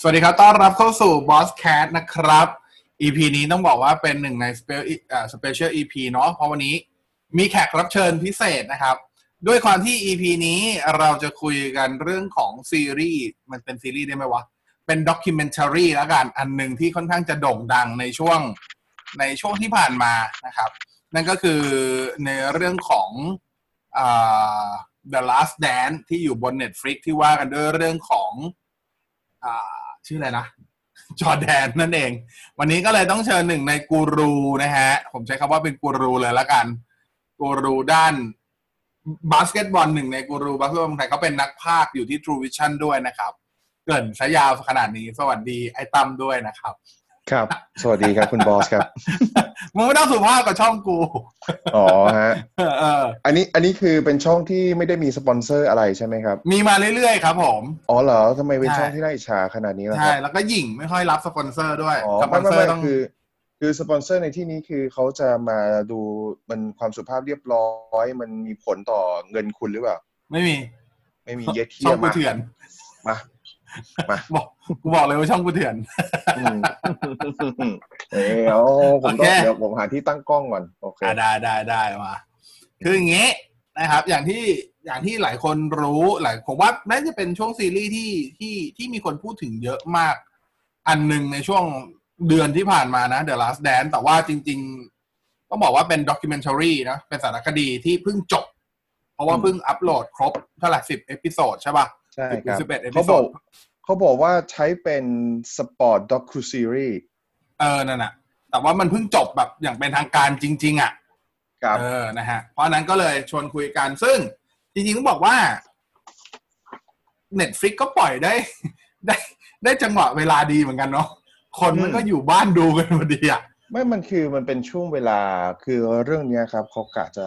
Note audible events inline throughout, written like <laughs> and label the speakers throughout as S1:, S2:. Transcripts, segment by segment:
S1: สวัสดีครับ ต้อนรับเข้าสู่ Boss Cat นะครับ EP นี้ต้องบอกว่าเป็นหนึ่งใน Spe- เอ่อ Special EP เนาะเพราะวันนี้มีแขกรับเชิญพิเศษนะครับ ด้วยความที่ EP นี้เราจะคุยกันเรื่องของซีรีส์มันเป็นซีรีส์ได้ไหมวะ เป็นด็อกิเมน a r รีแล้วกันอันหนึ่งที่ค่อนข้างจะโด่งดังในช่วงในช่วงที่ผ่านมานะครับ นั่นก็คือในเรื่องของอ่า The Last Dance ที่อยู่บน Netflix ที่ว่ากันด้วยเรื่องของ อ่าชื่ออะไรนะ จอร์แดนนั่นเอง วันนี้ก็เลยต้องเชิญหนึ่งในกูรูนะฮะ ผมใช้คำว่าเป็นกูรูเลยละกัน กูรูด้านบาสเกตบอลหนึ่งในกูรูบาสเกตบอลไทยเขาเป็นนักภาคอยู่ที่ True Vision ด้วยนะครับ เกรินสยาวขนาดนี้ สวัสดีไอ้ตั้มด้วยนะครับ
S2: ครับ สวัสดีครับคุณบอสครับ
S1: มึงไม่ต้องสุภาพกับ <laughs> ช่องกู
S2: อ๋อฮะ
S1: เออ
S2: อันนี้อันนี้คือเป็นช่องที่ไม่ได้มีสปอนเซอร์อะไรใช่ไหมครับ
S1: มีมาเรื่อยๆครับผม
S2: อ๋อเหรอทำไมเป็น
S1: ใช่
S2: ช่องที่น่าอิจฉาขนาดนี้ล่ะค
S1: ใช่
S2: รับ
S1: แล้วก็หยิ่งไม่ค่อยรับสปอนเซอร์ด้วย
S2: อ๋อ
S1: สปอ
S2: ไม่
S1: น
S2: ไม่
S1: เซอ
S2: ไม่
S1: ร์ต้อง
S2: คือ คือสปอนเซอร์ในที่นี้คือเขาจะมาดูมันความสุภาพเรียบร้อย มันมีผลต่อเงินคุณหรือเปล่า
S1: ไม่มี
S2: ไม่
S1: <laughs>
S2: มีเย็ดเที
S1: ช่อย งกู
S2: มา
S1: เถื่อน
S2: มามา
S1: บอกกูบอกเลยว่าช่องกูเถื่อน
S2: อืมเอ้ยเอาผมต้อง
S1: โอเค
S2: เดี๋ยวผมหาที่ตั้งกล้องก่อนโอเค
S1: อ่ะได้ได้ได้มาคืออย่างงี้นะครับ อย่างที่อย่างที่หลายคนรู้หลายผมว่าน่าจะเป็นช่วงซีรีส์ที่ที่ที่มีคนพูดถึงเยอะมาก อันหนึ่งในช่วงเดือนที่ผ่านมานะ The Last Dance แต่ว่าจริง ๆ ต้องบอกว่าเป็นด็อกิเมน a r รีนะ เป็นสารคดีที่เพิ่งจบ เพราะว่าเพิ่งอัปโหลดครบเท่าไหร่สิบเอพิโซดใช่ป่ะ
S2: ใช่ครับ
S1: สิบเอ็ดเอ
S2: เขา
S1: พิโซ
S2: บอก
S1: ด
S2: เขาบอกว่าใช้เป็นสปอร์ตด็อกคูซีรีส์
S1: เออนั่นน่ะ แต่ว่ามันเพิ่งจบแบบอย่างเป็นทางการจริง ๆ อ่ะ
S2: ครับ
S1: เออ นะฮะ เพราะฉะนั้นก็เลยชวนคุยกัน ซึ่งจริงๆต้องบอกว่า Netflix ก็ปล่อยได้ <laughs> ได้ได้จังหวะเวลาดีเหมือนกันเนาะ คนมันก็อยู่บ้านดูกันพอดีอ่ะ
S2: ไม่ มันคือมันเป็นช่วงเวลา คือเรื่องเนี้ยครับเขากะจะ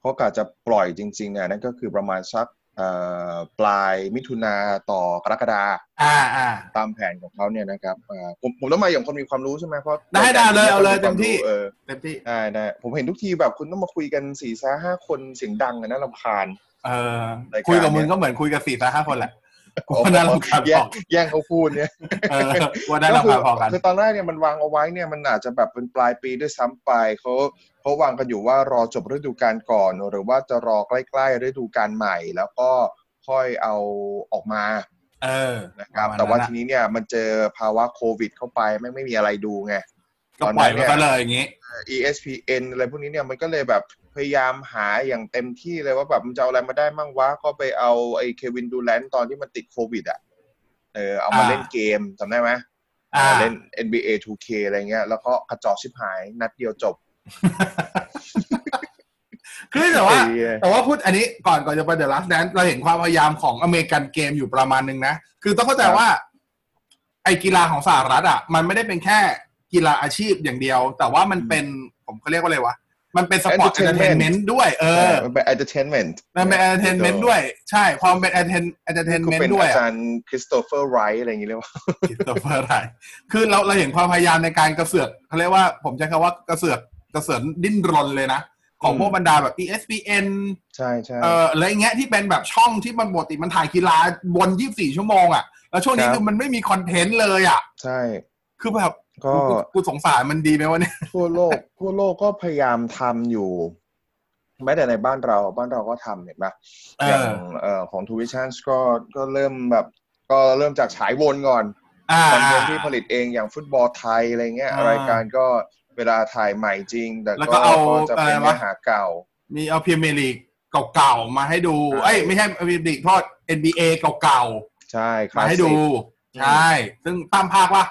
S2: เขากะจะปล่อยจริงๆเนี่ยนั่นก็คือประมาณสักเอ่อปลายมิถุนาต่อกรกฎา
S1: อ่าอ่า
S2: ตามแผนของเขาเนี่ยนะครับอ่าผมผมต้องมาอย่างคนมีความรู้ใช่ไหมเพราะ
S1: ได้ได้เอาเลยเอาเลยเต็มที่
S2: เออ
S1: เต็มที่
S2: ได้ได้ผมเห็นทุกทีแบบคุณต้องมาคุยกันสี่ซาห้าคนเสียงดังอะนะลำคาญ
S1: เออ
S2: รายการ
S1: คุยกับมึง
S2: เนี่ย
S1: ก็เหมือนคุยกับสี่ตาห้าคนแหละกูว่าน่ารำคาญ
S2: แย่
S1: พ
S2: ง
S1: อ
S2: แย่งเขาพูดเนี่ย
S1: เออกูว่าน่ารำคาญพอกัน
S2: คือตอนแรกเนี่ยมันวางเอาไว้เนี่ยมันอาจจะแบบเป็นปลายปีด้วยซ้ำไปเขาเขาวางกันอยู่ว่ารอจบฤดูกาลก่อน หรือว่าจะรอใกล้ๆฤดูกาลใหม่ แล้วก็ค่อยเอาออกมา
S1: เออ
S2: นะครับ
S1: ปะมณ
S2: แต่ว่า
S1: นั้น
S2: ทีนี้เนี่ยมันเจอภาวะโควิด เข้าไปไม่งไม่มีอะไรดูไง
S1: ก็ปล่อย
S2: ตอน
S1: มัน
S2: นั้นเนี่ย
S1: ก็เลยอย่างงี้
S2: ESPN อะไรพวกนี้เนี่ยมันก็เลยแบบพยายามหาอย่างเต็มที่เลยว่าแบบมันจะเอาอะไรมาได้มั่งวะก็ไปเอาไอ้เควินดูแลนตอนที่มันติดโควิดอ่ะเออเอามา
S1: อ่า
S2: เล่นเกมจำได้ไหม
S1: อ่า
S2: เล่น NBA 2K อะไรเงี้ย แล้วก็กระจอกชิบหายนัดเดียวจบ
S1: คือแต่ว่า
S2: ไอ้เหี้ย
S1: แต่ว่าพูดอันนี้ก่อนก่อนจะไปเดอะลัสแดนเราเห็นความพยายามของอเมริกันเกมอยู่ประมาณหนึ่งนะ คือต้องเข้าใจว่า ไอกีฬาของสหรัฐอ่ะ มันไม่ได้เป็นแค่กีฬาอาชีพอย่างเดียว แต่ว่ามันเป็นผมเขาเรียกว่าอะไรวะ มันเป็นสปอร์ตเอนเตอร์เทนเมนต์ด้วยเอ
S2: เอ
S1: อ
S2: อมันเป็น entertainment
S1: มันเป็นเอนเตอร์เทนเมนต์ด้วย ใช่ความเป็นเอนเตอร์เอนเตอร์เทน
S2: ก็
S1: เมน
S2: เป็น
S1: ต์ด้วย
S2: อา
S1: อะ
S2: จารย์คริสโตเฟอร์ไรท์อะไรอย่างเงี้ยเรียกว่า
S1: คิดตัวเพื่ออะไรคือเราเราเห็นความพยายามในการกระเสือกเขาเรียกว่าผมใช้คำว่ากระเสือกกระเสือนดิ้นรนเลยนะ ของพวก
S2: อืม
S1: บรรดาแบบ ESPN
S2: ใช่ใช่
S1: เอออะไรอย่างเงี้ยที่เป็นแบบช่องที่มันปกติมันถ่ายกีฬาวนยี่สี่ชั่วโมงอะ่ะ แล้วช่วงนี้
S2: ครับ
S1: คือมันไม่มีคอนเทนต์เลยอะ่ะ
S2: ใช่
S1: คือแบบ
S2: ก็
S1: กูกูสงสารมันดีไหมวะเนี่ย
S2: ทั่วโลก <laughs> ทั่วโลกก็พยายามทำอยู่ แม้แต่ในบ้านเราบ้านเราก็ทำเห็นปะ
S1: เออ
S2: ย่างเอ่อของทูวิชั่นก็ก็เริ่มแบบก็เริ่มจากฉายวนก่อน
S1: อ่า
S2: คอนเทนต์ที่ผลิตเองอย่างฟุตบอลไทยอะไรเงี้ย
S1: อ่าร
S2: รายการก็เวลาถ่ายใหม่จริง แต่
S1: แล้วก็
S2: ก็
S1: เอา
S2: ก็จะเป็น
S1: อะไร
S2: เนื้
S1: วะ
S2: อหาเก่า
S1: มีเอาพรีเมียร์ลีกเก่าๆมาให้ดู
S2: ใช่
S1: เอ้ยไม่ใช่พรีเมียร์ลีกโทษ NBA เก่า
S2: ใช่ค
S1: ๆ
S2: ลา
S1: มา
S2: ส
S1: ให้
S2: สิ
S1: ดู
S2: ก
S1: ใช่ซึ่งตามภาคปะ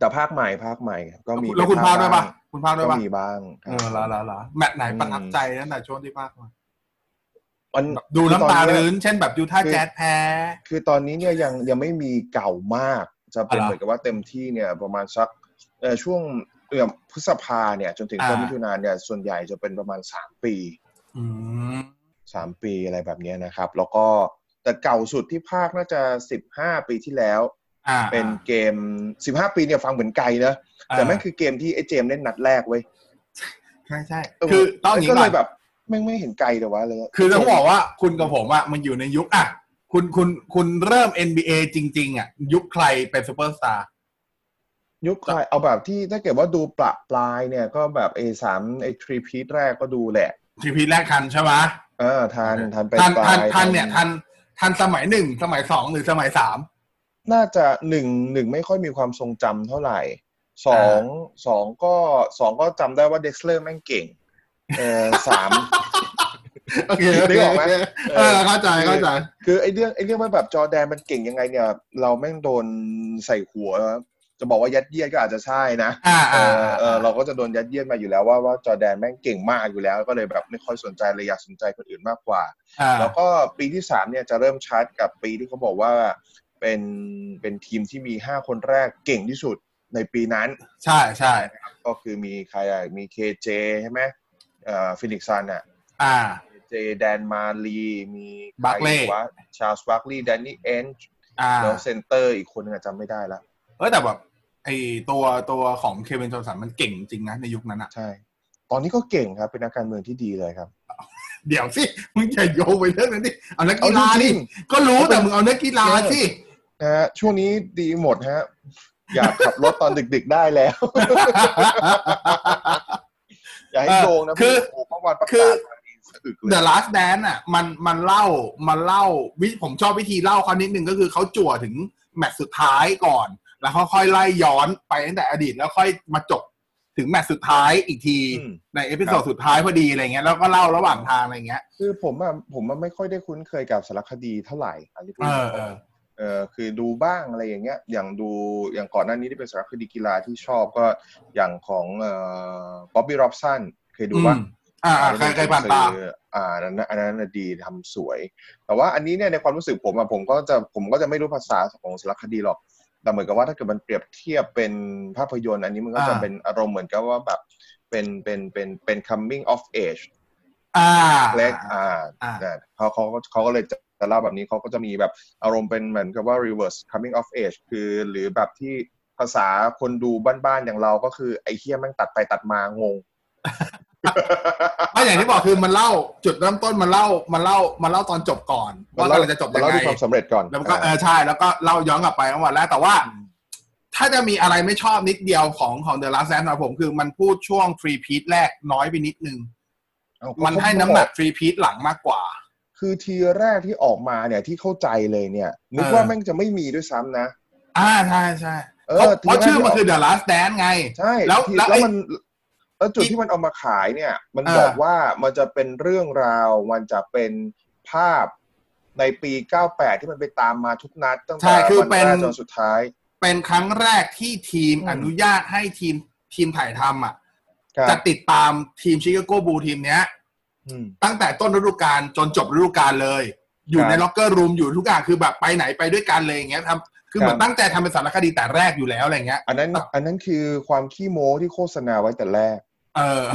S2: แต่ภาคใหม่ภาคใหม่ก็มี
S1: แล้วคุณ
S2: เป็น
S1: ภาคด้วยปะ
S2: บ้ง
S1: คุณภาคด้ว
S2: ก็
S1: ยปะ
S2: มีบ้าง
S1: เออละละละแมตช์ไหนประทับใจตั้งแต่ช่วงที่ภาคมา
S2: มัน
S1: แบบดูน้ำตารื้น เช่นแบบยูท่าห์แจ๊สแพ้
S2: คือตอนนี้เนี่ยยังยังไม่มีเก่ามาก จะเป็น
S1: อ๋อเหรอ
S2: เหมือนกับว่าเต็มที่เนี่ยประมาณสักเอ่อช่วงเอ่อพฤษภาเนี่ยจนถึงต้น
S1: อ่ามิ
S2: มิถุนายนเนี่ยส่วนใหญ่จะเป็นประมาณสามปี
S1: อืม
S2: สามปีอะไรแบบเนี้ยนะครับ แล้วก็แต่เก่าสุดที่ภาคน่าจะสิบห้าปีที่แล้ว
S1: อ่า
S2: เป็นเกมสิบห้าปีเนี่ยฟังเหมือนไกลนะแต่แม่งคือเกมที่ไอ้เจมส์เล่นนัดแรกเว้ย
S1: ใช่ใช่ คือต้องอย่าง
S2: ก็
S1: นี้ก่
S2: เล
S1: อย น
S2: แบบแม่งไม่เห็นไกลแต่ว่าเลย
S1: คือต้องบอกว่าคุณกับผมอ่ะมันอยู่ในยุคอ่ะ คุณคุณคุณเริ่ม NBA จริง ๆ อ่ะ ยุคใครเป็นซูเปอร์สตาร์
S2: ยุคใครเอาแบบที่ถ้าเกิดว่าดูประปลายเนี่ยก็แบบ A สามไอทรีพีทแรกก็ดูแหละ
S1: ทีพีแรกทันใช่ไหม
S2: เออทันทันไป
S1: ทัน
S2: ปลา
S1: ทัน
S2: ย
S1: ทันเนี่ยทันทันสมัยหนึ่งสมัยสองหรือสมัยสาม
S2: น่าจะหนึ่งหนึ่งไม่ค่อยมีความทรงจำเท่าไหร่สองสองก็สองก็จำได้ว่าเด็กเลอร์แม่งเก่งเออสาม
S1: โอเค
S2: นึกออกไหม
S1: เออเข้าใจเข้าใจ
S2: คือไอเรื่องไอเรื่องว่าแบบจอร์แดนมันเก่งยังไงเนี่ย เราแม่งโดนใส่หัว จะบอกว่ายัดเยียดก็อาจจะใช่นะ
S1: อ่า
S2: เอ
S1: อ่า
S2: อเออเราก็จะโดนยัดเยียดมาอยู่แล้วว่าว่าจอร์แดนแม่งเก่งมากอยู่แล้ว ก็เลยแบบไม่ค่อยสนใจเลยอยากสนใจคนอื่นมากกว่า
S1: อ่า
S2: แล้วก็ปีที่สามเนี่ยจะเริ่มชัดกับปีที่เขาบอกว่าเป็นเป็นทีมที่มีห้าคนแรกเก่งที่สุดในปีนั้น
S1: ใช่ใช่
S2: ก็คือมีใครอ่ะมีเคเจใช่ไหมเอ่อฟินิกซันอ่ะ
S1: อ่า
S2: เจแดนมาลีมีใคร
S1: Barkley
S2: วะชาลส์บัคลีย์แดนนี่เอนจ์
S1: อ่า
S2: แล้วเซนเตอร์อีกคนนึงอะจำไม่ได้ละ
S1: เออแต่แบบไอตัวตัวของเควินจอห์นสันมันเก่งจริงนะในยุคนั้นอ่ะ
S2: ใช่ ตอนนี้ก็เก่งครับ เป็นนักการเมืองที่ดีเลยครับ
S1: เดี๋ยวสิ มึงอย่าโยงไปเรื่องนั้นดิเอานักกีฬา
S2: จ
S1: ดิ
S2: ริง
S1: ก็รู้แต่
S2: เอาเป็น
S1: มึงเอานักกีฬาสิ
S2: ๆนะฮะช่วงนี้ดีหมดฮะ อยากขับรถตอนดึกๆได้แล้ว <laughs> อย่าให้โยงนะ
S1: คือ
S2: โโหเมื่อวานประ
S1: คื
S2: กา
S1: อ
S2: ศมานี่สะอึกเลย
S1: The Last Dance อ่ะมันมันเล่ามันเล่าวิผมชอบวิธีเล่าเขานิดนึงก็คือเขาจั่วถึงแมตช์สุดท้ายก่อน แล้วเขาค่อยไล่ย้อนไปตั้งแต่อดีตแล้วค่อยมาจบถึงแมตช์สุดท้ายอีกที
S2: อืม
S1: ในเอพิโซดสุดท้ายพอดีอะไรเงี้ยแล้วก็เล่าระหว่างทางอะไรเงี้ย
S2: คือผมอะผมอะไม่ค่อยได้คุ้นเคยกับสารคดีเท่าไหร่อันนี้พู
S1: เอ
S2: ด
S1: อเออ
S2: เออคือดูบ้างอะไรอย่างเงี้ย อย่างดูอย่างก่อนหน้านี้ที่เป็นสารคดีกีฬาที่ชอบก็อย่างของเอ่อบ๊อบบี้รอบสันเคยดูว่า
S1: อืมอ่าอ่าใครใครผ่านตา
S2: อ่าอันนั้นอันนั้นนะดีทำสวย แต่ว่าอันนี้เนี่ยในความรู้สึกผมอะผมก็จะผมก็จะไม่รู้ภาษาของสารคดีหรอก แต่เหมือนกับว่าถ้าเกิดมันเปรียบเทียบเป็นภาพยนตร์อันนี้มันก็จะ
S1: อ่า
S2: เป็นอารมณ์เหมือนกับว่าแบบเป็นเป็นเป็นเป็น coming of age
S1: อ่า
S2: เล็กอ่า
S1: อ่า
S2: เนี่ยเขาเขาเขาก็เลยจะเล่าแบบนี้เขาก็จะมีแบบอารมณ์เป็นเหมือนกับว่า reverse coming of age คือหรือแบบที่ภาษาคนดูบ้านๆอย่างเราก็คือไอ้เฮี้ยแมันตัดไปตัดมางง
S1: ไม่อย่างที่บอกคือมันเล่าจุดเริ่มต้นมันเล่ามันเล่ามันเล่าตอนจบก่อนว่ากำลังจะจบยัง
S2: เล่า
S1: ไง
S2: ด้วยความสำเร็จก่อน
S1: แล้วก็เอ
S2: อ่า
S1: อใช่แล้วก็เล่าย้อนกลับไปทั้งวันแล้วแต่ว่า ถ้าจะมีอะไรไม่ชอบนิดเดียวของของ The Last Dance ของผมคือมันพูดช่วง Free p e a แรกน้อยไปนิดนึง มันให้น้ำหนัก Free p e a หลังมากกว่า
S2: คือทีแรกที่ออกมาเนี่ยที่เข้าใจเลยเนี่ยนึกว่าแม่งจะไม่มีด้วยซ้ำนะ
S1: อ่าใช่ใช่
S2: เอ
S1: เพราะ
S2: อ
S1: เพราะ
S2: ทีแรก
S1: ชื่อมันคือ
S2: ที่ก
S1: The Last Dance ไง
S2: ใช่
S1: แล้ว
S2: ที
S1: แล้
S2: แล้ว ว
S1: ไอ้
S2: มันแล้วจุดที่มันเอามาขายเนี่ย มัน
S1: อ่า
S2: บอกว่ามันจะเป็นเรื่องราวมันจะเป็นภาพในปี 98 ที่มันไปตามมาทุกนัดตั้งแต่
S1: ใช่คือ
S2: วัน
S1: เป็
S2: แร
S1: น
S2: กจนสุดท้าย
S1: เป็นครั้งแรกที่ทีม
S2: อืม
S1: อนุญาตให้ทีมทีมถ่ายทำอ่ะ
S2: ครั
S1: จะ
S2: บ
S1: ติดตามทีมชิคาโกบูทีมเนี้ย
S2: อืม
S1: ตั้งแต่ต้นฤดูกาลจนจบฤดูกาลเลย อยู่
S2: ครับ
S1: ในล็อกเกอร์รูมอยู่ทุกอย่างคือแบบไปไหนไปด้วยกันเลยอย่างเงี้ยทำคือเหมือนตั้งใจทำเป็นสารคดีแต่แรกอยู่แล้วอะไรเงี้ย
S2: อันนั้นอันนั้นคือความขี้โม้ที่โฆษณาไว้แต่แรก
S1: เอ
S2: <laughs>
S1: อ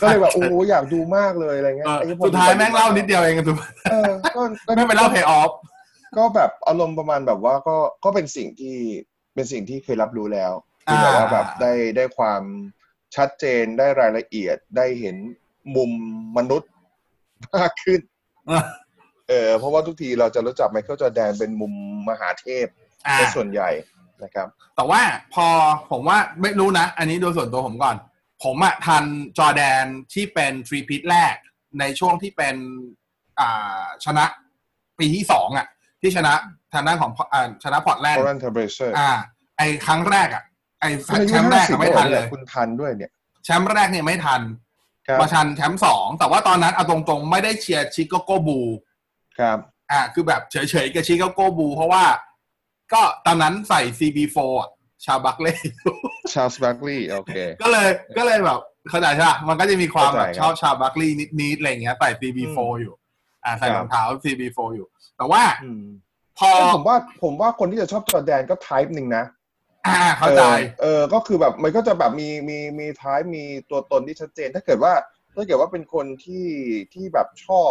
S2: ก็เลยแบบโอ้โหอยากดูมากเลยอะไรเงี้
S1: เอย อ
S2: ไอ้พวก
S1: สุดท้ายแม่งเล่านิดเดียวเองถูกไหม
S2: เออก็ก็
S1: แม่งไปเล่าเพย์ออฟ
S2: ก็แบบอารมณ์ประมาณแบบว่าก็ก็เป็นสิ่งที่เป็นสิ่งที่เคยรับรู้แล้วคือแบบว่าแบบได้ได้ความชัดเจนได้รายละเอียดได้เห็นมุมมนุษย์มากขึ้น เออเพราะว่าทุกทีเราจะรู้จักไมเคิลจอร์แดนเป็นมุมมหาเทพ
S1: อ่า
S2: เป็นส่วนใหญ่นะครับ
S1: แต่ว่าพอผมว่าไม่รู้นะ อันนี้โดยส่วนตัวผมก่อน ผมอะทันจอร์แดนที่เป็นทรีพิทแรก ในช่วงที่เป็นอ่าชนะปีที่สองอะที่ชนะทางด้านของอ่าชนะพอร์ตแลน
S2: c
S1: ด์
S2: o r a n t e r b r a c e r
S1: อ่า ไอครั้งแรกอะไอ
S2: คุณอา
S1: แช
S2: ยุ
S1: มป์แร
S2: ห้าก สิบ
S1: อะไม่ทันเลย
S2: คุณทันด้วยเนี่ย
S1: แชมป์แรกเนี่ยไม่ทัน
S2: ครับ
S1: มาชันแชมป์สองแต่ว่าตอนนั้นเอาตรงๆไม่ได้เชียร์ชิคาโกบู
S2: ครับ
S1: อ่าคือแบบเฉยๆกับชิคาโกบู เพราะว่า ก็ตอนนั้นใส่ CB4 อ่ะ ชาวบัคเล่ <laughs>
S2: ชาร์ลส์บัคลีย์โอเค
S1: ก็เลยก็เลยแบบเข้าใจใช่ปะมันก็จะมีความแบบ
S2: เข้าใจค
S1: ชอ
S2: รับ
S1: บชาวบัคลี่นิดๆอะไรเงี้ยใส่ CB4 อยู่ อ่าใส่
S2: ค
S1: ร
S2: รับ
S1: องเท้า CB4 อยู่ แต่ว่า
S2: อืม
S1: พอ
S2: ผมว่าผมว่าคนที่จะชอบจอร์แดนก็ไทป์หนึ่งนะ
S1: อ่าเข้าใจ
S2: เออเออ ก็คือแบบมันก็จะแบบมีมีมีท้ายมีตัวตนที่ชัดเจน ถ้าเกิดว่าถ้าเกิดว่าเป็นคนที่ที่แบบชอบ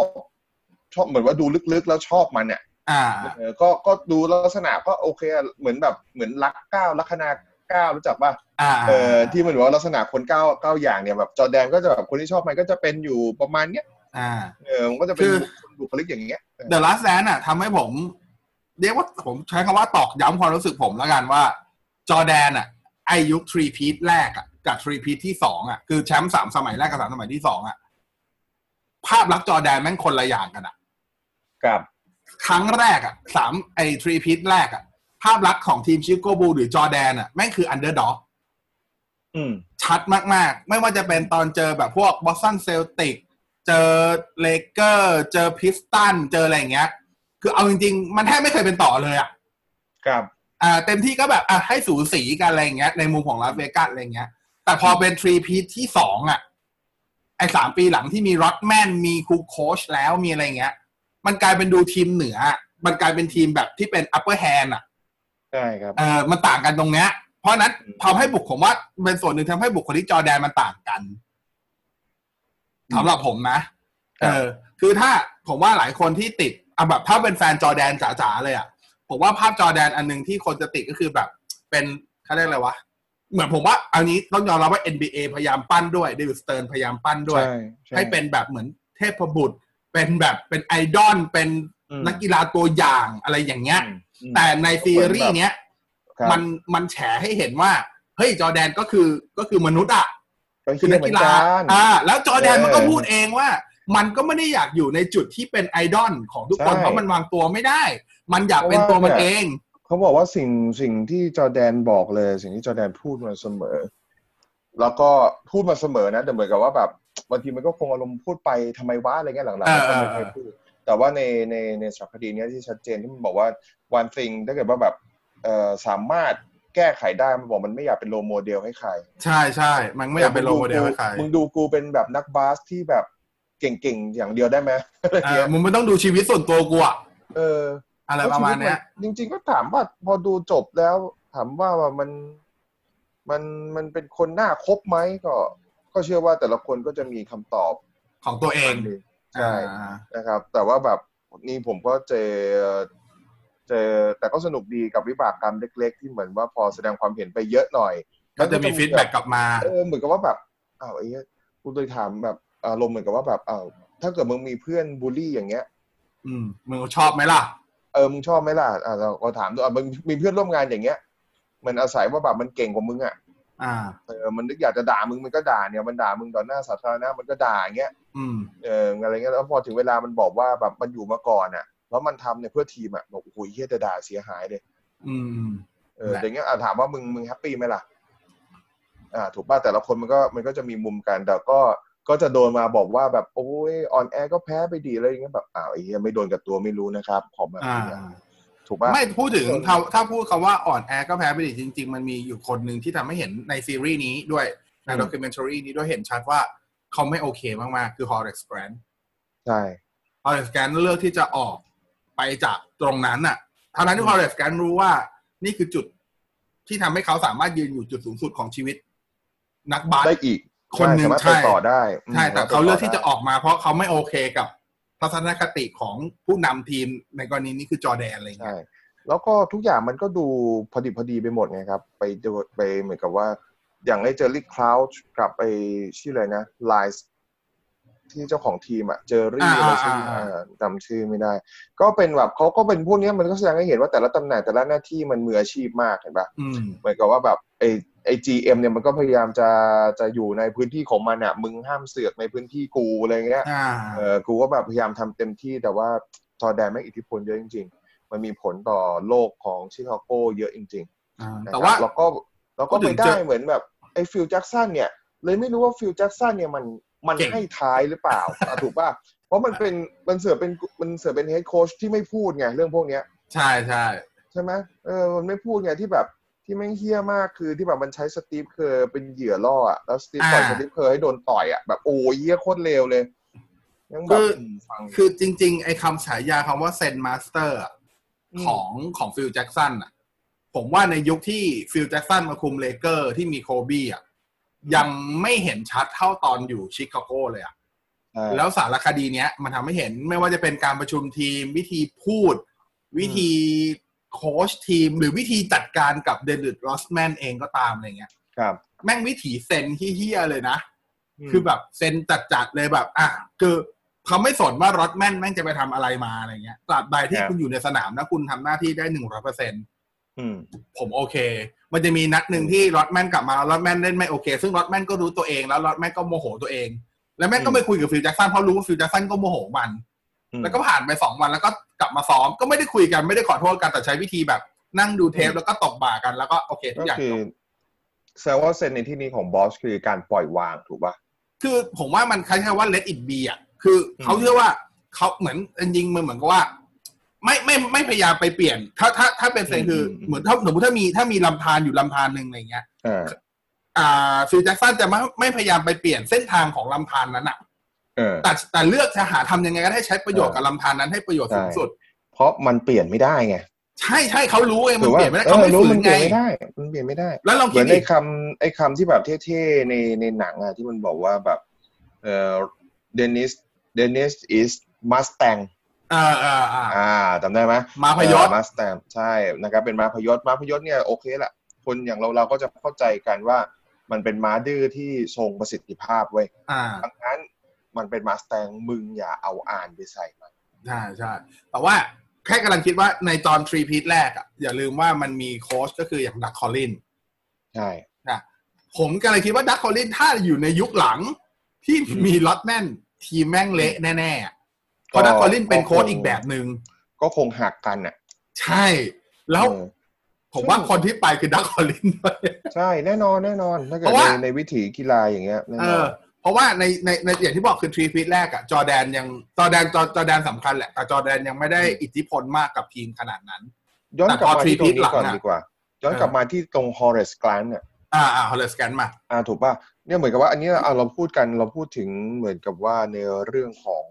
S2: ชอบเหมือนว่าดูลึกๆแล้วชอบมันเนี่ย
S1: อ่า
S2: เออก็ก็ดูลักษณะก็โอเคอะเหมือนแบบเหมือนรักก้าวลัคนาก้าวรู้จักป่ะ
S1: อ่า
S2: เออที่มันบอกว่าลักษณะคนก้าวก้าวอย่างเนี่ยแบบจอร์แดนก็จะแบบคนที่ชอบมันก็จะเป็นอยู่ประมาณเนี้ย
S1: อ่า
S2: เออมันก็จะเป็น
S1: คือ
S2: บุคลิกอย่างเงี้ยเออ
S1: The Last Dance อ่ะทำให้ผม เรียกว่าผมใช้คำว่าตอกย้ำความรู้สึกผมแล้วกันว่า จอร์แดนอ่ะไอยุคทรีพีทแรกอ่ะกับทรีพีทที่สองอ่ะคือแชมป์สามสมัยแรกกับสามสมัยที่สองอ่ะภาพลักษณ์จอร์แดนแม่งคนละอย่างกันอ่ะ
S2: ครับ
S1: ครั้งแรกอ่ะสามไอทรีพีทแรกอ่ะ ภาพลักษณ์ของทีมชิคโกบูลหรือจอร์แดนอ่ะแม่งคืออันเดอร์ด็อก
S2: อืม
S1: ชัดมาก ๆ ไม่ว่าจะเป็นตอนเจอแบบพวกบอสตันเซลติก เจอเลเกอร์ เจอพิสตัน เจออะไรอย่างเงี้ย คือเอาจริง ๆ มันแทบไม่เคยเป็นต่อเลยอ่ะ
S2: ครับ
S1: อ่า เต็มที่ก็แบบอ่ะให้สูสีกันอะไรอย่างเงี้ย ในมุมของลาสเวกัสอะไรอย่างเงี้ย แต่พอเป็นทรีพีทที่สองอ่ะ ไอสามปีหลังที่มีร็อตแมน มีครูโคชแล้วมีอะไรอย่างเงี้ย มันกลายเป็นดูทีมเหนืออะมันกลายเป็นทีมแบบที่เป็นอัปเปอร์แฮนอ่ะ
S2: ใช่ครับ
S1: เออมันต่างกันตรงเนี้ย เพราะฉะนั้นทำให้บุคผมว่าเป็นส่วนหนึ่งทำให้บุคคลที่จอร์แดนมันต่างกัน
S2: อืม
S1: สำหรับผมนะ
S2: ครั
S1: เอบ อ คือถ้าผมว่าหลายคนที่ติดอ่ะแบบถ้าเป็นแฟนจอร์แดนจ๋าๆเลยอ่ะ ผมว่าภาพจอร์แดนอันหนึ่งที่คนจะติดก็คือแบบ เป็นเขาเรียกอะไรวะ เหมือนผมว่าอันนี้ต้องยอมรับว่า NBA พยายามปั้นด้วยเดวิดสเติร์นพยายามปั้นด้วย
S2: ใช่ช่
S1: ให้เป็นแบบเหมือนเทพบุตร เป็นแบบเป็นไอดอลเป็น
S2: อืม
S1: นักกีฬาตัวอย่างอะไรอย่างเงี้ย
S2: อืม
S1: แต่ในซีรีส์เนี้ย
S2: ครับ
S1: มันมันแฉให้เห็นว่าเฮ้ยจอร์แดนก็คือก็คือมนุษย์อ่ะคือนั
S2: เหี้ย
S1: ก
S2: เหมื
S1: กี
S2: อน
S1: ฬา
S2: กัน
S1: อ่า แล้วจอร์แดน
S2: เออ
S1: มันก็พูดเองว่า มันก็ไม่ได้อยากอยู่ในจุดที่เป็นไอดอลของทุกคน
S2: ใช่
S1: เพราะมันวางตัวไม่ได้ มันอยากเป็น
S2: เพ
S1: ตัว
S2: ราะว่า
S1: มันเอง
S2: เขาบอกว่าสิ่งสิ่งที่จอร์แดนบอกเลย สิ่งที่จอร์แดนพูดมาเสมอ แล้วก็พูดมาเสมอนะแต่เหมือนกับว่าแบบบางทีมันก็คงอารมณ์พูดไปทำไมวะอะไรเงี้ยหลังๆมันก็ไม่เคยพูด แต่ว่าในในในสารคดีเนี้ยที่ชัดเจนที่มันบอกว่าวันสิ่งถ้าเกิดว่าแบบเอ่อสามารถแก้ไขได้มันบอกมันไม่อยากเป็นโลโมเดลให้ใคร
S1: ใช่ใช่มันไม่อยากเป็นโลโมเดลให้ใคร
S2: มึงดูกูเป็นแบบนักบาสที่แบบเก่งๆ อย่างเดียวได้ไหมอะไร
S1: เอ
S2: เงี้
S1: อยมึงไม่ต้องดูชีวิตส่วนตัวกูอะ
S2: เออ
S1: อะไรประมาณเนี้ย
S2: จริง ๆ ก็ถามว่าพอดูจบแล้ว ถามว่าว่ามันมันมันเป็นคนน่าคบไหมก็ ก็เชื่อว่าแต่ละคนก็จะมีคำตอบ
S1: ของตัวเอง
S2: ใช่
S1: อ่า
S2: นะครับ แต่ว่าแบบนี่ผมก็เจอเจอแต่ก็สนุกดีกับวิบากกรรมเล็ก ๆ ที่เหมือนว่าพอแสดงความเห็นไปเยอะหน่อย
S1: ก็จะมีฟีด
S2: บบ
S1: แบ็กกลับมา
S2: เออเหมือนกับว่าแบบอ้าวไอ้เหี้ยกูเลยถามแบบอารมณ์เหมือนกับว่าแบบอ้าวถ้าเกิดมึงมีเพื่อนบูลลี่อย่างเงี้ย
S1: อืมมึงชอบไหมล่ะ
S2: เออมึงชอบไหมล่ะอ่าเราก็ถามดูอ่ะมึงมีเพื่อนร่วมงานอย่างเงี้ย มันอาศัยว่าแบบมันเก่งกว่ามึงอ่ะ
S1: อ่า
S2: เออมันนึกอยากจะด่ามึงมันก็ด่าเนี่ยมันด่ามึงต่อหน้าสาธารณะมันก็ด่าอย่างเงี้ย
S1: อืม
S2: เอออะไรเงี้ยแล้วพอถึงเวลามันบอกว่าแบบมันอยู่มาก่อนอ่ะแล้วมันทำเนี่ยเพื่อทีมอ่ะบอกโอ้โหเฮียจะด่าเสียหายเลย
S1: อืม
S2: เออ
S1: แหละ
S2: อย่างเงี้ยอ่ะถามว่ามึงมึงแฮปปี้ไหมล่ะอ่าถูกป่ะแต่ละคนมันก็มันก็จะมีมุมกันแต่ก็ ก็จะโดนมาบอกว่าแบบโอ้ยออนแอร์ก็แพ้ไปดีอะไรอย่างเงี้ยแบบอ้าวไอ้เหี้ยไม่โดนกับตัวไม่รู้นะครับ ของแบบ
S1: อ่า
S2: นี้อะถูกป่ะ
S1: ไม่พูดถึง
S2: เออ
S1: ถ้าถ้าพูดคำว่าอ่อนแอก็แพ้ไปดิจริง ๆ มันมีอยู่คนหนึ่งที่ทำให้เห็นในซีรีส์นี้ด้วย ในด็อกิเมนทรีนี้ด้วยเห็นชัดว่าเขาไม่โอเคมากๆ คือ Horace Grant
S2: ใช่
S1: Horace Grant เลือกที่จะออกไปจากตรงนั้นน่ะทั้งนั้นที่
S2: อืม
S1: Horace Grant รู้ว่านี่คือจุดที่ทำให้เขาสามารถยืนอยู่จุดสูงสุดของชีวิต นักบาส
S2: ได้อีก
S1: คนหนึ่ง
S2: ใช่สามารถ
S1: ใช่
S2: ไปต่อได้อืม
S1: ใช่แต่เขาเลือกที่จะ
S2: ไป
S1: ออกมา เพราะเขาไม่โอเคกับทัศนคติของผู้นำทีมในกรณีนี้คือจอร์แดนอะไรอย่าง
S2: ได้
S1: เงี้ย
S2: ใช่ แล้วก็ทุกอย่างมันก็ดูพอดีพอดีไปหมดไงครับ ไปดูไปเหมือนกับว่า อย่างไอ้เจอรี่คลาวช์กับไอ้ชื่ออะไรนะไลส์ที่เจ้าของทีมอะเจอรี่
S1: อ่า
S2: อะไรชื่อ
S1: อ่าอ่า
S2: อ่าจำชื่อไม่ได้ ก็เป็นแบบเขาก็เป็นพวกเนี้ยมันก็แสดงให้เห็นว่าแต่ละตำแหน่งแต่ละหน้าที่มันมืออาชีพมากเห็นปะ
S1: อืม
S2: เหมือนกับว่าแบบไอไอจีเอ็มเนี่ยมันก็พยายามจะจะอยู่ในพื้นที่ของมันอ่ะมึงห้ามเสือกในพื้นที่กูอะไรเงี้ย
S1: อ่า
S2: เออกูก็แบบพยายามทำเต็มที่แต่ว่าจอร์แดนแม่งอิทธิพลเยอะจริง ๆ มันมีผลต่อโลกของชิคาโกเยอะจริง
S1: อ่า
S2: ๆนะครับ
S1: แต่ว่า
S2: แล้วก็แล้วก็
S1: พูดถึ
S2: ไป
S1: ง
S2: ได้
S1: เจอ
S2: เหมือนแบบไอฟิลแจ็กสันเนี่ย เลยไม่รู้ว่าฟิลแจ็กสันเนี่ยมันมัน
S1: เก่ง
S2: ให้ท้ายหรือเปล่าอ่ะถูกป่ะเพราะมันเป็นมันเสือกเป็นมันเสือกเป็นเฮดโค้ชที่ไม่พูดไงเรื่องพวกเนี้ย
S1: ใช่ใช่
S2: ใช่ไหมเออ มันไม่พูดไงที่แบบที่แม่งเฮี้ยมากคือที่แบบมันใช้สตีฟเคอร์เป็นเหยื่อล่ออะแล้วสตีฟ
S1: อ่า
S2: ปล่อยสตีฟเคอร์ให้โดนต่อยอะแบบโอ้ยเฮี้ยโคตรเลวเลยยังแบบ
S1: คือ
S2: มฟัง
S1: คือจริง ๆ ไอ้คำฉายาคำว่าเซนมาสเตอร์ของของฟิลแจ็กสันอ่ะ ผมว่าในยุคที่ฟิลแจ็กสันมาคุมเลเกอร์ที่มีโคบี้อ่ะ ยังไม่เห็นชัดเท่าตอนอยู่ชิคาโกเลยอ่ะ
S2: ใช่
S1: แล้วสารคดีเนี้ย มันทำให้เห็นไม่ว่าจะเป็นการประชุมทีม วิธีพูด วิธีโค้ชทีม หรือวิธีจัดการกับเดนิสรอสแมนเองก็ตามอะไรเงี้ย
S2: ครับ
S1: แม่งวิถีเซนที่เฮี้ยๆเลยนะ คือแบบเซ็นจัดๆเลยแบบ อ่ะคือ เขาไม่สนว่าร็อตแมนแม่งจะไปทำอะไรมาอะไรเงี้ยตราบใดที่
S2: ครับ
S1: คุณอยู่ในสนามนะคุณทำหน้าที่ได้หนึ่งร้อยเปอร์เซ็น
S2: อืม
S1: ผมโอเค มันจะมีนัดหนึ่งที่ร็อตแมนกลับมาแล้วร็อตแมนเล่นไม่โอเค ซึ่งร็อตแมนก็รู้ตัวเองแล้วร็อตแมนก็โมโหตัวเอง แล้วแม่งก็ไม่คุยกับฟิลแจ็คสันเพราะรู้ว่าฟิลแจ็คสันก็โมโหมัน
S2: อืม
S1: แล้วก็ผ่านไปสองวันแล้วก็กลับมาซ้อมก็ไม่ได้คุยกันไม่ได้ขอโทษกันแต่ใช้วิธีแบบ นั่งดูเทปแล้วก็ตบบ่ากันแล้วก็โอเคทุ
S2: ก็
S1: กอย่าง
S2: คื
S1: จ
S2: อบ แซวว่าเซนในที่นี้ของบอสคือการปล่อยวางถูกป่ะ
S1: คือผมว่ามันคล้ายๆว่า let it be อ่ะ คือเขา
S2: อืม
S1: เชื่อว่าเขาเหมือนจริงๆมันเหมือนกับว่า ไม่ไม่ไม่พยายามไปเปลี่ยน ถ้าถ้าถ้าเป็นเซนคืออเหมือนถ้าสมมติถ้ามีถ้ามีลำธารอยู่ลำธารหนึ่งอะไรเงี้ย
S2: อ่า
S1: อ่าฟิลแจ็คสันจะไม่ไม่พยายามไปเปลี่ยนเส้นทางของลำธารนั้นอ่ะ
S2: เออ
S1: แต่แต่เลือกจะหาทำยังไงก็ได้ให้ใช้ประโยชน์กับลำธารนั้นให้ประโยชน์สูงสุด
S2: เพราะมันเปลี่ยนไม่ได้ไง
S1: ใช่ใช่เขารู้เอง
S2: ห
S1: มั
S2: รื
S1: น
S2: ว่า
S1: เปลี่ยนไม่ได้
S2: เอ
S1: เขา
S2: อ
S1: ไม่
S2: รู้
S1: ฝื
S2: มัน
S1: น
S2: เป
S1: ไง
S2: ลี่ยนไม่ได้ มันเปลี่ยนไม่ได้
S1: แล้วลอง
S2: เห
S1: คิ
S2: มื
S1: ด
S2: อน
S1: ดิ
S2: ไอ้คำไอ้คำที่แบบเท่ๆในในหนังอะที่มันบอกว่าแบบเออเดนิสเดนิส is Mustang
S1: เออเอออ่า
S2: อ่าจำได้ไหม
S1: มาพยศ
S2: มาสแตมใช่นะครับเป็นม้าพยศม้าพยศเนี่ยโอเคแหละคนอย่างเราเราก็จะเข้าใจกันว่ามันเป็นม้าดื้อที่ทรงประสิทธิภาพเว้ย
S1: อ่า
S2: ดังนั้นมันเป็นมาสแตงมึงอย่าเอาอ่านไปใส่มัน
S1: ใช่ใช่ แต่ว่าแค่กำลังคิดว่าในตอนทรีพีทแรกอะอย่าลืมว่ามันมีโค้ชก็คืออย่างดักคอลิน
S2: ใช่
S1: นะผมกำลังคิดว่าดักคอลินถ้าอยู่ในยุคหลังที่มีล็อตแมนทีมแม่งเละแน่ๆอะเพราะดักคอลินเป็นโค้ชอีกแบบหนึ่ง
S2: ก็คงหักกันอ่ะ
S1: ใช่ แล้ว
S2: เออ
S1: ผมว่าคนที่ไปคือดักคอลินด้วย
S2: ใช่แน่นอนแน่นอนถ้าเกิ
S1: เพ
S2: ด
S1: ราะ
S2: ใน
S1: ว่า
S2: ในวิถีกีฬาอย่างเงี้ยแน่
S1: เอน
S2: อ
S1: อ
S2: น
S1: เพราะว่าในในในอย่างที่บอกคือทรีพีทแรกอะจอร์แดนยังจอร์แดนจอจอร์แดนสำคัญแหละแต่จอร์แดนยังไม่ได้อิทธิพลมากกับทีมขนาดนั้น
S2: ย้อนกลับ
S1: แต่พ
S2: มา
S1: อ
S2: ที่ตรง
S1: three-peat
S2: นี้ก่อน
S1: หลังอะ
S2: ดีกว่า ย้อน
S1: เออ
S2: กลับมาที่ตรง Horace Grant เนี่ย
S1: อ่าอ่าฮอลเลสแกนมา
S2: อ่าถูกป่ะเนี่ยเหมือนกับว่าอันเนี้ยอ่ะเราพูดกันเราพูดถึงเหมือนกับว่าในเรื่องของ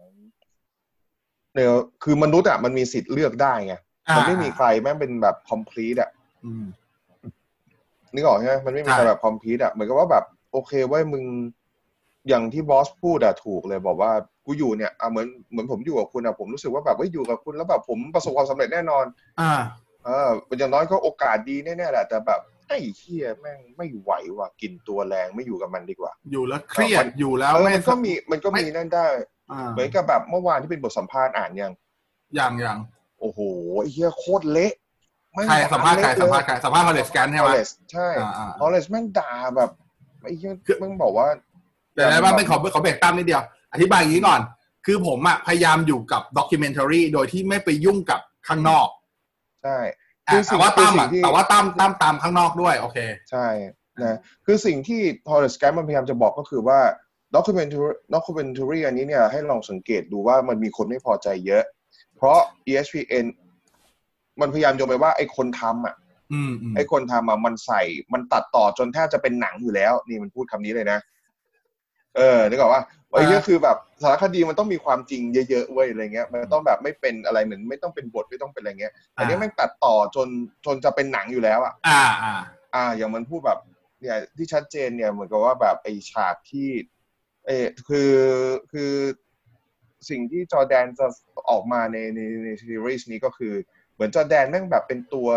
S2: ในคือมนุษย์อ่ะมันมีสิทธิ์เลือกได้ไง
S1: อ่า
S2: มันไม่มีใครแม่งเป็นแบบ complete อ่ะ
S1: อืม
S2: นึกออกใช่ไหมมันไม่มี
S1: ใช่
S2: ใครแบบ complete อ่ะเหมือนกับว่าแบบ โอเคเว้ยมึงอย่างที่บอสพูดอะถูกเลยบอกว่ากูอยู่เนี่ยอ่ะเหมือนเหมือนผมอยู่กับคุณอะผมรู้สึกว่าแบบว่าอยู่กับคุณแล้วแบบผมประสบความสำเร็จแน่นอน
S1: อ่า
S2: เอออย่างน้อยก็โอกาสดีแน่ๆแหละแต่แบบไอ้เฮียแม่งไม่ไหวว่ะกินตัวแรงไม่อยู่กับมันดีกว่า
S1: อยู่แล้วเครีย
S2: มั
S1: ด
S2: น
S1: อยู่แล้
S2: เอ
S1: ว
S2: อ
S1: ไม่
S2: มันก็มีมันก็มีนั่นได้
S1: อ่า
S2: เหมือนกับแบบเมื่อวานที่เป็นบทสัมภาษณ์อ่านยัง
S1: อย่างอย่าง
S2: โอ้โหไอ้เฮียโคตรเละแง
S1: ใครสัมภาษณ์ใคร
S2: เละ
S1: สัมภาษณ์ใครสัมภาษณ์ฮอลเลสแกนใช่ไหม
S2: เลสใช่
S1: อ่าอ่า
S2: ฮอลเลสแม่งด่าแบบไอ้เฮีย
S1: คือ
S2: แม่งบอกว่า
S1: เดี๋ยวนะว่าไม่ขอขอเบรกตั้มนิดเดียว อธิบายอย่างนี้ก่อน คือผมอะพยายามอยู่กับด็อกิเมนทารีโดยที่ไม่ไปยุ่งกับข้างนอก
S2: ใช่
S1: อ่ะ
S2: คือสิ่
S1: แต่
S2: ง
S1: ว่าตั้มอะ
S2: คือสิ่งที่
S1: แต่ว่าตั้มตั้มตามข้างนอกด้วย โอเค
S2: ใช่นะคือสิ่งที่ฮอลเลสแกมันพยายามจะบอกก็คือว่าด็อก m e n t a r y ด็อก n t a r y อันนี้เนี่ยให้ลองสังเกตดูว่ามันมีคนไม่พอใจเยอะ เพราะ ESPN มันพยายามโยงไปว่าไอ้คนทำอ่ะ
S1: อืมอืม
S2: ไอ้คนทำอ่ะมันใส่มันตัดต่อจนแทบจะเป็นหนังอยู่แล้ว นี่มันพูดคำนี้เลยนะ เออนึกออกว่าไอ้เนี่ยคือแบบสารคดีมันต้องมีความจริงเยอะๆเว้ยอะไรเงี้ย มันต้องแบบไม่เป็นอะไรเหมือนไม่ต้องเป็นบทไม่ต้องเป็นอะไรเงี้ยอันนี้แม่งตัดต่อจนจนจะเป็นหนังอยู่แล้วอ่ะ
S1: อ่าอ่า
S2: อ่าอย่างมันพูดแบบเนี่ยที่ชัดเจนเนี่ยเหมือนกับว่าแบบไอฉากที่เออคือคือสิ่งที่จอร์แดนจะออกมาในในในซีรีส์นี้ก็คือ เหมือนจอร์แดนแม่งแบบเป็นตัว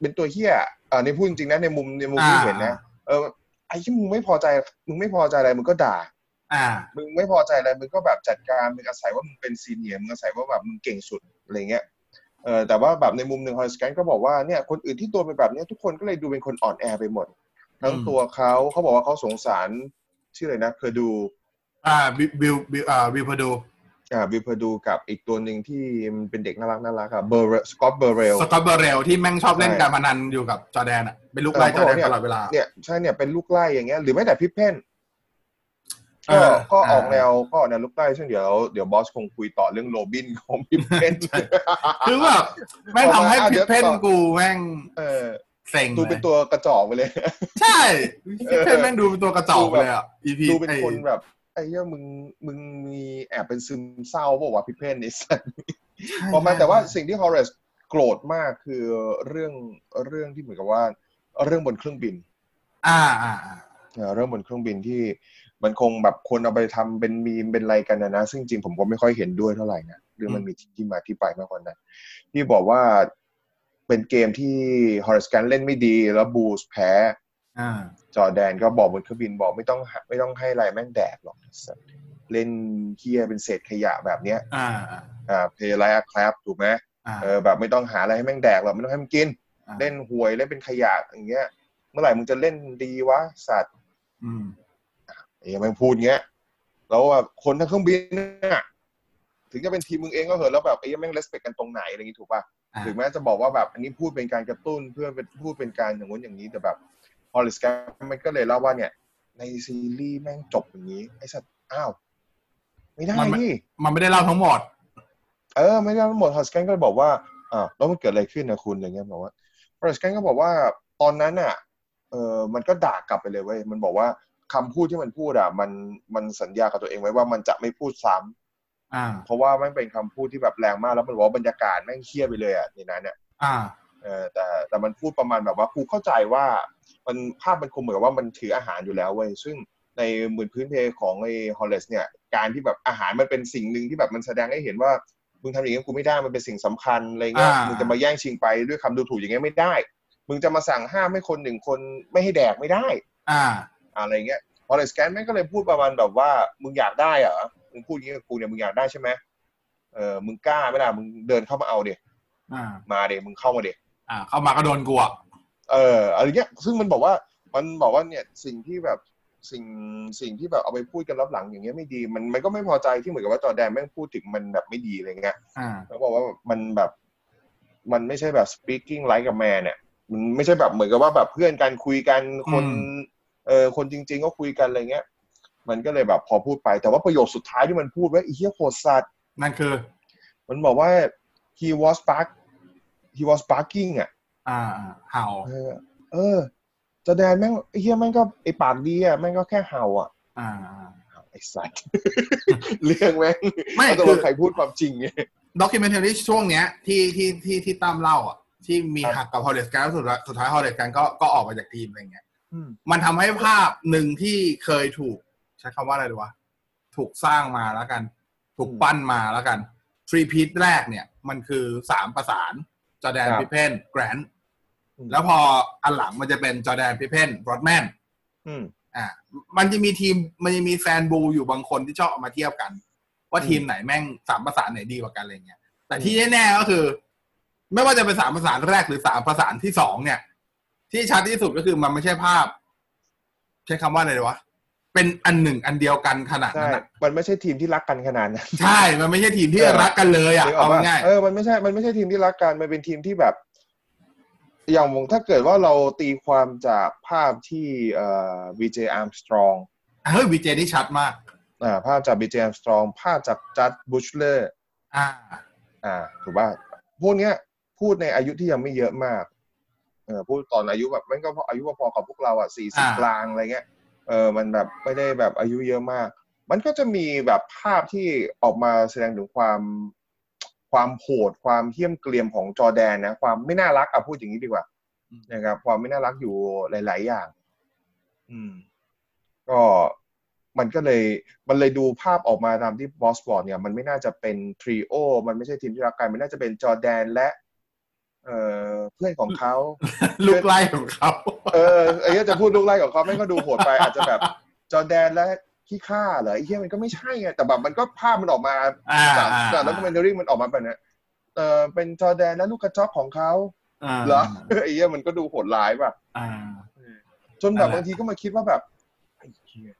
S2: เป็นตัวเฮี้ยอ่าในพูดจริงๆนะในมุมในมุมที่
S1: อ่า
S2: เห็นนะเออไอ้ที่มึงไม่พอใจมึงไม่พอใจอะไรมึงก็ด่า
S1: อ่า
S2: มึงไม่พอใจอะไรมึงก็แบบจัดการมึงอาศัยว่ามึงเป็นซีเนียร์มึงอาศัยว่าแบบมึงเก่งสุดอะไรเงี้ยเออแต่ว่าแบบในมุมหนึ่งฮอลสแกนก็บอกว่าเนี่ยคนอื่นที่ตัวเป็นแบบเนี้ยทุกคนก็เลยดูเป็นคนอ่อนแอไปหมด ทั้ง
S1: อืม
S2: ตัวเขาเขาบอกว่าเขาสงสารชื่ออะไรนะเคอร์ดู
S1: อ่าบิวบิวบิวอ่าวิวพดู
S2: อ่าบิลเพอร์ดูกับอีกตัวหนึ่งที่มันเป็นเด็กน่ารักน่ารักอะเบอร์สกอตเบอร์เรล
S1: สกอตเบอร์เรลที่แม่งชอบเล่น
S2: ใช่
S1: การพนันอยู่กับจอร์แดนอะเป็นลูกไล่จอร์แดน
S2: เออเขาบอกเนี่ย
S1: ตลอดเวลา
S2: เนี่ยใช่เนี่ยเป็นลูกไล่อย่างเงี้ยหรือแม้แต่พิพเพน
S1: เอ
S2: ก็
S1: อ
S2: ก็ออก
S1: เออ
S2: แนวก็ออกแนวลูกไล่ซึ่งเดี๋ยวเดี๋ยวบอสคงคุยต่อเรื่องโรบินของพิพเพน
S1: คือแบบแม่งทำให้พิทเพนกูแม่ง
S2: เออ
S1: เซ็ง
S2: ดู
S1: เล
S2: เป็น
S1: ย
S2: ตัวกระจอกไป <laughs> เลย
S1: ใช่พี่เพชรแม่งดูเป็นตัวกระจอกเลยอ่ะ EP
S2: ดูเป็นคน
S1: ไอ้
S2: แบบ ไอ้เนี้ยมึงมึงมีแอบเป็นซึมเศร้าบอกว่าวะพี่เพนนี่สัตว์ประมาณแต่ว่าสิ่งที่ฮอร์เรสโกรธมากคือเรื่องเรื่องที่เหมือนกับว่า เรื่องบนเครื่องบิน
S1: อ่าอ่าอ่า
S2: เอ่อเรื่องบนเครื่องบินที่มันคงแบบคนเอาไปทำเป็นมีมเป็นอะไรกันนะนะ ซึ่งจริงผมก็ไม่ค่อยเห็นด้วยเท่าไหร่นะเรื่องมันมีที่มาที่ไปมากกว่านั้นที่บอกว่าเป็นเกมที่ฮอร์เรสกันเล่นไม่ดีแล้วบูสแพ้
S1: อ่า
S2: จอร์แดนก็บอกบนเครื่องบินบอกไม่ต้องหาไม่ต้องให้อะไรแม่งแดกหรอก เล่นเฮียเป็นเศษขยะแบบเนี้ย
S1: อ่า
S2: อ่าเพลย์ไลท์คลปถูกไหม
S1: อ่า
S2: เออแบบไม่ต้องหาอะไรให้แม่งแดกหรอกไม่ต้องให้มันกิน เล่นหวยเล่นเป็นขยะอย่างเงี้ย เมื่อไหร่มึงจะเล่นดีวะสัตว์
S1: อืม
S2: ไอ้แม่งพูดเงี้ยแล้วแบบคนทั้งเครื่องบินน่ะถึงจะเป็นทีมมึงเองก็เหอะแล้วแบบไอ้แม่งเลสเปกกันตรงไหนอะไรอย่างงี้ถูกป่ะ
S1: อ่า
S2: ถึงแม้จะบอกว่าแบบอันนี้พูดเป็นการกระตุ้นเพื่อเป็นพูดเป็นการอย่างงู้นอย่างนี้แต่แบบฮอลลิสแกมันก็เลยเล่าว่าเนี่ย ในซีรีส์แม่งจบอย่างนี้ไอ้สัตว์อ้าว ไม่ได้นี่
S1: มันไม่ได้เล่าทั้งหมด
S2: เออไม่ได้ทั้งหมดฮอลลิสแกก็เลยบอกว่าอ่าวแล้วมันเกิดอะไรขึ้นนะคุณอะไรเงี้ยบอกว่าฮอลลิสแกก็บอกว่าตอนนั้นอ่ะเออมันก็ด่ากลับไปเลยเว้ยมันบอกว่าคำพูดที่มันพูดอ่ะมันมันสัญญากับตัวเองไว้ว่ามันจะไม่พูดซ้ำ
S1: อ่า
S2: เพราะว่าแม่งเป็นคำพูดที่แบบแรงมากแล้วมันบอกว่าบรรยากาศแม่งเครียดไปเลยอ่ะในนั้นเนี่ย
S1: อ่า
S2: เออแต่แต่มันพูดประมาณแบบว่ากูเข้าใจว่ามันภาพมันคงเหมือนกับว่ามันถืออาหารอยู่แล้วเว้ยซึ่งในหมื่นพื้นเพของไอ้ฮอลเลสเนี่ยการที่แบบอาหารมันเป็นสิ่งหนึ่งที่แบบมันแสดงให้เห็นว่ามึงทำอย่างนี้กูไม่ได้มันเป็นสิ่งสำคัญอะไรเงี้ย
S1: อ่ามึ
S2: มึงจะมาแย่งชิงไปด้วยคำดูถูกอย่างเงี้ยไม่ได้ มึงจะมาสั่งห้ามให้คนหนึ่งคนไม่ให้แดกไม่ได้
S1: อ่า
S2: อะไรเงี้ยฮอลเลสแกนแม่งก็เลยพูดประมาณแบบว่ามึงอยากได้เหรอมึงพูดอย่างนี้กับกูเนี่ยมึงอยากได้ใช่ไหมเออมึงกล้าไหมล่ะมึงเดินเข้ามาเอาเดี๋ย
S1: อ่า
S2: มาเดี๋ยมึงเข้ามาเดี๋ย
S1: อ่า เข้ามาก็โดนกูอ่ะ
S2: เอออะไรเงี้ยซึ่งมันบอกว่ามันบอกว่าเนี่ยสิ่งที่แบบสิ่งสิ่งที่แบบเอาไปพูดกันรับหลังอย่างเงี้ยไม่ดีมันมันก็ไม่พอใจที่เหมือนกับว่าจอร์แดนแม่งพูดถึงมันแบบไม่ดีอะไรเงี้ย
S1: อ่า
S2: แล้วบอกว่ามันแบบมันไม่ใช่แบบ speaking like a man เนี่ยมันไม่ใช่แบบเหมือนกับว่าแบบเพื่อนกันคุยกันคน
S1: อืม
S2: เออคนจริง ๆ ก็คุยกันอะไรเงี้ย มันก็เลยแบบพอพูดไป แต่ว่าประโยคสุดท้ายที่มันพูดไว้ไอีเหี้ยโคตรสัตว์
S1: นั่นคือ
S2: มันบอกว่า he was bark he was barking อ่ะ
S1: อ่าอ่าเห่า
S2: เออเออจอแดนแม่งไอ้เฮียแม่งก็ไอ้ปากดีอ่ะแม่งก็แค่เห่าอ่ะ
S1: อ่าอ่า
S2: เห่าไอ้สัตว์ <laughs> เรื่องแม่ง
S1: ไม่
S2: ตก
S1: คื
S2: ล
S1: อ
S2: งใครพูดความจริงเนี่ย
S1: ด็อกิเมนเทอรี่ช่วงเนี้ยที่ที่ที่ที่ตามเล่าอ่ะ ที่มี
S2: ครับ
S1: หักกับฮอลเดสการสุดท้ายสุดท้ายฮอลเดสการก็ก็ออกมาจากทีมอะไรเงี้ย
S2: อืม
S1: มันทำให้ภาพหนึ่งที่เคยถูก ใช้คำว่าอะไรดีวะ ถูกสร้างมาแล้วกัน ถูกปั้นมาแล้วกันทรีพีทแรกเนี่ย มันคือสามประสานจอแดน
S2: ครับ
S1: พิเพนแกรน
S2: อืม
S1: แล้วพออันหลังมันจะเป็นจอแดนพิเพนบรอดแมน
S2: อืม
S1: อ่ะมันจะมีทีมมันจะมีแฟนบูอยู่บางคนที่ชอบเอามาเทียบกัน ว่าทีมไหนแม่งสามประสานไหนดีกว่ากันอะไรเงี้ยแต่ที่แน่ๆก็คือ ไม่ว่าจะเป็นสามประสานแรกหรือสามประสานที่สองเนี่ย ที่ชัดที่สุดก็คือมันไม่ใช่ภาพ ใช้คำว่าอะไรดีวะเป็นอันหนึ่งอันเดียวกันขนาด
S2: ใช่
S1: นั้นอะ
S2: มันไม่ใช่ทีมที่รักกันขนาดนั้น
S1: ใช่ มันไม่ใช่ทีมที่รักกันเลยอ่ะ
S2: นึก
S1: เอา
S2: ปะ
S1: ง่าย
S2: เออมันไม่ใช่ มันไม่ใช่ทีมที่รักกัน มันเป็นทีมที่แบบ อย่างวงถ้าเกิดว่าเราตีความจากภาพที่เอ่อวีเจอาร์มสตรอง
S1: ๆเฮ้ยวีเจนี่ชัดมาก
S2: อ่าภาพจากวีเจอาร์มสตรองภาพจากจัดบุชเลอร์
S1: อ่า
S2: อ่าถูกป่ะพวกเนี้ยพูดในอายุที่ยังไม่เยอะมากเออพูดตอนอายุแบบมันก็พออายุพอๆกับพวกเราอ่ะสี่สิบ
S1: อ่า
S2: กลางอะไรเงี้ยเออมันแบบไม่ได้แบบอายุเยอะมาก มันก็จะมีแบบภาพที่ออกมาแสดงถึงความความโหดความเหี้ยมเกรียมของจอร์แดนนะความไม่น่ารักอ่ะพูดอย่างนี้ดีกว่านะครับความไม่น่ารักอยู่หลาย ๆ อย่าง อืม ก็มันก็เลยมันเลยดูภาพออกมาตามที่บอสบอร์ดเนี่ย มันไม่น่าจะเป็นทริโอ มันไม่ใช่ทีมที่รักกันมันน่าจะเป็นจอร์แดนและ เอ่อเพื่อนของ
S1: <laughs>
S2: เขา
S1: ลูกไล่ของเขา
S2: เออไอ้เหี้ยจะพูดลูกไล่ของเขาไม่งก็ดูโหดไป อาจจะแบบจอร์แดนและขี้ข้าเหรอไอ้เหี้ยมันก็ไม่ใช่ไงแต่แบบมันก็ภาพมันออกมา
S1: อ่า
S2: จาก
S1: อ่า
S2: จากแล้วก็เมนเดอรี่มันออกมาแบบเนี้ยเออเป็นจอร์แดนและลูกกระจอกของเขา
S1: า
S2: เหรอไอ้เหี้ยมันก็ดูโหดร้ายป่ะ
S1: อ่า
S2: จนแบบ
S1: นั่นแหละ
S2: บางทีก็มาคิดว่าแบบไอ้เหี้ย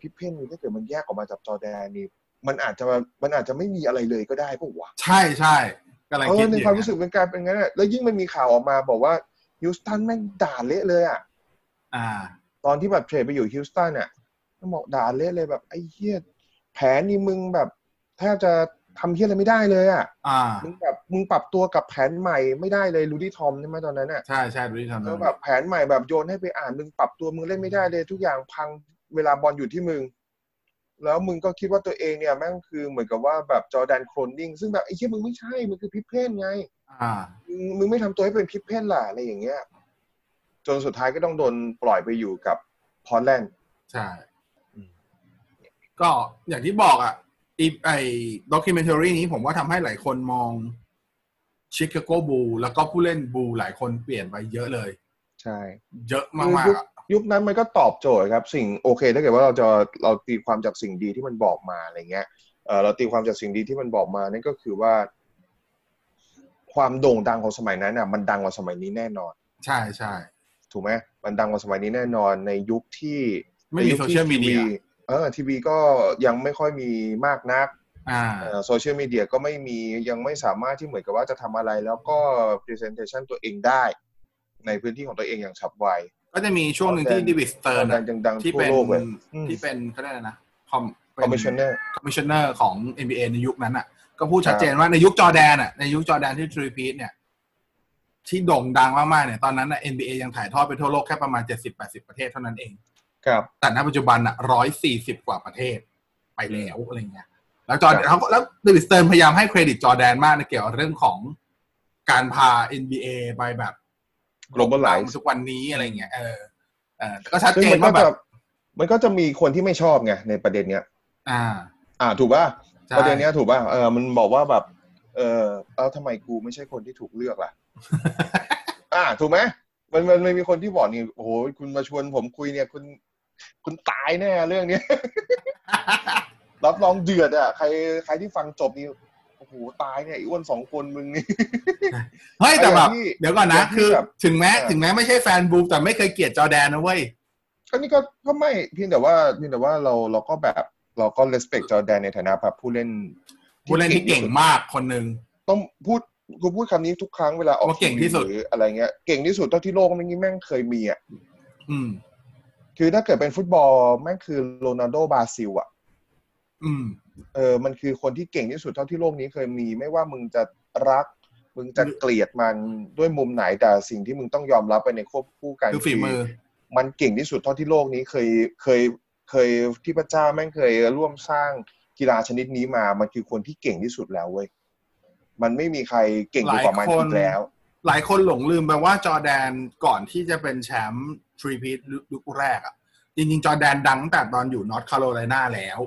S2: พิเพนนี่ถ้าเกิดมันแยกออกมาจากจอร์แดนนี่มันอาจจะมันอาจจะไม่มีอะไรเลยก็ได้ปะวะ
S1: ใช่ใช่กำลัง
S2: เอ
S1: คิ
S2: อ
S1: ดอ
S2: ใน
S1: ยู่
S2: ความ
S1: เนี่ย
S2: รู้สึกเป็นการเป็นงั้นอะแล้วยิ่งมันมีข่าวออกมาบอกว่าฮิวสตันแม่งด่าเละเลยอะ
S1: อ่า
S2: ตอนที่แบบเทรดไปอยู่ฮิวสตันอะต้องบอกด่าเละเลยแบบไอ้เหี้ยแผนนี่มึงแบบแทบจะทำเหี้ยอะไรไม่ได้เลยอะ
S1: อ่า
S2: มึงแบบมึงปรับตัวกับแผนใหม่ไม่ได้เลยรูดี้ทอมใช่ไหมตอนนั้นอะ
S1: ใช่ใช่ดูที่ทำ
S2: แล้ว
S1: นะ
S2: แบบแผนใหม่แบบโยนให้ไปอ่านมึงปรับตัวมึงเล่นไม่ได้เลย ทุกอย่างพังเวลาบอลอยู่ที่มึง แล้วมึงก็คิดว่าตัวเองเนี่ยแม่งคือเหมือนกับว่าแบบจอร์แดนโคลนนิ่งซึ่งแบบไอ้เหี้ยมึงไม่ใช่มึงคือพิพเพนไง
S1: อ่า
S2: มึงมึงไม่ทำตัวให้เป็นพิพเพนล่ะอะไรอย่างเงี้ยจนสุดท้ายก็ต้องโดนปล่อยไปอยู่กับพอร์ตแลนด์
S1: ใช่
S2: อืม
S1: ก็อย่างที่บอกอ่ะอีไอ้ด็อกิเมนทรีนี้ผมว่าทำให้หลายคนมองชิคาโกบู แล้วก็ผู้เล่นบูหลายคนเปลี่ยนไปเยอะเลย
S2: ใช่
S1: เยอะมากๆอะ
S2: ยุคนั้นมันก็ตอบโจทย์ครับสิ่งโอเค ถ้าเกิดว่าเราจะเราตีความจากสิ่งดีที่มันบอกมาอะไรเงี้ยเออเราตีความจากสิ่งดีที่มันบอกมานั่นก็คือว่า ความโด่งดังของสมัยนั้นน่ะ มันดังกว่าสมัยนี้แน่นอน
S1: ใช่ใช่
S2: ถูกไหมมันดังกว่าสมัยนี้แน่นอนในยุคที่
S1: ไม่มี
S2: ในคที่
S1: social media
S2: ทีวีเออทีวีก็ยังไม่ค่อยมีมากนัก
S1: อ่า
S2: โซเชียลมีเดียก็ไม่มียังไม่สามารถที่เหมือนกับว่าจะทำอะไร แล้วก็ presentation ตัวเองได้ ในพื้นที่ของตัวเองอย่างฉับไว
S1: ก็จะมีช่วงหนึ่งที่
S2: ตอนแรก
S1: ดิวิสเตอร์
S2: ดังดังๆ
S1: ที่
S2: ทั่ว
S1: เป็น
S2: โลกเลย
S1: ที่เป็นเขาเรียกอะไรนะคอม
S2: คอมมิชชั่นเนอร์
S1: คอมมิชเนอร์ของ NBA ในยุคนั้นอ่ะ ก็พูดชัดเจนว่าในยุคจอร์แดนอ่ะในยุคจอร์แดนที่ทรีพีทเนี่ย ที่โด่งดังมากๆเนี่ยตอนนั้นอ่ะ NBA ยังถ่ายทอดไปทั่วโลกแค่ประมาณ 70-80 ประเทศเท่านั้นเอง
S2: ครับ
S1: แต่ณปัจจุบันอ่ะ 140 กว่าประเทศไปแล้วอะไรเงี้ยแล้วจอร์แดน
S2: ครั
S1: เขา
S2: บ
S1: ก็แล้วเดวิดสเติร์นพยายามให้เครดิตจอร์แดนมากในเกี่ยวกับเรื่องของการพา NBA ไปแบบ
S2: global life
S1: ทุกวันนี้อะไรเงี้ยเออเออแต่ก็ชัด
S2: ซึ่ง
S1: เจน
S2: มันก็
S1: ว่าแบ
S2: จะ
S1: บ
S2: มันก็จะมีคนที่ไม่ชอบไงในประเด็นเนี้ย
S1: อ่า
S2: อ่า ถูกป่ะ
S1: ใช่
S2: ประเด็นเนี้ยถูกป่ะเออมันบอกว่าแบบ เออแล้วทำไมกูไม่ใช่คนที่ถูกเลือก
S1: <laughs>
S2: ล่ะ อ่า ถูกไหมมันมันมันมีคนที่บอกนี่โอ้โหคุณมาชวนผมคุยเนี่ย คุณ คุณตายแน่เรื่องเนี้ย <laughs> รับรองเดือดอ่ะใครใครที่ฟังจบนี่โอ้โหตายเนี่ยไอ้อ้วนสองคนมึงนี่
S1: เฮ้ยแต่แบบ
S2: อย่างที่
S1: เดี๋ยวก่อน
S2: อ
S1: นะ
S2: ย่างที่
S1: คือ
S2: แบบ
S1: ถึงแม้
S2: เออ
S1: ถึงแม้ไม่ใช่แฟนบูมแต่ไม่เคยเกลียดจอร์แดนนะเว้ย
S2: ก็นี่ก็ก็ไม่เพียงแต่ว่าเพียงแต่ว่าเราเราก็แบบเราก็ respect จอร์แดนในฐานะแบบผู้เล่น
S1: ผู้เล่นที่เก่ง
S2: สุด
S1: มากคนหนึ่ง
S2: ต้องพูดกูพูดคำนี้ทุกครั้งเวลาออก
S1: ว่าเก่ง
S2: วี
S1: ที่สุด
S2: หรืออะไรเงี้ยเก่งที่สุดเท่าที่โลกมันนี้แม่งเคยมีอ่ะ
S1: อืม
S2: คือถ้าเกิดเป็นฟุตบอลแม่งคือโรนัลโดบราซิลอ่ะ
S1: อืม
S2: เออมันคือคนที่เก่งที่สุดเท่าที่โลกนี้เคยมี ไม่ว่ามึงจะรัก มึงจะเกลียดมันด้วยมุมไหนแต่สิ่งที่มึงต้องยอมรับไปในควบคู่กัน
S1: คือฝีมือ
S2: มันเก่งที่สุดเท่าที่โลกนี้เคยเคยเคยที่พระเจ้าแม่งเคยร่วมสร้างกีฬาชนิดนี้มา มันคือคนที่เก่งที่สุดแล้วเว้ยมันไม่มีใครเก่งไปกว่ามัน
S1: หลายคน
S2: อีกแล้ว
S1: หลายคนหลงลืมไปว่าจอร์แดนก่อนที่จะเป็นแชมป์ทรีพีทยุคแรกอ่ะ จริง ๆ จอร์แดนดังตั้งแต่ตอนอยู่นอตคาโรไลนาแล้ว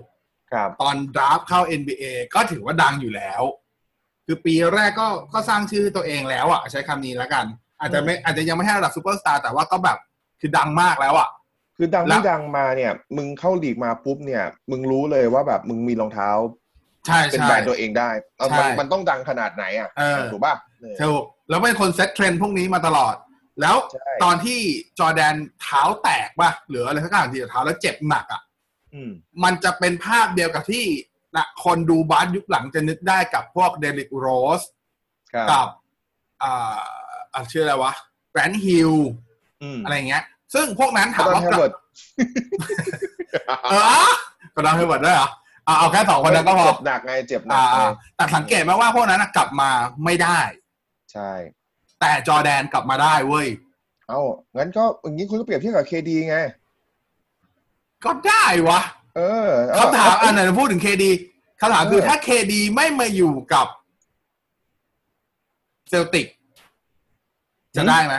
S2: ครับ
S1: ตอนดราฟต์เข้า NBA ก็ถือว่าดังอยู่แล้ว คือปีแรกก็ก็สร้างชื่อตัวเองแล้วอ่ะ ใช้คำนี้แล้วกัน อาจจะไม่อาจจะยังไม่ให้ระดับซูเปอร์สตาร์แต่ว่าก็แบบคือดังมากแล้วอ่ะ
S2: คือดัง
S1: แล้
S2: ไม่
S1: ว
S2: ดังมาเนี่ย มึงเข้าลีกมาปุ๊บเนี่ย มึงรู้เลยว่าแบบมึงมีรองเท้า
S1: ใช่
S2: เป็น
S1: ใช่
S2: แบรนด์ตัวเองได้เอามัน
S1: ใช่
S2: มันต้องดังขนาดไหนอ่ะ
S1: เออ
S2: ถูกป่ะเนี่ย
S1: ถูกแล้วเป็นคนเซตเทรนด์พวกนี้มาตลอด แล้ว
S2: ใช่
S1: ตอนที่จอร์แดนเท้าแตกป่ะหรืออะไรสักอย่างที่เท้าแล้วเจ็บหนักอ่ะ
S2: อืม
S1: มันจะเป็นภาพเดียวกับที่นะคนดูบาสยุคหลังจะนึกได้กับพวกเดลิกโรส
S2: ครับ
S1: กับอ่าอ่าชื่ออะไรวะแกรนฮิล
S2: อืม
S1: อะไรเงี้ย ซึ่งพวกนั้น
S2: ก็
S1: ถาม
S2: ต้อ
S1: ว่า
S2: งให้เวิร์ด
S1: <laughs> เอ
S2: <laughs>
S1: อกระดองเฮเวิร์ดด้วยเหรออ่ะเอาแค่สองคนนั้นก็พอ
S2: เจ็บหนักไงเจ็บหนั
S1: อ่าก
S2: ไง
S1: แต่สังเกตไหมว่าพวกนั้นนะกลับมาไม่ได้
S2: ใช่
S1: แต่จอร์แดนกลับมาได้เว้ย
S2: เอ้างั้นก็อย่างนี้คุณก็เปรียบเทียบกับเคดีไง
S1: ก็ได้วะ
S2: เออเอ
S1: คำถามอันไหนพูดถึงเคดีคำถามคือ
S2: เออ
S1: ถ้าเคดีไม่มาอยู่กับเซลติก จะได้ไหม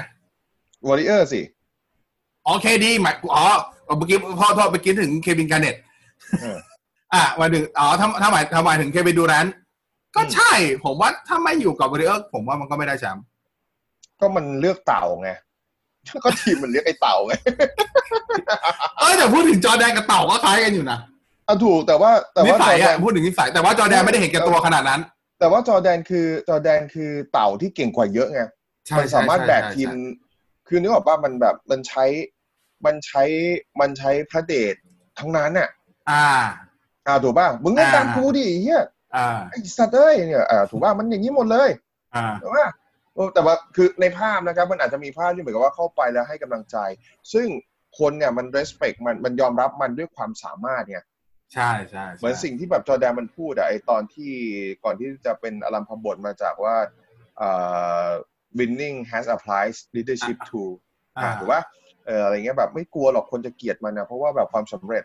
S2: วอริเออร์สิ
S1: อ๋อเคดีหมายอ๋อเมื่อกี้พ่อโทษเมื่อกี้ถึงเควินการเน็ต
S2: เออ
S1: อ่ะมาถึงอ๋อถ้าถ้าหมายถ้าหมายถึงเควินดูแรนต์ก็
S2: อืม
S1: ใช่ ผมว่าถ้าไม่อยู่กับเบริเออร์ผมว่ามันก็ไม่ได้แชมป์
S2: ก็มันเลือกเต่าไง <laughs> ก็ทีมมันเลือกไอ้เต่าไง
S1: เออแต่พูดถึงจอร์แดนกับเต่าก็คล้ายกันอยู่นะ
S2: อ่ะถูกแต่ว่าแต่
S1: นิ
S2: ว่า
S1: สัย
S2: จอร์แด
S1: อ่ะ
S2: น
S1: พูดถึงนิสัยแต่ว่าจอร์แดนไม่ได้เห็นแก่ตัวขนาดนั้น
S2: แต่ว่าจอร์แดนคือจอร์แดนคือเต่าที่เก่งกว่าเยอะไง
S1: ใช่
S2: มันสามารถ
S1: ใช่
S2: แบก
S1: ใช่
S2: ทีม
S1: ใช่
S2: คือนึกออกป่ะมันแบบมันใช้มันใช้มันใช้พระเดชทั้งนั้นน่ะ
S1: อ่า
S2: อ่าถูกป่ะมึงก็
S1: อ่า
S2: ตามกูดิไอ้เฮีย
S1: อ่า
S2: ไอสัตว์เอ้ยเนี่ยอ่าถูกป่ะมันอย่างนี้หมดเลย
S1: อ่า
S2: ถูกป่ะเออแต่ว่าคือในภาพนะครับ มันอาจจะมีภาพที่เหมือนกับว่าเข้าไปแล้วให้กำลังใจ ซึ่งคนเนี่ยมัน respect มันมันยอมรับมันด้วยความสามารถเนี่ย
S1: ใช่ใช่ใช่
S2: เหมือนสิ่งที่แบบจอร์แดนมันพูดอะไอตอนที่ก่อนที่จะเป็นอลัมพบทมาจากว่าเอ่อ winning has a price leadership too
S1: อ่า
S2: ถูกปะเอออะไรเงี้ยแบบไม่กลัวหรอกคนจะเกลียดมันนะเพราะว่าแบบความสำเร็จ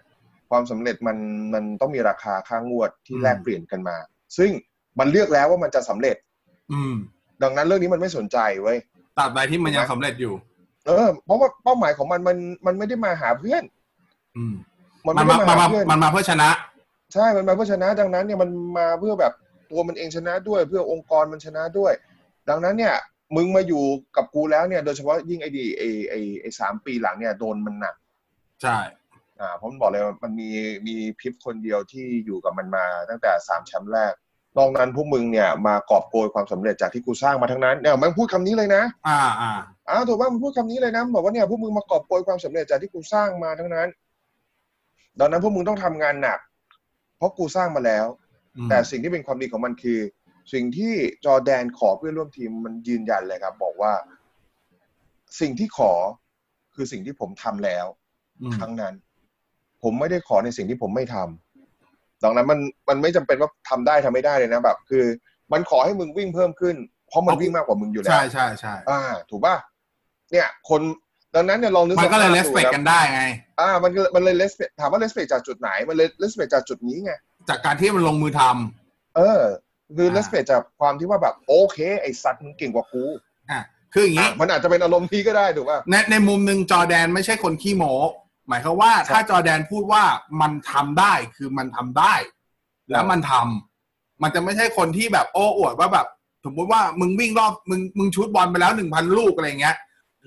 S2: ความสำเร็จมันมันต้องมีราคาค่างวดที่
S1: อืม
S2: แลกเปลี่ยนกันมา ซึ่งมันเลือกแล้วว่ามันจะสำเร็จ
S1: อืม
S2: ดังนั้นเรื่องนี้มันไม่สนใจเว้ย
S1: ตราบใดที่มันยังสำเร็จอยู่
S2: เออเพราะว่าเป้าหมายของมันมันมันไม่ได้มาหาเพื่อน
S1: อืม
S2: มัน
S1: มัน
S2: ไม่
S1: มา
S2: ได้
S1: มั
S2: มา
S1: นมา
S2: หาเพื่อน
S1: มันมาเพื่อชนะ
S2: ใช่ มันมาเพื่อชนะ ดังนั้นเนี่ย มันมาเพื่อแบบตัวมันเองชนะด้วย เพื่อองค์กรมันชนะด้วย ดังนั้นเนี่ย มึงมาอยู่กับกูแล้วเนี่ย โดยเฉพาะยิ่งไอ้ดีไอ้ไอ้ไอ้สามปีหลังเนี่ยโดนมันหนัก
S1: ใช่
S2: อ่าผมบอกเลยว่ามันมีมีพิฟคนเดียวที่อยู่กับมันมาตั้งแต่สามแชมป์แรก นอกนั้นพวกมึงเนี่ยมากอบโกยความสำเร็จจากที่กูสร้างมาทั้งนั้นเนี่ยมันพูดคำนี้เลยนะ
S1: อ่าอ่า
S2: อ้าวถูกป่ะมันพูดคำนี้เลยนะมันบอกว่าเนี่ยพวกมึงมากอบโกยความสำเร็จจากที่กูสร้างมาทั้งนั้นดังนั้นพวกมึงต้องทำงานหนัก เพราะกูสร้างมาแล้ว
S1: อืม
S2: แต่สิ่งที่เป็นความดีของมันคือ สิ่งที่จอร์แดนขอเพื่อนร่วมทีมมันยืนยันเลยครับ บอกว่า สิ่งที่ขอคือสิ่งที่ผมทำแล้ว
S1: อืม
S2: ครั้งนั้น ผมไม่ได้ขอในสิ่งที่ผมไม่ทำดังนั้นมันมันไม่จำเป็นว่าทำได้ทำไม่ได้เลยนะแบบ คือ มันขอให้มึงวิ่งเพิ่มขึ้น เพราะมันวิ่งมากกว่ามึงอยู่แล้ว
S1: ใช่ใช่ใช่
S2: อ่า ถูกป่ะเนี่ย คนดังนั้นเนี่ยลองนึก
S1: มันก็เลยเลสเปก
S2: ภาพ
S1: กันได้ไง
S2: อ่า มันก็มันเลยเลสถามว่าเลสเปกจากจุดไหน มันเลยเลสเปกจากจุดนี้ไง
S1: จากการที่มันลงมือทำ
S2: เออ คือ
S1: อ่า
S2: เลสเปกจากความที่ว่าแบบ โอเค ไอสัตว์มึงเก่งกว่ากู
S1: อ่ะคืออย่าง
S2: อ่ะ
S1: นี้
S2: มันอาจจะเป็นอารมณ์นี้ก็ได้ถูกป่ะ
S1: ในในมุมหนึ่งจอร์แดนไม่ใช่คนขี้โม้หมายความว่าถ้าจอร์แดนพูดว่ามันทำได้คือมันทำได้ แล้วมันทำมันจะไม่ใช่คนที่แบบโอ้อวดว่าแบบ สมมติว่ามึงวิ่งรอบมึงมึงชุดบอลไปแล้วหนึ่งพันลูกอะไรอย่างเงี้ย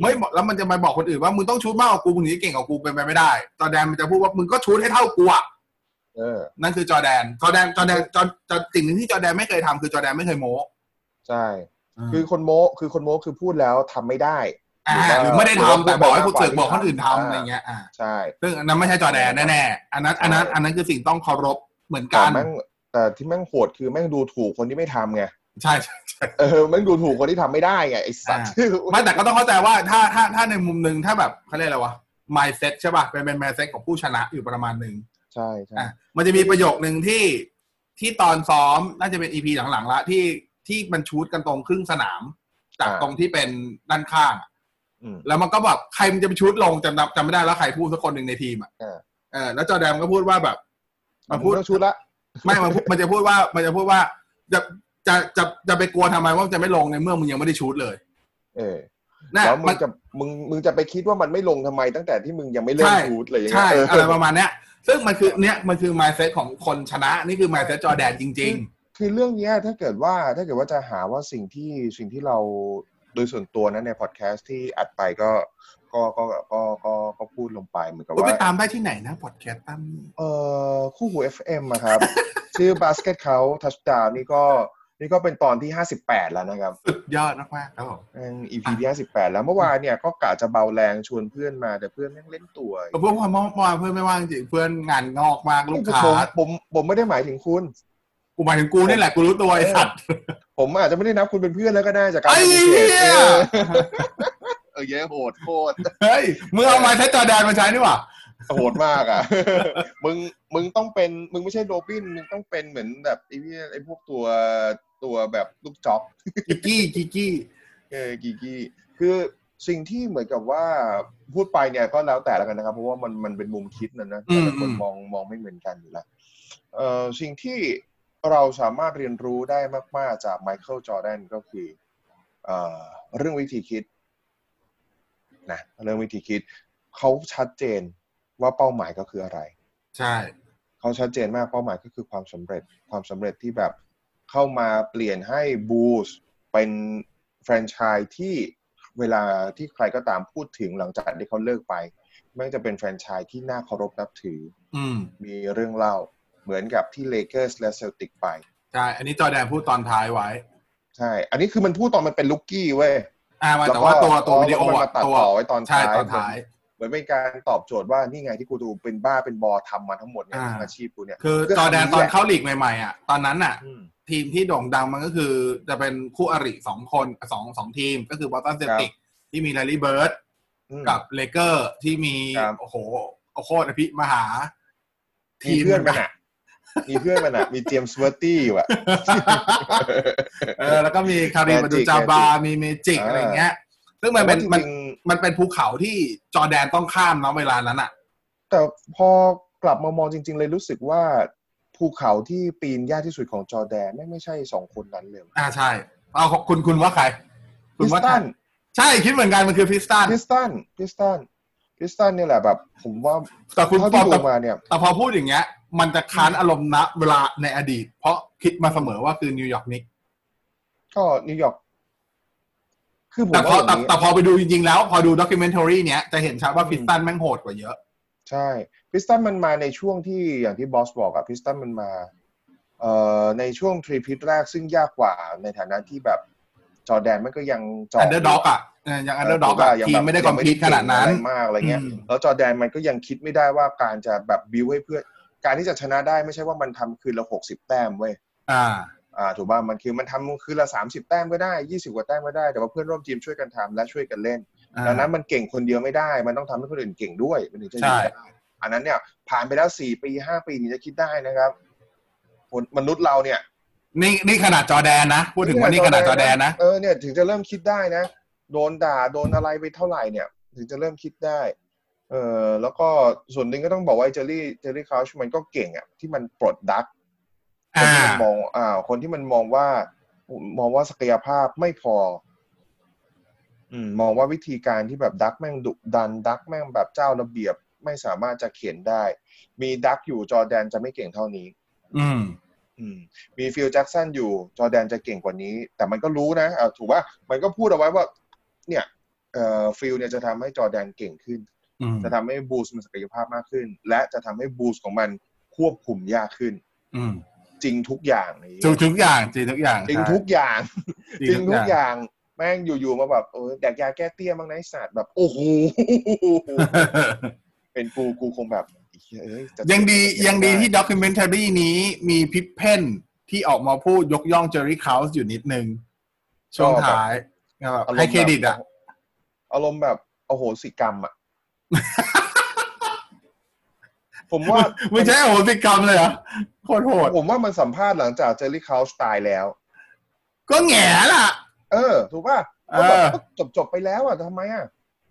S1: ไม่บอกแล้วมันจะมาบอกคนอื่นว่ามึงต้องชุดมากกว่ากูมึงถึงจะเก่งกว่ากูเป็นไปไม่ได้ จอร์แดนมันจะพูดว่ามึงก็ชุดให้เท่ากูอะ
S2: เออ
S1: นั่นคือจอร์แดนจอร์แดนจอร์แดนจอร์จอร์สิ่งหนึ่งที่จอร์แดนไม่เคยทำคือจอร์แดนไม่เคยโม้
S2: ใช่ คือคนโมคือคนโมคือพูดแล้วทำไม่ได้
S1: อ่าหรือไม่ได้ทำแต่บอกให้คนเสือกบอกคนอื่นทำอะไรอย่างเงี้ยอ่า
S2: ใช่
S1: ซึ่งอันนั้นไม่ใช่จอแดนแน่ๆ อันนั้นอันนั้นอันนั้นคือสิ่งต้องเคารพเหมือน
S2: แต่
S1: กัน
S2: แม่งแต่ที่แม่งโหดคือแม่งดูถูกคนที่ไม่ทำไง
S1: ใช่ใช่ใช่
S2: เออแม่งดูถูกคนที่ทำไม่ได้ไงไอ้สัตว์
S1: ไม่แต่ก็ต้องเข้าใจว่าถ้าถ้าถ้าในมุมหนึ่งถ้าแบบเขาเรียกอะไรวะ mindset ใช่ป่ะเป็นเป็น mindset ของผู้ชนะอยู่ประมาณหนึ่ง
S2: ใช่ใช่
S1: อ่ะมันจะมีประโยคหนึ่งที่ที่ตอนซ้อมน่าจะเป็น EP หลังๆละที่ที่มันชูดกันตรงครึ่งสนาม จากตรงที่เป็นด้านข้างอะ
S2: อืม
S1: แล้วมันก็แบบใครมันจะไปชูดลงจำจำไม่ได้แล้วใครพูดสักคนหนึ่งในทีมอ่ะ
S2: อ่า
S1: เออแล้วจอแดนมันก็พูดว่าแบบมันพู
S2: พูด
S1: ด
S2: เรื่องชุดละ
S1: ไม่มันพูมันจะพูดว่า มันจะพูดว่า จะ จะ จะ จะไปกลัวทำไมว่ามันจะไม่ลงในเมื่อมึงยังไม่ได้ชูดเลย
S2: เออ
S1: นะ
S2: แล้วมึ
S1: มั
S2: ง
S1: น
S2: จะมึงมึงจะไปคิดว่ามันไม่ลงทำไมตั้งแต่ที่มึงยังไม่เริ่ม
S1: ใช่
S2: พูดเลยอย่าง
S1: ใช่
S2: เงี้ย
S1: อะไรประมาณเนี้ย ซึ่งมันคือ เนี้ย มันคือ mindset ของคนชนะ นี่คือ mindset จอร์แดนจริง
S2: คือเรื่องเนี้ยถ้าเกิดว่าถ้าเกิดว่าจะหาว่าสิ่งที่สิ่งที่เราโดยส่วนตัวนั้นในพอดแคสต์ที่อัดไปก็ก็ก็ก็ก็ก็พูดลงไปเหมือ
S1: ๆ
S2: นกับ
S1: โอ้ย
S2: ว่า
S1: ไปตามได้ที่ไหนนะ พอดแคสต์ตั้มนี่
S2: เอ่อคู่หู FM อะครับ <laughs> ชื่อบาสเกตเขาทัชดาวนี่ก็นี่ก็เป็นตอนที่ 58 แล้วนะครับ
S1: สุดยอดมากๆครับผม
S2: อืม EP ที่ 58 แล้วเมื่อวานเนี่ยก็กะจะเบาแรงชวนเพื่อนมาแต่เพื่อนแม่งเล่นตัว
S1: เพื่อนความเมื่อวานเพื่อนไม่ว่างจริงเพื่อนงานงอกมากลูกค้า
S2: ผมผมผมไม่ได้หมายถึงคุณ
S1: กูหมายถึงกูนี่แหละกูรู้ตัวไอ้สัตว์
S2: ผมอาจจะไม่ได้นับคุณเป็นเพื่อนแล้วก็ได้จากการ
S1: ไอ้
S2: ปฏิ
S1: เหี้
S2: เสธ
S1: ย
S2: เออ <laughs> เออเย้โหดโคตร
S1: เฮ้ยมึงเอา mindset จอร์แดนมาใช้นี่หว่า
S2: โหดมากอ่ะ <laughs> มึงมึงต้องเป็นมึงไม่ใช่โรบินมึงต้องเป็นเหมือนแบบไอ้พี่ไอ้พวกตัวตัวแบบลูกจ็อก
S1: กิกกี้กิกกี้
S2: เออกีกี้คือสิ่งที่เหมือนกับว่าพูดไปเนี่ยก็แล้วแต่แล้วกันนะครับ เพราะว่ามันมันเป็นมุมคิดนะนะ
S1: อืม
S2: แต่ละ
S1: อืม
S2: คนมองมองไม่เหมือนกันอยู่แล้วเอ่อสิ่งที่เราสามารถเรียนรู้ได้มาก ๆ จากไมเคิลจอร์แดนก็คือเอ่อเรื่องวิธีคิดนะเรื่องวิธีคิด เขาชัดเจนว่าเป้าหมายก็คืออะไร
S1: ใช่
S2: เขาชัดเจนมากเป้าหมายก็คือความสำเร็จความสำเร็จที่แบบเข้ามาเปลี่ยนให้บูสเป็นแฟรนไชส์ที่เวลาที่ใครก็ตามพูดถึงหลังจากที่เขาเลิกไปมันจะเป็นแฟรนไชส์ที่น่าเคารพนับถือ
S1: อืม
S2: มีเรื่องเล่าเหมือนกับที่เลเกอร์สและเซลติกไป
S1: ใช่ อันนี้จอร์แดนพูดตอนท้ายไว้
S2: ใช่ อันนี้คือมันพูดตอนมันเป็นลุกกี้เว้ย
S1: อ่ามาแต่ว่าตัวตัววิดีโอ
S2: แล้วก็มัน
S1: อะ
S2: มาตัด
S1: ตัว
S2: ต่อไว้ตอน
S1: ใช่
S2: ท้าย
S1: ตอนท้าย
S2: เหมือนเป็นการตอบโจทย์ว่านี่ไงที่กูดูเป็นบ้าเป็นบอทำมาทั้งหมดเนี่ย
S1: อ่า
S2: ทั้งอาชีพกูเนี่ย
S1: คือจอร์แดนตอนเข้าลีกใหม่ๆอ่ะตอนนั้นอ่ะ
S2: อืม
S1: ทีมที่โด่งดังมันก็คือจะเป็นคู่อริสองคนสองสองทีมก็คือบอสตันเซ
S2: ครับ
S1: ติกที่มีแลารีเบิร์ด
S2: อืม
S1: กับเลเกอร์ที่มี
S2: ครับ
S1: โอ้โหโอ้โคตรอภิมหา
S2: มีเพื่อนมันอ่ะ มีเพื่อนมันอ่ะ มีเจมส์เวอร์ตี้อยู่อ่ะ
S1: เออแล้วก็มีคาริม
S2: Magic
S1: บาดูจาบา
S2: Magic
S1: มีเมจิก
S2: อ่า
S1: อะไรเงี้ย ซึ่งมันเป็น
S2: แต่
S1: มั
S2: ว่าน จริง
S1: มันเป็นภูเขาที่จอร์แดนต้องข้ามนะเวลานั้นอ่ะ
S2: ๆแต่พอกลับมามองจริง ๆ เลยรู้สึกว่าภูเขาที่ปีนยากที่สุดของจอร์แดนไม่งไม่ใช่สองคนนั้นเลย
S1: อ่าใช่เอาขอบคุณคุณว่าใคร คุ
S2: พิ
S1: ณ
S2: ส
S1: ว่าใคร
S2: ตัน
S1: ใช่คิดเหมือนกันมันคือพิสตัน
S2: พิสตันพิสตันพิสตันเนี่ยแหละแบบ ผมว่า
S1: แต่คุณ
S2: เท่า
S1: ปอ
S2: ที่
S1: บ
S2: ดู
S1: แต่
S2: มาเนี่ย
S1: แต่พอพูดอย่างเงี้ย มันจะค้านอารมณ์ณเวลาในอดีต เพราะคิดมาเสมอว่าคือนิวยอร์กนิก
S2: ก็นิวยอร์ก คือผม
S1: แต่พอ
S2: ว่าอย่า
S1: แต่
S2: งนี้
S1: แต่พอไปดูจริงๆแล้ว พอดูด็อกิเมนท r รีเนี้ยจะเห็นชัดว่าพิสตันแม่งโหดกว่าเยอะ
S2: ใช่พิสตันมันมาในช่วงที่อย่างที่บอสบอกอะพิสตันมันมาเอ่อในช่วงทรีพิทแรกซึ่งยากกว่า ในฐานะที่แบบจอร์แดนมันก็ยังจ
S1: อันเดอร์ด็อกอ่ะเออยังอันเดอร์ด็อกอ่ะ
S2: ยัง
S1: ที
S2: แบ
S1: ม
S2: บ
S1: ไม่ได้คอมพีทขนาดนั้น
S2: ยังไม่ไเก่งอะไรมากอะไรเงี้ย
S1: อืม
S2: แล้วจอร์แดนมันก็ยังคิดไม่ได้ว่าการจะแบบบิวให้เพื่อนการที่จะชนะได้ไม่ใช่ว่ามันทำคืนละหกสิบแต้มเว้ย
S1: อ่า
S2: อ่าถูกป่ะมันคือมันทำคืนละสามสิบแต้มก็ได้ยี่สิบกว่าแต้มก็ได้ แต่ว่าเพื่อนร่วมทีมช่วยกันทำและช่วยกันเล่นดังนั้นมันเก่งคนเดียวไม่ได้ มันต้องทำให้คนอื่นเก่งด้วยมันถึงจะ
S1: ใช่
S2: อยู่ได้อันนั้นเนี่ยผ่านไปแล้วสี่ปีห้าปีถึงจะคิดได้นะครับคนมนุษย์เราเนี่ย
S1: นี่นี่ขนาดจอแดนนะ พูดถึงว่านี่ขนาดจอแดนนะ
S2: เออเนี่ยถึงจะเริ่มคิดได้นะ โดนด่าโดนอะไรไปเท่าไหร่เนี่ย ถึงจะเริ่มคิดได้ เออแล้วก็ส่วนหนึ่งก็ต้องบอกว่าเจอรี่เจอรี่คาวชมันก็เก่งอ่ะที่มันปลดดักคน
S1: อ่า
S2: ที่มันมองอ่าคนที่มันมองว่ามองว่าศักยภาพไม่พอ อืมมองว่าวิธีการที่แบบดักแม่งดุดันดักแม่งแบบเจ้าระเบียบไม่สามารถจะเขียนได้ มีดักอยู่จอร์แดนจะไม่เก่งเท่านี้
S1: อืม
S2: อืมมีฟิลแจ็กสันอยู่จอร์แดนจะเก่งกว่านี้ แต่มันก็รู้นะเอ่อถูกว่ามันก็พูดเอาไว้ว่า เนี่ยเอ่อฟิลเนี่ยจะทำให้จอร์แดนเก่งขึ้น
S1: อืม
S2: จะทำให้บูสต์มันศักยภาพมากขึ้น และจะทำให้บูสต์ของมันควบคุมยากขึ้น
S1: อืม
S2: จริงทุกอย่างนี่
S1: จริงทุกอย่างจริงทุกอย่าง
S2: จริงทุกอย่าง
S1: ใช่
S2: จริงทุกอย่าง แม่งอยู่ๆมาแบบเออแดกยาแก้เตี้ยมั้งนะไอ้สัตว์แบบโอ้โหเป็นกูกูคงแบบเหี้ยเอ้ยจะ
S1: ยังดียังดีที่ด็อกิเมนท r รีนี้มีพิพเพนที่ออกมาพูดยกย่องเจอรี่คาวส์อยู่นิดนึง ช่วงท้ายก็แบบ
S2: อารมณ์แบบ
S1: ให้เครดิตอ่ะ
S2: อารมณ์แบบโอ้โหสิกรรมอ่ะ ผมว่า
S1: ไม่ใช่โหติกรรมเลยเหรอ่ะโคตรโหด
S2: ผมว่ามันสัมภาษณ์หลังจากเจอรี่คาวส์ตายแล้ว
S1: ก็แง่ล่ะ
S2: เออ ถูกป่ะ
S1: เออ
S2: ก็แบบจบจบไปแล้วอ่ะทำไมอ่ะ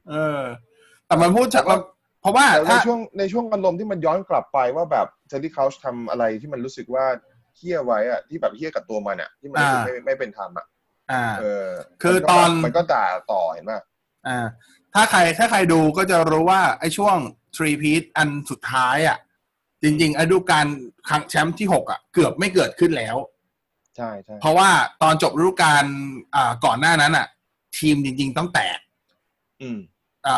S1: เออ แต่มันพูดจากเราเพราะว่า
S2: แต่ใน
S1: ถ้า
S2: ช่วงในช่วงอารมณ์ที่มันย้อนกลับไปว่าแบบเจอรี่คาวส์ทำอะไรที่มันรู้สึกว่าเฮี้ยไว้อ่ะที่แบบเฮี้ยกับตัวมันอ่ะที่มันรู้สึก
S1: อ่า
S2: ไม่ไม่เป็นธรรมอ่ะ
S1: อ่า
S2: เออ
S1: คือ
S2: มัก็
S1: ตอน
S2: แบบมันก็ด่าต่อเห็นป่ะ
S1: อ่าถ้าใครถ้าใครดูก็จะรู้ว่าไอ้ช่วงทรีพีทอันสุดท้ายอ่ะ จริงๆไอ้ดูการครั้งแชมป์ที่หกอ่ะ เกือบไม่เกิดขึ้นแล้ว
S2: ใช่ใช่
S1: เพราะว่าตอนจบฤดูกาลอ่าก่อนหน้านั้นอ่ะ ทีมจริง ๆ ต้องแตก
S2: อืม
S1: อ่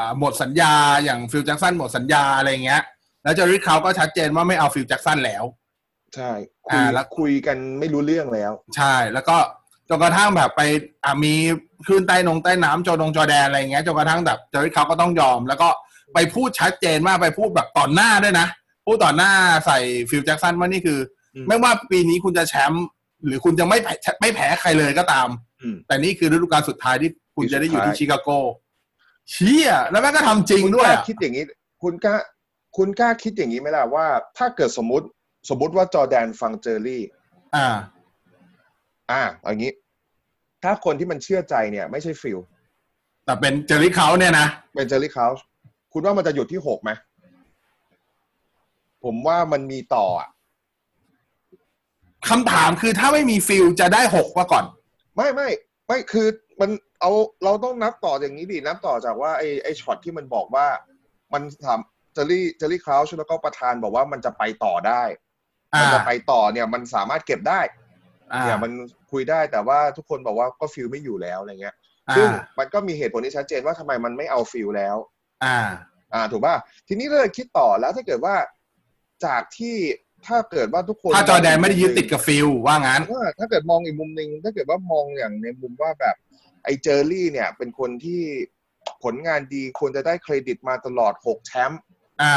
S1: าหมดสัญญาอย่างฟิลแจ็กสันหมดสัญญาอะไรเงี้ย แล้วเจอริคเขาก็ชัดเจนว่าไม่เอาฟิลแจ็กสันแล้ว
S2: ใช่คุย
S1: อ่าแล้ว
S2: คุยกันไม่รู้เรื่องแล้ว
S1: ใช่ แล้วก็จนกระทั่งแบบไปอ่ะมีคลื่นใต้นงใต้น้ำจอดงจอแดนอะไรอย่างเงี้ยจนกระทั่งแบบเจอริคเขาก็ต้องยอม แล้วก็ไปพูดชัดเจนมากไปพูดแบบต่อหน้าด้วยนะ พูดต่อหน้าใส่ฟิลแจ็กสันว่านี่คืออ
S2: ม
S1: ไม่ว่าปีนี้คุณจะแชมป์หรือคุณจะไม่แพ้ไม่แพ้ใครเลยก็ตาม
S2: อืม
S1: แต่นี่คือฤดูกาลสุดท้ายที่คุณจะได้อยู่ที่ชิคาโกเชี่ยแล้วแม่งก็ทำจริง
S2: คุณ
S1: ด้
S2: ก
S1: วย
S2: ล้า
S1: อะ
S2: คิดอย่างนี้ คุณกล้าคุณกล้าคิดอย่างนี้ไหมล่ะว่า ถ้าเกิดสมมติสมมติว่าจอร์แดนฟังเจอรี่
S1: อ่า
S2: อ่าเอาอย่างนี้ ถ้าคนที่มันเชื่อใจเนี่ย ไม่ใช่ฟิล
S1: แต่เป็นเจอริคเขาเนี่ยนะ
S2: เป็นเจอรี่คาวส์คุณว่ามันจะหยุดที่หกไหมผมว่ามันมีต่ออะ
S1: คำถามคือถ้าไม่มีฟิลจะได้หกมาก่อน
S2: ไม่ไม่ไม่คือมันเอาเราต้องนับต่ออย่างนี้ดินับต่อจากว่าไอไอช็อตที่มันบอกว่า มันทำเจอรี่เจอรี่คาวส์แล้วก็ประธานบอกว่ามันจะไปต่อได้
S1: อ่า
S2: มันจะไปต่อเนี่ย มันสามารถเก็บได้
S1: อ่า
S2: เนี่ยมันคุยได้แต่ว่าทุกคนบอกว่าก็ฟิลไม่อยู่แล้วอะไรเงี้ย
S1: อ่า
S2: ซึ่งมันก็มีเหตุผลที่ชัดเจนว่าทำไมมันไม่เอาฟิลแล้ว
S1: อ่า
S2: อ่าถูกป่ะทีนี้เราเลยคิดต่อแล้วถ้าเกิดว่าจากที่ถ้าเกิดว่าทุกคน
S1: ถ้าจอแดนไม่ได้ยึดติดกับฟิลว่างั้น
S2: ว่าถ้าเกิดมองอีกมุมหนึ่งถ้าเกิดว่ามองอย่างในมุมว่าแบบไอ้เจอรี่เนี่ย เป็นคนที่ผลงานดีควรจะได้เครดิตมาตลอดหกแชมป์
S1: อ่า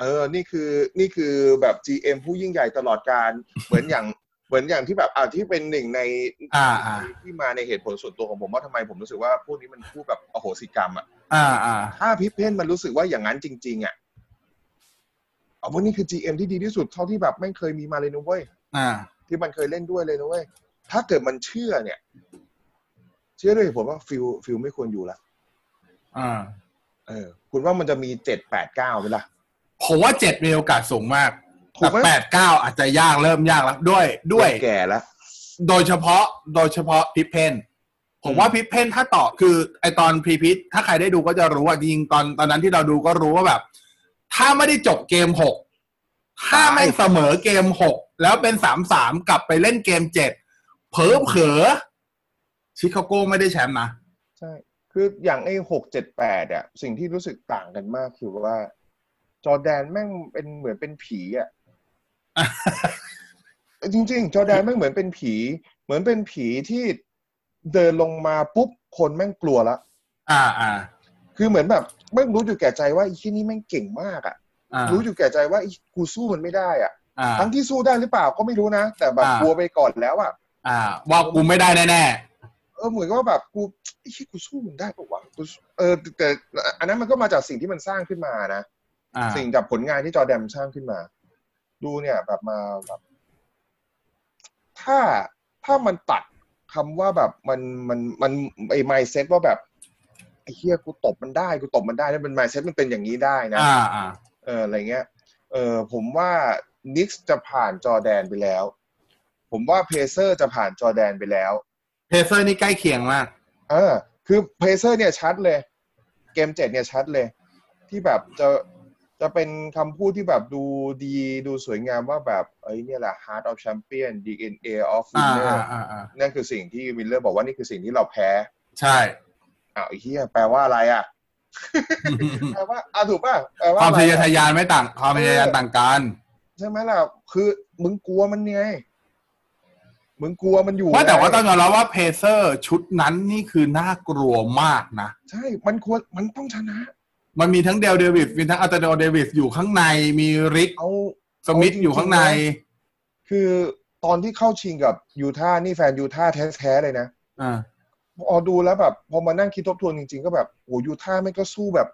S2: เออ นี่คือ นี่คือแบบ GM ผู้ยิ่งใหญ่ตลอดการ เหมือนอย่าง เหมือนอย่างที่แบบอ่าที่เป็นหนึ่งใน
S1: อ่าอ่า
S2: ที่มาในเหตุผลส่วนตัวของผมว่าทำไมผมรู้สึกว่าพวกนี้มันพูดแบบอโหสิกรรมอ่ะ
S1: อ่าอ่า
S2: ถ้าพิพเพนมันรู้สึกว่าอย่างนั้นจริง ๆอ่ะ เอาว่านี่คือ GM ที่ดีที่สุดเท่าที่แบบไม่เคยมีมาเลยนะเว้ย
S1: อ่า
S2: ที่มันเคยเล่นด้วยเลยนะเว้ย ถ้าเกิดมันเชื่อเนี่ย เชื่อด้วยเหตุผมว่าฟิลฟิลไม่ควรอยู่ละ
S1: อ่า
S2: เออ คุณว่ามันจะมีเจ็ดแปดเก้าไหมล่ะ
S1: ผมว่าเจ็ดมีโอกาสสูงมาก
S2: ถู
S1: แต่
S2: กไหม
S1: แปดเก้าอาจจะยากเริ่มยากแล้วด้วย ด้วย
S2: แก่แล้ว
S1: โดยเฉพาะ โดยเฉพาะพิพเพน ผม
S2: อืม
S1: ว่าพิพเพนถ้าต่อคือ ไอตอนพรีพิทถ้าใครได้ดูก็จะรู้ว่าจริงๆตอนตอนนั้นที่เราดูก็รู้ว่าแบบ ถ้าไม่ได้จบเกมหก ถ้าไม่เสมอเกมหก แล้วเป็นสามสามกลับไปเล่นเกมเจ็ด เผลอเผลอๆชิคาโกไม่ได้แชมป์นะ
S2: ใช่ คืออย่างไอ้หกเจ็ดแปดอะสิ่งที่รู้สึกต่างกันมากคือว่า จอร์แดนแม่งเป็นเหมือนเป็นผี
S1: <laughs>
S2: อะ จริง ๆ จอร์แดนแม่งเหมือนเป็นผี เหมือนเป็นผีที่เดินลงมาปุ๊บคนแม่งกลัวละ
S1: อ่าอ่า
S2: คือเหมือนแบบแม่งรู้อยู่แก่ใจว่าไอ้ที่นี่แม่งเก่งมากอะ
S1: อ่า
S2: รู้อยู่แก่ใจว่าไอ้กูสู้มันไม่ได้อะ
S1: อ่า
S2: ทั้งที่สู้ได้หรือเปล่าก็ไม่รู้นะ แต่แบบ
S1: อ่า
S2: กลัวไปก่อนแล้วอะ
S1: อ่าว่ากูไม่ได้แน่
S2: เออเหมือนกับว่าแบบกูไอ้ที่กูสู้มันได้ปะวะกูสู้เออแต่แต่อันนั้นมันก็มาจากสิ่งที่มันสร้างขึ้นมานะ
S1: ๆอ่า
S2: สิ่งจากผลงานที่จอร์แดนมันสร้างขึ้นมา ดูเนี่ยแบบมาแบบถ้าถ้ามันตัดคำว่าแบบมันมันมันไอ้ไมเซ็ตว่าแบบไอ้เฮียกูตบมันได้กูตบมันได้แล้วมันไมเซ็ตมันเป็นอย่างนี้ได้นะ
S1: อ่าอ่า
S2: เอออะไรเงี้ย เออผมว่านิกส์จะผ่านจอร์แดนไปแล้ว ผมว่าเพเซอร์จะผ่านจอร์แดนไปแล้ว
S1: เพเซอร์นี่ใกล้เคียงมาก
S2: เออ คือเพเซอร์เนี่ยชัดเลย เกมเจ็ดเนี่ยชัดเลย ที่แบบจะจะเป็นคำพูดที่แบบดูดีดูสวยงามว่าแบบเอ้ยเนี่ยแหละ Heart of Champion DNA of
S1: อ่า
S2: Winner
S1: อ่าอ่าอ่า
S2: นั่นคือสิ่งที่วินเลอร์บอกว่านี่คือสิ่งที่เราแพ้
S1: ใช่
S2: <laughs> อ้าวไอ้เฮียแปลว่าอะไรอ่ะ แปลว่าอ่ะถูกป่ะแปลว่า
S1: ความ
S2: อะไร
S1: ทะเยอ
S2: อ่ะ
S1: ทะยานไม่ต่าง ความทะเยอทะยานต่างกัน
S2: ใช่ไหมล่ะ คือมึงกลัวมันไง มึงกลัวมันอยู่
S1: ว่าแต่
S2: ไง
S1: ว่าต้องยอมรับว่าเพเซอร์ชุดนั้นนี่คือน่ากลัวมากนะ
S2: ใช่ มันควร มันต้องชนะ
S1: มันมีทั้งเดลเดวิสมีทั้งอัลเตโดเดวิสอยู่ข้างในมีริก
S2: เอา
S1: สมิธอยู่ข้างใน
S2: คือตอนที่เข้าชิงกับยูท่าห์นี่แฟนยูท่าห์แท้ๆเลยนะ
S1: อ่า
S2: พอดูแล้วแบบพอมานั่งคิดทบทวนจริงๆ ก็แบบโอ้ยูท่าห์ไม่งก็สู้แบบ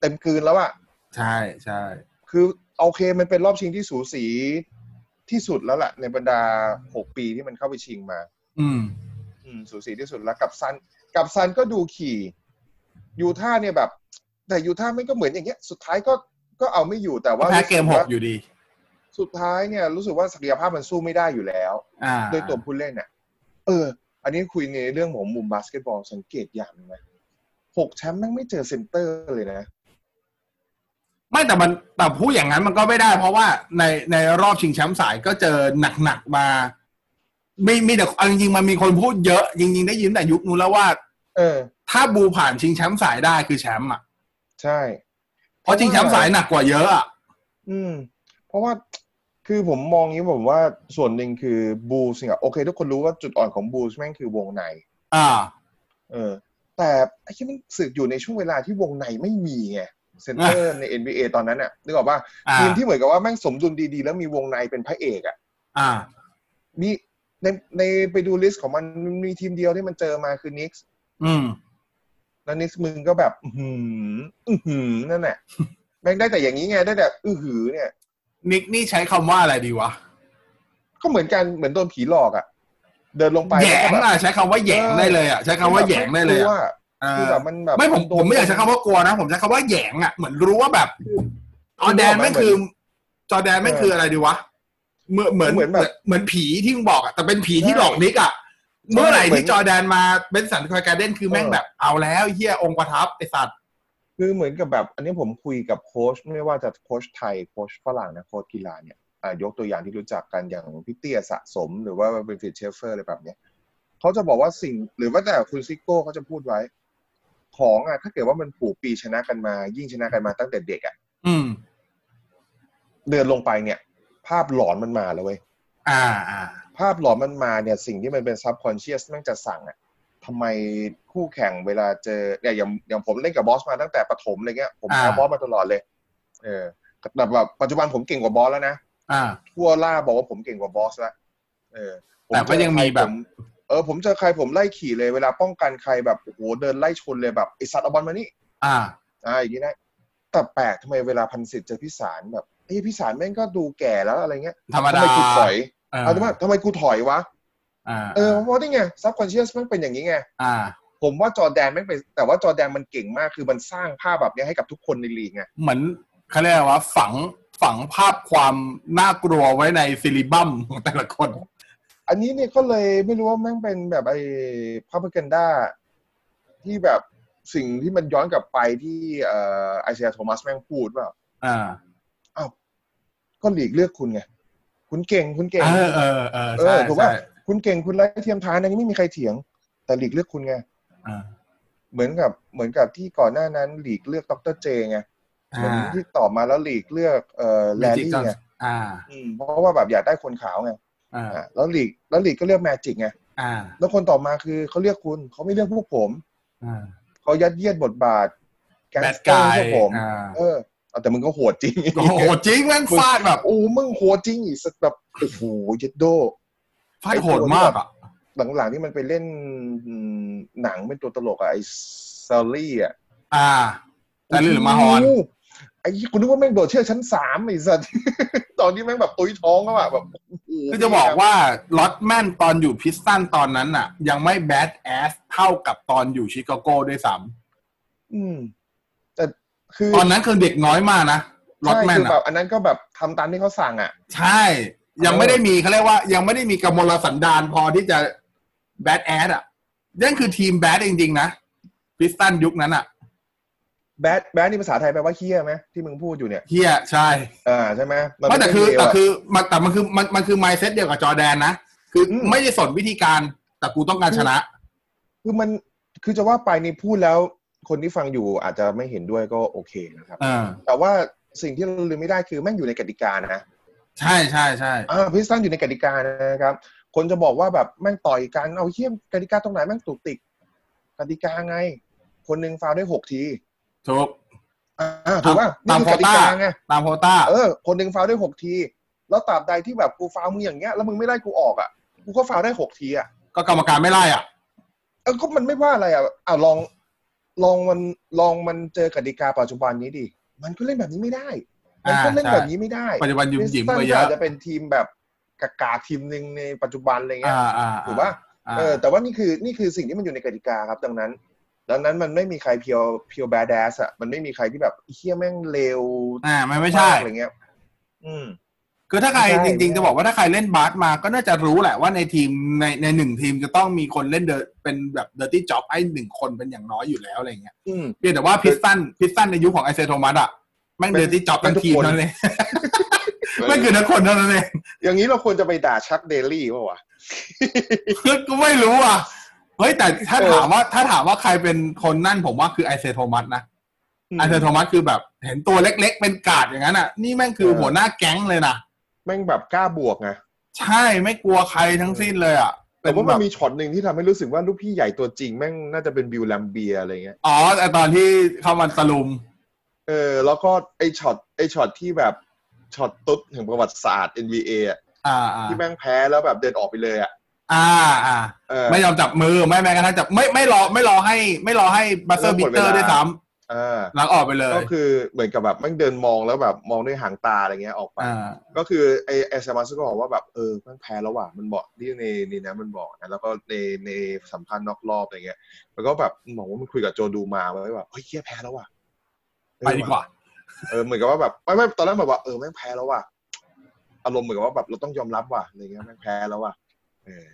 S2: เต็มกลืนแล้วอะ
S1: ใช่ใช่
S2: คือโอเคมันเป็นรอบชิงที่สูสีที่สุดแล้วล่ะ ในบรรดาหกปีที่มันเข้าไปชิงมา
S1: อืม
S2: อืมสูสีที่สุดแล้วกับซันกับซันก็ดูขี่ยูท่าห์เนี่ยแบบ แต่ยูท่าห์ไม่ก็เหมือนอย่างเงี้ย สุดท้ายก็ก็เอาไม่อยู่แต่
S1: ก็
S2: ว่า
S1: แพ้เกมหก
S2: รู้สึว่า
S1: อยู่ดี
S2: สุดท้ายเนี่ย รู้สึกว่าศักยภาพมันสู้ไม่ได้อยู่แล้ว
S1: อ่า
S2: โดยตัวผู้เล่นเนี่ยเออ อันนี้คุยในเรื่องของมุมบาสเกตบอลสังเกตอย่างหนึงนะหกแชมป์แม่งไม่เจอเซนเตอร์เลยนะ
S1: ไม่แต่มันแต่พูดอย่างนั้นมันก็ไม่ได้ เพราะว่าในในรอบชิงแชมป์สายก็เจอหนักๆมา ไม่มีแต่เอาจริงๆมันมีคนพูดเยอะ จริง ๆ ได้ยินแต่ยุคนู้นแล้วว่า
S2: เออ
S1: ถ้าบูผ่านชิงแชมป์สายได้คือแชมป์อ่ะ
S2: ใช่
S1: เพราะชิงแชมป์สายหนักกว่าเยอะอ่ะ
S2: อืม เพราะว่าคือผมมองอย่างนี้ผมว่าส่วนหนึ่งคือบูสเนี่ยโอเค ทุกคนรู้ว่าจุดอ่อนของบูสแม่งคือวงใน
S1: อ่า
S2: เออแต่ไอ้ที่มันสึกอยู่ในช่วงเวลาที่วงในไม่มีไงเซนเตอร์ใน NBA ตอนนั้นน่ะนึกออกป่ะ
S1: อ่า
S2: ทีมที่เหมือนกับว่าแม่งสมดุลดีๆ แล้วมีวงในเป็นพระเอกอ่ะ
S1: อ่า
S2: มีในในไปดูลิสต์ของมันมันมีทีมเดียวที่มันเจอมาคือนิกส์
S1: อืม
S2: แล้วนิกส์มึงก็แบบอื้อหืออื้อหือนั่นแหละแม่งได้แต่อย่างนี้ไงได้แต่อื้อหือเนี่ย
S1: นิกนี่ใช้คำว่าอะไรดีวะ
S2: ก็เหมือนกันเหมือนโดนผีหลอกอ่ะเดินลงไป
S1: แหยง
S2: ล้วก็แบบ
S1: อ่ะใช้คำว่าแหยงได้เลยอ่ะใช้คำว่าแหยงได้เลย
S2: คือ
S1: อ่ะ
S2: ว่า
S1: เอ
S2: คือ
S1: อ
S2: แบบมันแบบ
S1: ไม่ผมผมไม่อยากใช้คำว่ากลัวนะ ผมใช้คำว่าแหยงอ่ะเหมือนรู้ว่าแบบจอร์แดนไม่งคือ จอร์แดนไม่งคืออะไรดีวะเหมือนเหมือน
S2: เหมือนแบบ
S1: เหมือนผีที่มึงบอกอ่ะแต่เป็นผีที่หลอกนิกอ่ะเมื่อไหร่ที่จอร์แดนมาเป็นสันคอยการ์เด้นคือแม่ง
S2: เออ
S1: แบบเอาแล้วเฮียองค์ประทับไอสัตว์
S2: คือเหมือนกับแบบ อันนี้ผมคุยกับโค้ชไม่ว่าจะโค้ชไทยโค้ชฝรั่งนะโค้ชกีฬาเนี่ยอ่ายกตัวอย่างที่รู้จักกันอย่างพี่เตี้ยสะสม หรือว่าเป็นฟิตเชฟเฟอร์อะไรแบบเนี้ยเขาจะบอกว่าสิ่งหรือว่าแต่คุณซิโก้เขาจะพูดไว้ ของอ่ะถ้าเกิดว่ามันปลูกปีชนะกันมา ยิ่งชนะกันมาตั้งแต่เด็กอ่ะ
S1: อืม
S2: เดินลงไปเนี่ย ภาพหลอนมันมาแล้วเว้ย
S1: อ่าอ่า
S2: ภาพหลอนมันมาเนี่ย สิ่งที่มันเป็นซับคอนเชียสมันจะสั่งอ่ะทำไมคู่แข่งเวลาเจอเนี่ยอย่างอย่างผมเล่นกับบอสมาตั้งแต่ประถมอะไรเงี้ยผมแพ้
S1: อ่า
S2: บอสมาตลอดเลย เออแต่แบบปัจจุบันผมเก่งกว่าบอสแล้วนะ
S1: อ่า
S2: ทั่วล่าบอกว่าผมเก่งกว่าบอสแล้วเออผ
S1: แต่ก็ยังมีแบบ
S2: ผเออ ผมเจอใครผมไล่ขี่เลยเวลาป้องกันใครแบบโอ้โหเดินไล่ชนเลยแบบไอสัตว์เอาบอลมานี่
S1: อ่า
S2: อ่าอย่างนี้นะแต่แปลกทำไมเวลาพันสิทธิ์เจอพิสารแบบไอ้ยพิสารแม่งก็ดูแก่แล้วอะไรเงี้ย
S1: ธรรม
S2: ทำ
S1: ดา
S2: ไมกูถอย
S1: เออ
S2: เอาทำไมทำไมกูถอยวะ
S1: อ่า
S2: เออเพราะนี่ไงซับคอนเชียสมันเป็นอย่างนี้ไง
S1: อ่า
S2: ผมว่าจอร์แดนแม่งเป็นแต่ว่าจอร์แดนมันเก่งมากคือมันสร้างภาพแบบเนี้ยให้กับทุกคนในลีกไง
S1: เหมือนเขาเรียกว่าฝังฝังภาพความน่ากลัวไว้ในซิลิบัมของแต่ละคน
S2: อันนี้เนี่ยก็เลยไม่รู้ว่าแม่งเป็นแบบไอ้พาพกันด้าที่แบบสิ่งที่มันย้อนกลับไปที่เอ่อไอเซียโทมัสแม่งพูดว่า
S1: อ่า
S2: ก็หลีกเลือกคุณไง คุณเก่งคุณเก่ง
S1: เออเออเออ
S2: เอ
S1: ใช่
S2: อถูก
S1: ใช่
S2: ป่ะคุณเก่งคุณไร้เทียมทานอันนี้ไม่มีใครเถียง แต่หลีกเลือกคุณไง
S1: อ่า
S2: เหมือนกับเหมือนกับที่ก่อนหน้านั้นหลีกเลือกดรเจไงเหมือน
S1: อ่า
S2: ที่ต่อมาแล้วหลีกเลือกเอ่อแล
S1: มิ
S2: น
S1: จิ
S2: ดี้
S1: จอน
S2: ไง
S1: อ่า
S2: อืมเพราะว่าแบบอยากได้คนขาวไง
S1: อ่า
S2: อ่าแล้วหลีกแล้วหลีกก็เลือกแมจิกไง
S1: อ่า
S2: แล้วคนต่อมาคือเขาเลือกคุณเขาไม่เลือกพวกผม
S1: อ่า
S2: เขายัดเยียดบทบาทแก๊ง
S1: แบ
S2: ส
S1: ด
S2: เตอร์
S1: กาย
S2: ให้พวกผม
S1: อ่า
S2: เออเอาแต่มึงก็โหดจริง
S1: โอ้โหจริงแม่งฟาดแบบ
S2: โอ้มึงโหดจริงอีสักแบบโอ้โหเยัดโด
S1: ฟาดโหดมากอ่ะ
S2: หลังๆที่มันไปเล่นหนังเป็นตัวตลกอะไอ้ซอรี่อะ
S1: อ่าแต่หรือมาฮอน
S2: โโไอ้คุณนึกว่าแม่งโดดเชือกชั้นสามไอ้สัตว์ <laughs> ตอนนี้แม่งแบบตุ้ยท้องแล้วอะแบบโโห
S1: คือจะบอกว่าล็อตแมนตอนอยู่พิสตันตอนนั้นน่ะ ยังไม่แบดแอสเท่ากับตอนอยู่ชิคาโก้ด้วยซ้
S2: อืมแต่คือ
S1: ำตอนนั้นคือเด็กน้อยมากนะล็อต
S2: ใช่
S1: แมน
S2: คือแบ
S1: อ่ะ
S2: บอันนั้นก็แบบทำตามที่เขาสั่งอะ
S1: ใช่ ยังไม่ได้มีเขาเรียกว่ายังไม่ได้มีกำมลสันดานพอที่จะแบดแอสอ่ะนั่นคือทีมแบดจริงๆนะพิสตันยุคนั้นอ่ะ
S2: แบดแบดนี่ภาษาไทยแปลว่าเฮี้ยไหมที่มึงพูดอยู่เนี่ย
S1: เฮียใช่
S2: อ่าใช่ไหมน
S1: ไม่แต่คือ
S2: เรื่องเลว
S1: แต่
S2: อะ
S1: คือมันแต่มันคือมันมันคือไมเซ็ตเดียวกับจอร์แดนนะคืออ
S2: ม
S1: ไม่ได้สนวิธีการแต่กูต้องการชนะ
S2: คือมันคือจะว่าไปนี่พูดแล้ว คนที่ฟังอยู่อาจจะไม่เห็นด้วยก็โอเคนะครับ
S1: เออ
S2: แต่ว่าสิ่งที่เราลืมไม่ได้คือแม่งอยู่ในกติกานะ
S1: ใช่ใช่ใช่
S2: อ่าพิสตันอยู่ในกติกานะครับ คนจะบอกว่าแบบแม่งต่อยกันเอาเยี่ยมกติกาตรงไหนแม่งตุกติกกติกาไง คนหนึ่งฟาวได้หกที
S1: ถูก
S2: อ่าถูกป่ะ
S1: ตาม
S2: นี่คือกติกา
S1: โควต้า
S2: ไง
S1: ตามโควต้า
S2: เออคนหนึ่งฟาวได้หกที แล้วตราบใดที่แบบกูฟาวมึงอย่างเงี้ยแล้วมึงไม่ไล่กูออกอ่ะกูก็ฟาวได้หกทีอ่ะ
S1: ก็กรรมการไม่ไล่อ่ะ
S2: เออก็มันไม่ว่าอะไรอ่ะอ่าลองลองมันลองมันเจอกติกาปัจจุบันนี้ดิมันก็เล่นแบบนี้ไม่ได้ มันก็เล่นแบบนี้ไม่ได้
S1: ปัจจุบันหยุ่มหยิมไปเย
S2: อา
S1: อะ
S2: จจะเป็นทีมแบบกากาทีมหนึ่งในปัจจุบันอะไรเงี้ย
S1: อ่าอ่า
S2: ถูกป่ะ เออ แต่ว่านี่คือนี่คือสิ่งที่มันอยู่ในกติกาครับ ดังนั้น ดังนั้นมันไม่มีใครเพียวเพียวแบดแดสอะมันไม่มีใครที่แบบเฮี้ยแม่งเลว
S1: อ่าไม่ไม่ใช่
S2: ากอะไรเงี้ย อืม
S1: คือถ้าใคร
S2: ไม่ใช่
S1: จริง
S2: ไม่ใช่
S1: ๆจะบอกว่าถ้าใครเล่นบาสมาก็น่าจะรู้แหละว่าในทีมในในหนึ่งทีมจะต้องมีคนเล่นเดอเป็นแบบเดอร์ตี้จ็อบให้หนึ่งคนเป็นอย่างน้อยอยู่แล้วอะไรเงี้ย
S2: อืม
S1: เพียงแต่ว่าพิสตันพิสตันในยุคของไอเซโทมัสอ่ะแม่ง
S2: เป็น
S1: เดอร์ตี้จ็อบทั้งทีม
S2: เป็นทุกคน
S1: เท่านั่นเองแม่งคือทั้งคนเท่านั้นเอง
S2: อย่างนี้เราควรจะไปด่าชักเดลี่ป่าวะ
S1: คือก็ไม่รู้อ่ะเฮ้ยแต่ถ้า
S2: เออ
S1: ถามว่าถ้าถามว่าใครเป็นคนนั่นผมว่าคือไอเซโทมัสนะ อันเทอร์โทมัสคือแบบเห็นตัวเล็กๆ เป็นกาดอย่างนั้นอ่ะ นี่แม่งคือ
S2: เออ
S1: หัวหน้าแก๊งเลยนะ
S2: แม่งแบบกล้าบวกไง
S1: ใช่ไม่กลัวใครทั้งสิ้นเลยอ่ะ
S2: แต่ว่า
S1: เป็น
S2: มัน
S1: แบบ
S2: มีช็อตหนึ่งที่ทำให้รู้สึกว่าลูกพี่ใหญ่ตัวจริงแม่งน่าจะเป็นบิวแลมเบียอะไรเงี้ย
S1: อ๋อแต่ตอนที่เข้ามันตะลุม
S2: เออ แล้วก็ไอช็อตไอช็อตที่แบบช็อตตุ๊ดแห่งประวัติศาสตร์ NBA อะ
S1: อ่าอ่า
S2: ที่แม่งแพ้แล้วแบบเดินออกไปเลยอ่ะ
S1: อ่าอ่า
S2: เออ
S1: ไม่ยอมจับมือไม่แม้กระทั่งจับไม่ไม่รอไม่รอให้ไม่รอให้บัสเซอร์
S2: เริ่
S1: บิ
S2: มหมด
S1: เตอร์
S2: เวลา
S1: ด้วยซ้
S2: เออ
S1: ำหลังออกไปเลย
S2: ก็คือเหมือนกับแบบแม่งเดินมองแล้วแบบมองด้วยหางตาอะไรเงี้ยออกไป
S1: อ่า
S2: ก็คือไอเอสมาสก็บอกว่าแบบเออแม่งแพ้แล้วว่ะมันบอกที่ในในนะมันบอกนะแล้วก็ในในสัมภาษณ์นอกรอบอะไรเงี้ยมันก็แบบบอกว่ามันคุยกับโจดูมาไว้แบบเฮ้ยเหี้ยแพ้แล้วว่ะเออ
S1: ไปดีกว่า
S2: เออเหมือนกับว่าแบบไม่ไม่ตอนแรกแบบว่าเออแม่งแพ้แล้วว่ะอารมณ์เหมือนกับว่าแบบเราต้องยอมรับว่ะอะไรเงี้ยแม่งแพ้แล้วว่ะเออ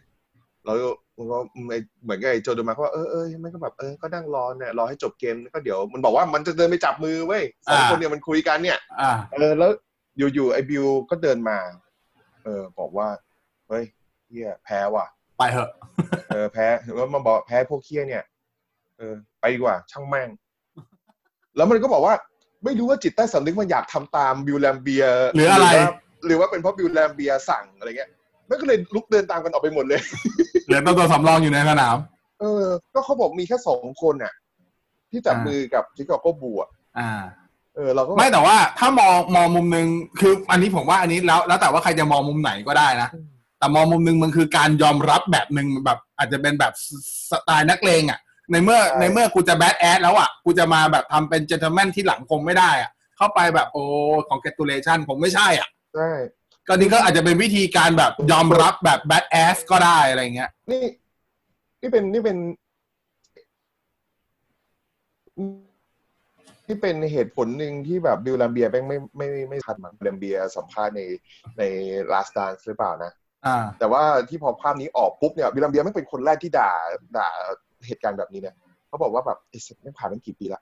S2: แล้วมันก็ไอ้เหมือนกับไอ้โจดูมาก็ว่าเออเออแม่งก็แบบเออก็นั่งรอเนี่ยรอให้จบเกมก็เดี๋ยวมันบอกว่ามันจะเดินไปจับมือเว้ยสอง
S1: อ่า
S2: คนเนี่ยมันคุยกันเนี่ย
S1: อ่า
S2: เออแล้วอยู่ๆไอ้บิวก็เดินมา เออ บอกว่า เฮ้ยเฮียแพ้ว่ะ
S1: ไปเหอะ
S2: เออแพ้แล้วมาบอกแพ้พวกเฮียเนี่ย เออ ไปดีกว่า ช่างแม่ง แล้วมันก็บอกว่า ไม่รู้ว่าจิตใต้สำนึกมันอยากทำตามบิวแลมเบีย
S1: หรืออะไร
S2: ว่าหรือว่าเป็นเพราะบิวแลมเบียสั่งอะไรเงี้ยมันก็เลยลุกเดินตามกันออกไปหมดเลย
S1: เหลือตัวตัวสำรองอยู่ในสนาม
S2: เออ ก็เขาบอกมีแค่สองคนน่ะ ที่จับ
S1: อ่ามื
S2: มือกับชิคาโกบูอ่ะ
S1: อ่า
S2: เออเราก็
S1: ไม่แต่ว่าถ้ามองมองมุมหนึ่งคืออันนี้ผมว่าอันนี้แล้ว แล้วแต่ว่าใครจะมองมุมไหนก็ได้นะ แต่มองมุมหนึ่งมันคือการยอมรับแบบหนึ่งแบบ อาจจะเป็นแบบสสไตล์นักเลงอะ่ะ ในเมื่อในเมื่อกูจะแบดแอดแล้วอะ่ะกูจะมาแบบทำเป็นเจนเทอร์แมนที่หลังคงไม่ได้อะ่ะ เข้าไปแบบโอ้ของแกตูเลชันผมไม่ใช่อะ่ะ
S2: ใช่
S1: ก็นี่ก็อาจจะเป็นวิธีการแบบยอมรับแบบแบดแอสก็ได้อะไรเงี้ย
S2: นี่นี่เป็นนี่เป็น ที่เป็นเหตุผลหนึ่งที่แบบดิวลัมเบียแม่งไม่ไม่ไม่ไม่ทันมันลัมเบียสัมภาษณ์ในในลาสตานหรือเปล่านะ
S1: อ่า
S2: แต่ว่าที่พอภาพนี้ออกปุ๊บเนี่ยดิวลัมเบียไม่งเป็นคนแรกที่ด่าด่าเหตุการณ์แบบนี้เนี่ยเขาบอกว่าแบบไอ้สัตว์ไม่งผ่านมันกี่ปีละ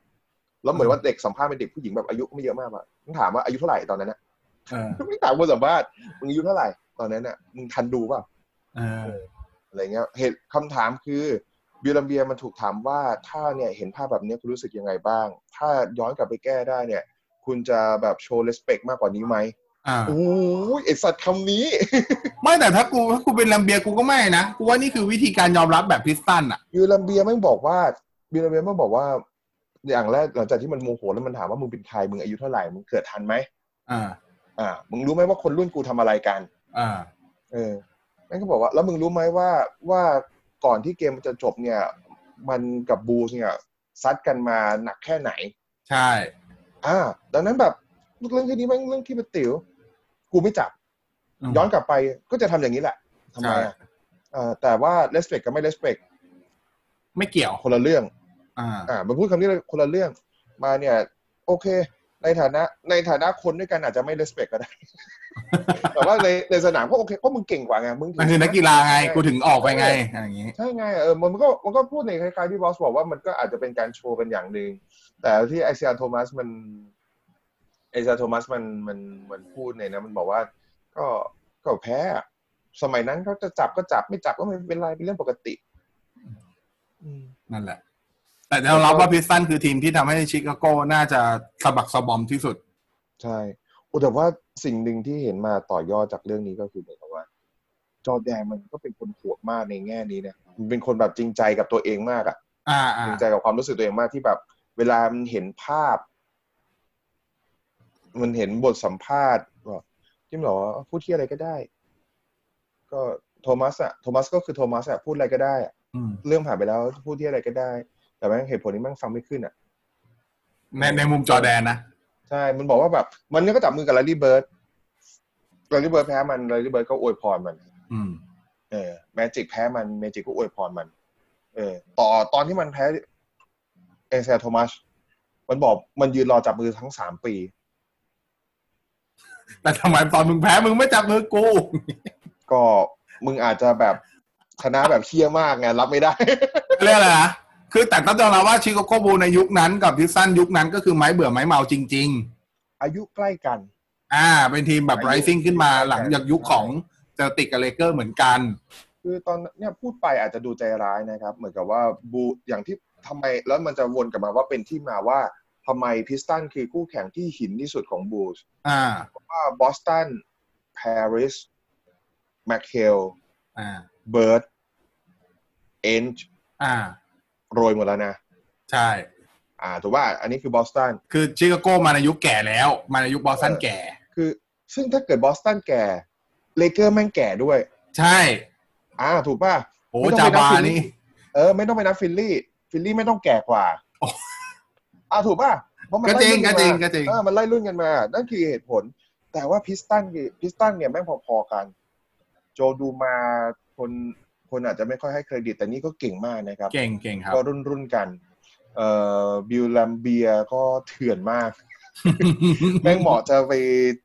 S2: แล้วเหมือนว่าเด็กสัมภาษณ์เป็นเด็กผู้หญิงแบบอายุไม่เยอะมากอะมึงถามว่าอายุเท่าไหร่ตอนนั้นนะ
S1: เออ
S2: ไม่ถามคนสัมภาษณ์มึงอายุเท่าไหร่ตอนนั้นน่ะมึงทันดูเปล่า
S1: เออ
S2: อะไรเงี้ยเหตุคำถามคือ บิลลัมเบียมันถูกถามว่าถ้าเนี่ยเห็นภาพแบบเนี้ยคุณรู้สึกยังไงบ้าง ถ้าย้อนกลับไปแก้ได้เนี่ย คุณจะแบบโชว์เลสเป t มากกว่านี้ไหม
S1: อ่า
S2: โอ้ยไอสัตว์คำนี้
S1: ไม่แต่ถ้ากูถ้ากูเป็นลัมเบียกูก็ไม่นะกูว่านี่คือวิธีการยอมรับแบบพิสตันอ่ะ
S2: บิลลัมเบียไม่งบอกว่าบิลลัมเบียไม่งบอกว่า อย่างแรกหลังจากที่มันโมโหแล้วมันถามว่ามึงเป็นใครมึงอายุเท่าไหร่มึงเกิดทันไหม
S1: อ่า
S2: อ่ามึงรู้ไหมว่าคนรุ่นกูทำอะไรกัน
S1: อ่า
S2: เออแม่งก็บอกว่า แล้วมึงรู้ไหมว่าว่าก่อนที่เกมมันจะจบเนี่ย มันกับบูสเนี่ยซัดกันมาหนักแค่ไหน
S1: ใช่
S2: อ่า ดังนั้นแบบเรื่องแค่นี้แม่งเรื่องที่เป็นติ๋วกูไม่จับ
S1: ม
S2: ย้อนกลับไปก็จะทำอย่างนี้แหละทำไม
S1: ใช่
S2: อ่ะเอ่อแต่ว่าเลสเปกกับไม่เลสเปก
S1: ไม่เกี่ยว
S2: คนละเรื่อง
S1: อ่า
S2: อ่ามาพูดคำนี้เลยคนละเรื่องมาเนี่ย โอเค ในฐานะในฐานะคนด้วยกันอาจจะไม่เลสเปกก็ได้ <laughs> แต่ว่าในในสนามก็โอเคเพราะมึงเก่งกว่าไงมึงถึง
S1: มันคือนักกีฬาไง กูถึงออกไปไง
S2: ใช่
S1: อะไรอย่างงี้
S2: ใช่ไงเออมันก็มันก็พูดในคล้ายๆที่บอสบอกว่ามันก็อาจจะเป็นการโชว์เป็นอย่างหนึ่งแต่ที่ไอเซียโทมัสมันไอเซียโทมัสมันมันมันพูดในนะมันบอกว่า ก็ก็แพ้อะสมัยนั้นเขาจะจับก็จับไม่จับก็ไม่เป็นไรเป็นเรื่องปกติอืม
S1: นั่นแหละ แต่ยอมรับว่าพิสตันคือทีมที่ทำให้ชิคาโก้น่าจะสะบักสะบอมที่สุด
S2: ใช่โอ้แต่ว่าสิ่งหนึ่งที่เห็นมาต่อยอดจากเรื่องนี้ก็คือเหมือนกับว่า จอร์แดนมันก็เป็นคนโหวกมากในแง่นี้นะมันเป็นคนแบบจริงใจกับตัวเองมากอะ
S1: อ่าอ่า
S2: จริงใจกับความรู้สึกตัวเองมากที่แบบ เวลามันเห็นภาพ มันเห็นบทสัมภาษณ์ว่าที่มันบอกว่าพูดที่อะไรก็ได้ ก็โทมัสอะโทมัสก็คือโทมัสอะพูดอะไรก็ได้อะ
S1: อืม
S2: เรื่องผ่านไปแล้วพูดที่อะไรก็ได้ แต่แม่งเหตุผลนี้แม่งฟังไม่ขึ้นอะ
S1: ในในมุมจอร์แดนนะ
S2: ใช่ มันบอกว่าแบบ มันก็จับมือกับลารี่เบิร์ดลารี่เบิร์ดแพ้มันลารี่เบิร์ดก็อวยพรมัน
S1: อืม
S2: เออ แมจิกแพ้มัน แมจิกก็อวยพรมัน เออ ต่อตอนที่มันแพ้เอเซลโทมัส มันบอกมันยืนรอจับมือทั้งสามปี
S1: แต่ทำไมตอนมึงแพ้มึงไม่จับมือกู
S2: ก็มึงอาจจะแบบชนะแบบเชี่ยมากไงรับไม่ได้ <laughs>
S1: เรียกอะไรนะ คือแต่ต้องยอมรับว่าชิคาโกบูลในยุคนั้นกับพิสตันยุคนั้นก็คือไม้เบื่อไม้เมาจริง
S2: อายุใกล้กัน
S1: ๆ อ่า เป็นทีมแบบไรซิ่งขึ้นมาหลังจากยุคของเจอติกกับเลเกอร์เหมือนกัน
S2: คือตอนเนี่ยพูดไปอาจจะดูใจร้ายนะครับ เหมือนกับว่าบูอย่างที่ทำไมแล้วมันจะวนกลับมาว่าเป็นที่มาว่าทำไมพิสตันคือคู่แข่งที่หินที่สุดของบูส
S1: อ่า
S2: ว่าบอสตันปารีสแมคเคล
S1: อ่า
S2: เบิร์ดเอนจ์
S1: อ่า
S2: โรยหมดแล้วนะ
S1: ใช่
S2: อ่าถูกว่าอันนี้คือบอสตัน
S1: คือชิคาโกมาในยุคแก่แล้ว มาในยุคบอสตันแก่
S2: คือซึ่งถ้าเกิดบอสตันแก่ เลเกอร์แม่งแก่ด้วย
S1: ใช่
S2: อ่า ถูกป่ะ
S1: โอ้
S2: ไม่ต้
S1: จา
S2: องไปนับบ
S1: า
S2: ฟิลลิ่ง
S1: นี่
S2: เออ ไม่ต้องไปนับฟิลลี่ ฟิลลี่ไม่ต้องแก่กว่า
S1: โอ้
S2: อ่าถูกป่ะเพราะมัน
S1: ก็จริง
S2: ไล่
S1: ก็จริ
S2: น
S1: ง
S2: มา
S1: ก็จริง
S2: เออมันไล่รุ่นกันมา นั่นคือเหตุผล แต่ว่าพิสตันคือพิสตันเนี่ยแม่งพอๆกัน โจดูมาคนคนอาจจะไม่ค่อยให้เครดิต แต่นี่ก็เก่งมากนะครับ
S1: เก่งเก่งครับ
S2: ก็รุ่นรุ่นๆกัน เอ่อบิลลัมเบียก็เถื่อน
S1: <laughs>
S2: มาก แม่งเหมาะจะไป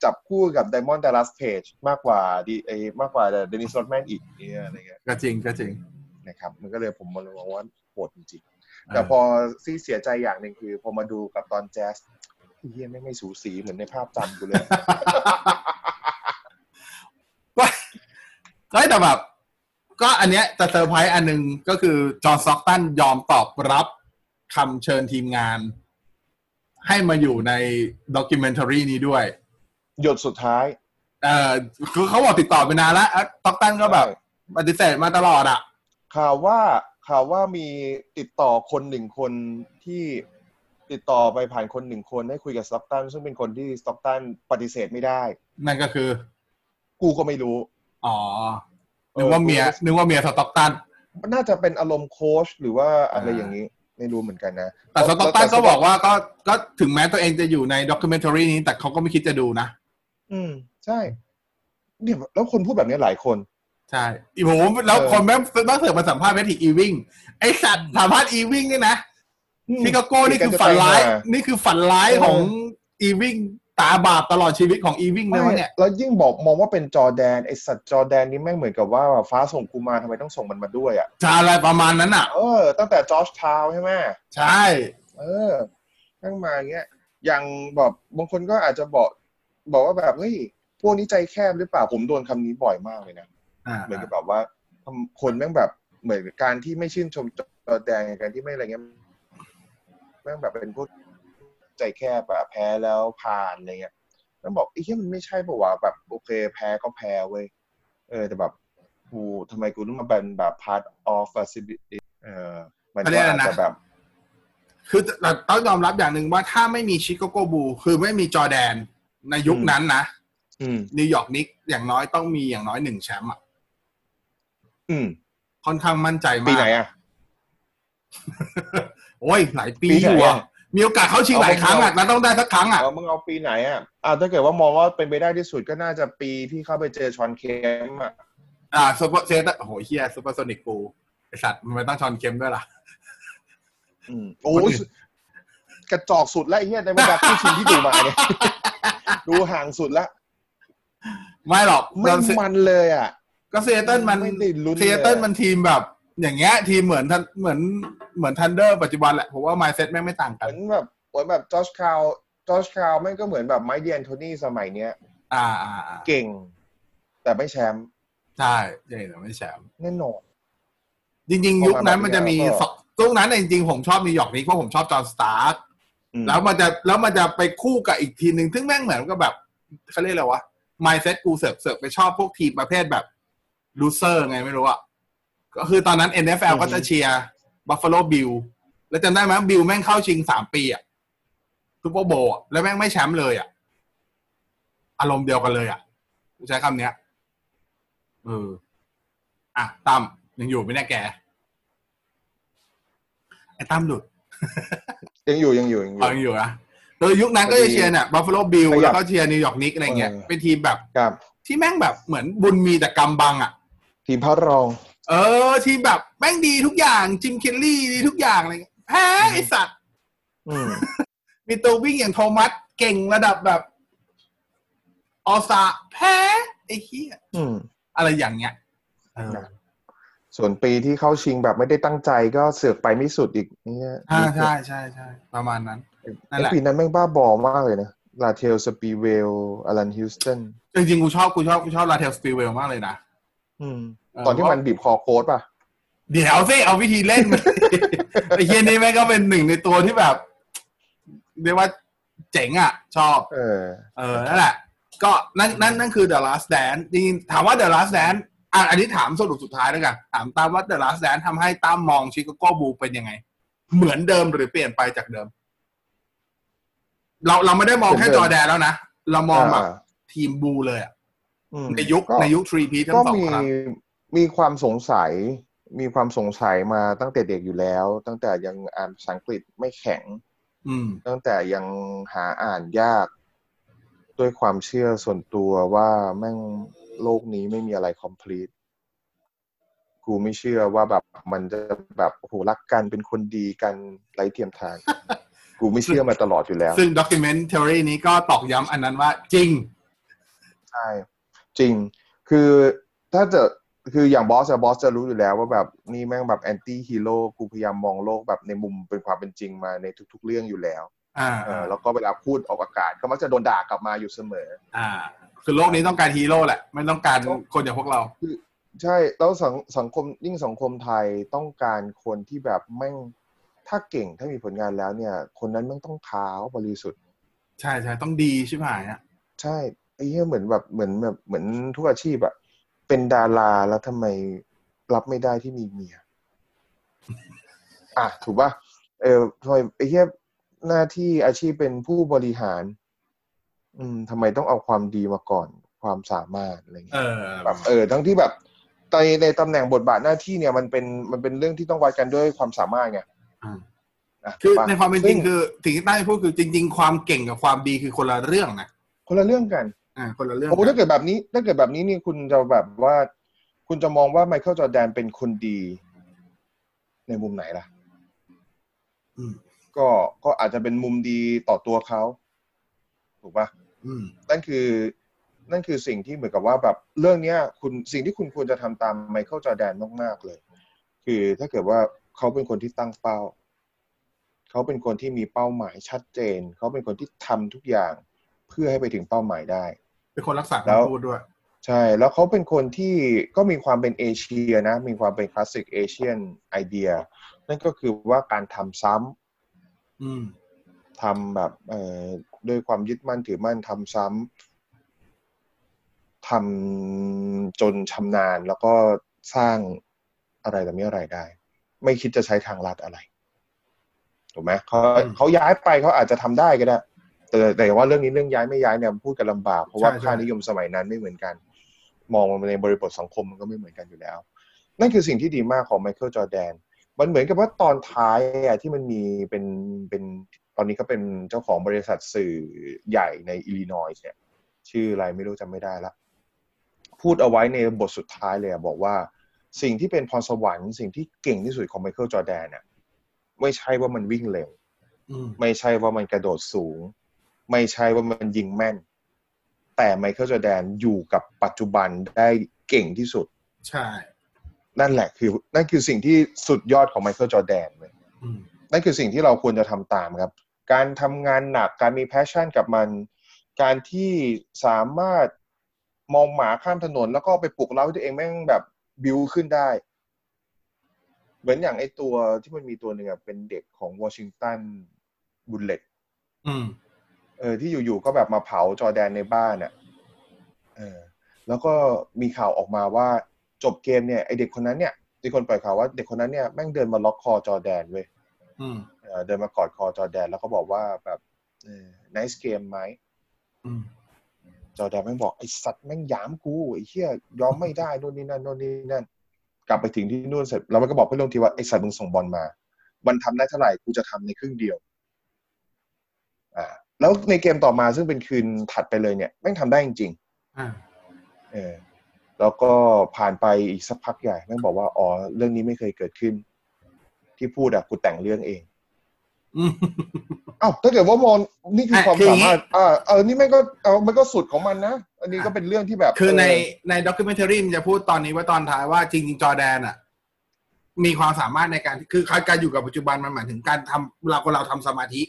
S2: จับคู่กับไดมอนด์ดัลลัสเพจมากกว่าดีไอมากกว่าเดนิสโรดแมนอีกเนี่ยอะไรเงี้ย
S1: ก็จริงก็จริง
S2: นะครับ มันก็เลยผมมองว่าโหดจริงๆแต่พอซีเสียใจอย่างหนึ่งคือ พอมาดูกับตอนแจ๊สเฮียไม่งไม่สูสีเหมือนในภาพจำกูเลย <laughs>
S1: ว่า <laughs> เฮ้ยแต่แบบ ก็อันเนี้ยจะเซอร์ไพรส์อันหนึงก็คือจอห์นซ็อกตันยอมตอบรับคำเชิญทีมงาน ให้มาอยู่ในด็อกิเมนทารีนี้ด้วย
S2: หยดสุดท้าย
S1: เออคือเขาบอกติดต่อไปนานแล้วซ็อกตันก็แบบปฏิเสธมาตลอดอ่ะ
S2: ข่าวว่าข่าวว่ามีติดต่อคนหนึ่งคนที่ติดต่อไปผ่านคนหนึ่งคนให้คุยกับสต็อกตันซึ่งเป็นคนที่สต็อกตันปฏิเสธไม่ได้
S1: นั่นก็คือ
S2: กูก็ไม่รู้
S1: อ๋อนึกว่าเมียนึกว่าเมียสต็อกตัน
S2: มันน่าจะเป็นอารมณ์โค้ชหรือว่าอะไร
S1: อ่า
S2: อย่างนี้ ไม่รู้เหมือนกันนะ
S1: แต่สต็อกตันก็บอกว่าก็ก็ถึงแม้ตัวเองจะอยู่ในด็อกิเมนทารีนี้ แต่เขาก็ไม่คิดจะดูนะ
S2: อืม ใช่เนี่ยแล้วคนพูดแบบนี้หลายคน
S1: ใช่อีผมแล้วคนแม่งบ้างเสือกมาสัมภาษณ์แมทริกอีวิงไอสัตว์สัมภาษณ์อีวิงเนี่ยนะชิคาโก้นี่คือฝันร้าย
S2: เออ
S1: นี่คือฝันร้ายของอีวิงตาบาปตลอดชีวิตของอีวิงเล
S2: ไม่
S1: ยวะเนี่ย
S2: แล้วยิ่งบอกมองว่าเป็นจอร์แดนไอสัตว์จอร์แดนนี่แม่งเหมือนกับว่าฟ้าส่งกูมาทำไมต้องส่งมันมาด้วยอ่ะ
S1: จะอะไรประมาณนั้นอ่ะ
S2: เออ ตั้งแต่จอร์จทาวน์ใช่ไหม
S1: ใช่
S2: เออนั่งมาอย่างเงี้ย อย่างแบบบางคนก็อาจจะบอก บอกว่าแบบเฮ้ยพวกนี้ใจแคบหรือเปล่าผมโดนคำนี้บ่อยมากเลยนะ
S1: อ่า
S2: เหมือนกับแบบว่าทำคนแม่งแบบเหมือนการที่ไม่ชื่นชม จอร์แดนกันที่ไม่อะไรเงี้ยแม่งแบบเป็นพวกใจแคบแบบแพ้แล้วผ่านอะไรเงี้ยมันบอกไอ้เหี้ยมันไม่ใช่ปะวะแบบโอเค แพ้ก็แพ้เว้ยเออ แต่แบบกูทำไมกูต้องมาเป็นแบบ part of a city เออมัน
S1: เขาเรีย
S2: ก็
S1: กอะไร
S2: อาจ
S1: นะ
S2: จะแบบ
S1: คือแต่ต้องยอมรับอย่างหนึ่งว่าถ้าไม่มีชิคาโกบูลส์คือไม่มีจอร์แดนในยุค
S2: อืม
S1: นั้นนะ
S2: อืม
S1: นิวยอร์กนิกส์อย่างน้อยต้องมีอย่างน้อยหนึ่งแชมป์อะ
S2: อืม
S1: ค่อนข้างมั่นใจมาก
S2: ปีไหนอ่ะ
S1: โอ้ยหลายปี
S2: ปี
S1: อ
S2: ไหน
S1: ยู่
S2: อะ
S1: อะมีโอกาสเข้าชิงหลาย
S2: เอา
S1: ครั้งอะแล้วต้องได้สักครั้งอะ
S2: เอามึงเอาปีไหนอ่ะอ่าถ้าเกิดว่ามองว่าเป็นไปได้ที่สุดก็น่าจะปีที่เข้าไปเจอชอนเคมอ่ะ
S1: อ่าซูเปอร์เซตโอ้โหเฮียซูเปอร์โซนิกกูไอสัตว์มันไม่ต้องชอนเค็มด้วยล่ะ
S2: อืมโอ้
S1: คนอื่
S2: ย
S1: น
S2: กระจอกสุดแล้วไอ้เหี้ยในบรรดา <laughs> คู่ชิงที่ดูมาเนี่ย ดูห่างสุดละ
S1: ไม่หรอก
S2: ไม่
S1: เราเสีย
S2: มันเลยอ่ะ
S1: ก็เซเติลมัน
S2: ไม่ได้ลุ้น
S1: เซเติล
S2: เลยอะ
S1: มันทีมแบบ อย่างเงี้ยทีมเหมือนทันเหมือนเหมือนทันเดอร์ปัจจุบันแหละผมว่าไมเซ็ตแม่งไม่ต่าง
S2: เห
S1: กัน
S2: มือนแบบเหมือนแบบจอชคาวจอชคาวแม่งก็เหมือนแบบไมค์เดียนโทนี่สมัยเนี้ย
S1: อ่าอ่าอ่า
S2: เก่ง แต่ไม่แชมป์
S1: ใช่ใช่แต่ไม่แชมป์
S2: แน่นอน
S1: จริง ๆ ยุคนั้นมันจะมี
S2: ประมาณนี้
S1: สองยุคนั้นน่ะจริงๆ ผมชอบนิวยอร์กนี้เพราะผมชอบจอห์นสตาร์ก
S2: อืม
S1: แล้วมันจะแล้วมันจะไปคู่กับอีกทีมหนึ่งซึ่งแม่งเหมือนกับแบบเขาเรียกอะไรวะไมเซ็ตกูเสิร์ฟเสิร์ฟไปชอบพวกทีมประเภทแบบลูเซอร์ไงไม่รู้อ่ะก็คือตอนนั้น NFL ก็จะเชียร์บัฟฟาโลบิลแล้วจำได้ไหมบิลแม่งเข้าชิงสามปีอ่ะซูเปอร์โบว์แล้วแม่งไม่แชมป์เลยอ่ะ อารมณ์เดียวกันเลยอ่ะกูใช้คำเนี้ยเอออ่ะตั้มยังอยู่ไหมเนี่ยแก ไอ้ตั้มหลุด
S2: ยังอยู่ยังอยู่ยังอยู่
S1: เอายังอยู่นะเออยุคนั้นก็จะเชียร์เนี่ยบัฟฟาโลบิล
S2: ขยับ
S1: แล้วก็เชียร์นิวยอร์กนิกอะไรเงี้ย
S2: เออ
S1: เป็นทีมแบบ
S2: ครับ
S1: ที่แม่งแบบเหมือนบุญมีแต่กำบังอ่ะ
S2: ทีมพระรอง
S1: เออ ทีมแบบแม่งดีทุกอย่างจิมเคลลี่ดีทุกอย่างอะไรเงี้ยแพ้
S2: อืม
S1: ไอสัตว์
S2: อืม
S1: มีตัววิ่งอย่างโทมัสเก่งระดับแบบ ออซาแพ้ไอ้เหี้ย
S2: อืม
S1: อะไรอย่างเงี้ยเออ
S2: ส่วนปีที่เข้าชิงแบบไม่ได้ตั้งใจก็เสือกไปไม่สุดอีกเนี่ย
S1: อ่าใช่ใช่ใช่ประมาณนั้น นั่นแหละ
S2: ไอ้ปีนั้นแม่งบ้าบอมากเลยนะลาเทลสปีเวลอลันฮิวสตัน
S1: จริงๆกูชอบกูชอบกูชอบลาเทลสตีเวลมากเลยนะเ
S2: ตอนที่มันบีบคอโค้ดป่ะ
S1: เดี๋ยวสิเอาวิธีเล่นมา <laughs> ไอ้เฮียนี่แม่งก็เป็นหนึ่งในตัวที่แบบ เรียกว่าเจ๋งอ่ะ ชอบ
S2: เออ
S1: เออนั่นแหละ ก็นั่นนั่นนั่นคือ The Last Dance จริงๆถามว่า The Last Dance อ่ะอันนี้ถามสรุปสุดท้ายแล้วกัน ถามตามว่า The Last Dance ทำให้ตามมองชิคาโกบูเป็นยังไง เหมือนเดิมหรือเปลี่ยนไปจากเดิม เราเราไม่ได้มองแค่
S2: เหมือน
S1: จ
S2: เดิม
S1: อแดนแล้วนะ เรามองแบบ
S2: อ่า
S1: ทีมบูเลยอะ
S2: อืม
S1: ในยุค
S2: ก็
S1: ในยุคทรีพีทั้
S2: ก็
S1: งสอง
S2: มี
S1: ครั้ง
S2: มีความสงสัย มีความสงสัยมาตั้งแต่เด็กอยู่แล้ว ตั้งแต่ยังอ่านภาษาอังกฤษไม่แข็ง
S1: อืม
S2: ตั้งแต่ยังหาอ่านยาก ด้วยความเชื่อส่วนตัวว่าแม่งโลกนี้ไม่มีอะไร complete กูไม่เชื่อว่าแบบมันจะแบบโอ้โหรักกันเป็นคนดีกันไร้เทียม
S1: <laughs>
S2: ทาน กูไม่เชื่อมาตลอดอยู่แล้ว
S1: ซึ่งด็อกิเมน t ์เทอรี่นี้ก็ตอกย้ำอันนั้นว่าจริง
S2: ใช่จริงคือถ้าจะคืออย่างบอสอะบอสจะรู้อยู่แล้วว่าแบบนี่แม่งแบบแอนตี้ฮีโร่กูพยายามมองโลกแบบในมุมเป็นความเป็นจริงมาในทุก ๆ เรื่องอยู่แล้ว
S1: อ่า
S2: เออแล้วก็เวลาพูดออกอากาศก็มักจะโดนด่ากลับมาอยู่เสมอ
S1: อ่า คือโลกนี้ต้องการฮีโร่แหละ ไม่ต้องการ
S2: โลก
S1: คนอย่างพวกเรา
S2: ใช่แล้วสังสังคมยิ่งสังคมไทยต้องการคนที่แบบแม่งถ้าเก่งถ้ามีผลงานแล้วเนี่ย คนนั้นแม่งต้องขาวบริสุทธิ์
S1: ใช่ใช่ต้องดีใช่ไหมฮะ
S2: ใช่ไอ้เหี้ยเหมือนแบบเหมือนแบบเหมือนทุกอาชีพอะเป็นดาราแล้วทำไมรับไม่ได้ที่มีเมีย อ่ะถูกป่ะเออทำไมไอ้เหี้ยหน้าที่อาชีพเป็นผู้บริหาร อืมทำไมต้องเอาความดีมาก่อนความสามารถอะไรเงี้ย
S1: เออ
S2: แบบเออทั้งที่แบบในในตำแหน่งบทบาทหน้าที่เนี่ยมันเป็นมันเป็นเรื่องที่ต้องวัดกันด้วยความสามารถไงะ
S1: คือ
S2: ป่ะ
S1: ในความเป็นจริง
S2: ซึ่
S1: คือสิ่งที่ตั้งใจพูดคือจริง ๆ ความเก่งกับความดีคือคนละเรื่องนะ
S2: คนละเรื่องกัน
S1: อ่า คนละเรื่อง
S2: โอ้โห
S1: กั
S2: ถ้าน เกิดแบบนี้ถ้าเกิดแบบนี้นี่คุณจะแบบว่า คุณจะมองว่าไมเคิลจอร์แดนเป็นคนดี ในมุมไหนล่ะ
S1: อืม
S2: ก็ก็อาจจะเป็นมุมดีต่อตัวเขาถูกป่ะ
S1: อืม
S2: นั่นคือนั่นคือสิ่งที่เหมือนกับว่าแบบเรื่องเนี้ย คุณสิ่งที่คุณควรจะทำตามไมเคิลจอร์แดนมาก ๆ เลย คือถ้าเกิดว่าเขาเป็นคนที่ตั้งเป้า เขาเป็นคนที่มีเป้าหมายชัดเจน เขาเป็นคนที่ทำทุกอย่างเพื่อให้ไปถึงเป้าหมายได้
S1: เป็นคนรักษา
S2: แล้ว
S1: คำพูดด้วย
S2: ใช่ แล้วเขาเป็นคนที่ก็มีความเป็นเอเชียนะ มีความเป็นคลาสสิกเอเชียนไอเดีย นั่นก็คือว่าการทำซ้ำ
S1: อืม
S2: ทำแบบเอ่อด้วยความยึดมั่นถือมั่นทำซ้ำทำจนชำนาญแล้วก็สร้างอะไรแต่อมีอะไรได้ ไม่คิดจะใช้ทางลัดอะไรถูกไหมเขา
S1: อืม
S2: เขาย้ายไปเขาอาจจะทำได้ก็ได้ แต่แต่ว่าเรื่องนี้เรื่องย้ายไม่ย้ายเนี่ยพูดกันลำบาก เพราะว่า
S1: ใช่ใช่
S2: ค่านิยมสมัยนั้นไม่เหมือนกัน มองมันในบริบทสังคมมันก็ไม่เหมือนกันอยู่แล้ว นั่นคือสิ่งที่ดีมากของไมเคิลจอร์แดน มันเหมือนกับว่าตอนท้ายอะที่มันมีเป็นเป็นตอนนี้ก็เป็นเจ้าของบริษัทสื่อใหญ่ในอิลลินอยส์เนี่ย ชื่ออะไรไม่รู้จำไม่ได้ละ พูดเอาไว้ในบทสุดท้ายเลยอะบอกว่าสิ่งที่เป็นพรสวรรค์สิ่งที่เก่งที่สุดของไมเคิลจอร์แดนน่ะไม่ใช่ว่ามันวิ่งเร็ว
S1: อืม
S2: ไม่ใช่ว่ามันกระโดดสูง ไม่ใช่ว่ามันยิงแม่น แต่ไมเคิลจอร์แดนอยู่กับปัจจุบันได้เก่งที่สุด
S1: ใช่
S2: นั่นแหละคือนั่นคือสิ่งที่สุดยอดของไมเคิลจอร์แดนเลย
S1: อืม
S2: นั่นคือสิ่งที่เราควรจะทำตามครับ การทำงานหนัก การมีแพชชั่นกับมัน การที่สามารถมองหมาข้ามถนน แล้วก็ไปปลุกเร้าให้ตัวเองแม่งแบบบิวขึ้นได้ เหมือนอย่างไอตัวที่มันมีตัวหนึ่งอะเป็นเด็กของวอชิงตันบุลเลต
S1: อืม
S2: เออที่อยู่ๆก็แบบมาเผาจอร์แดนในบ้านอะเออ แล้วก็มีข่าวออกมาว่าจบเกมเนี่ยไอเด็กคนนั้นเนี่ยมีคนปล่อยข่าวว่าเด็กคนนั้นเนี่ยแม่งเดินมาล็อกคอจอร์แดนเว้ย
S1: อืม
S2: เอ่อเดินมากอดคอจอร์แดนแล้วก็บอกว่าแบบเออ nice game ไหม
S1: อืม
S2: จอร์แดนแม่งบอกไอสัตว์แม่งหยามกูไอเหี้ยยอมไม่ได้นู่นนี่นั่นนู่นนี่นั่น กลับไปถึงที่นู่นเสร็จแล้วมันก็บอกเพื่อนร่วมทีมว่าไอสัตว์มึงส่งบอลมา มันทำได้เท่าไหร่กูจะทำในครึ่งเดียว อ่า แล้วในเกมต่อมาซึ่งเป็นคืนถัดไปเลยเนี่ยแม่งทำได้จริง
S1: อ่า
S2: ๆ เออ แล้วก็ผ่านไปอีกสักพักใหญ่แม่งบอกว่าอ๋อเรื่องนี้ไม่เคยเกิดขึ้น ที่พูดอะกูแต่งเรื่องเอง
S1: อืม
S2: อ้าวถ้าเกิดว่ามองนี่คือ
S1: อ่ะ
S2: ความ
S1: คืออ
S2: สา
S1: ย่างงี้
S2: มารถอ่าเออนี่แม่งก็เอามันก็สุดของมันนะ อันนี้ก็เป็นเรื่องที่แบบ
S1: คือใน
S2: เ
S1: ในด็อกิเมนทารีมันจะพูดตอนนี้ไว่าตอนท้ายว่าจริง ๆ จอร์แดนอ่ะ มีความสามารถในการ คือการอยู่กับปัจจุบันมันหมายถึงการทำเราคนเราทำสมาธิ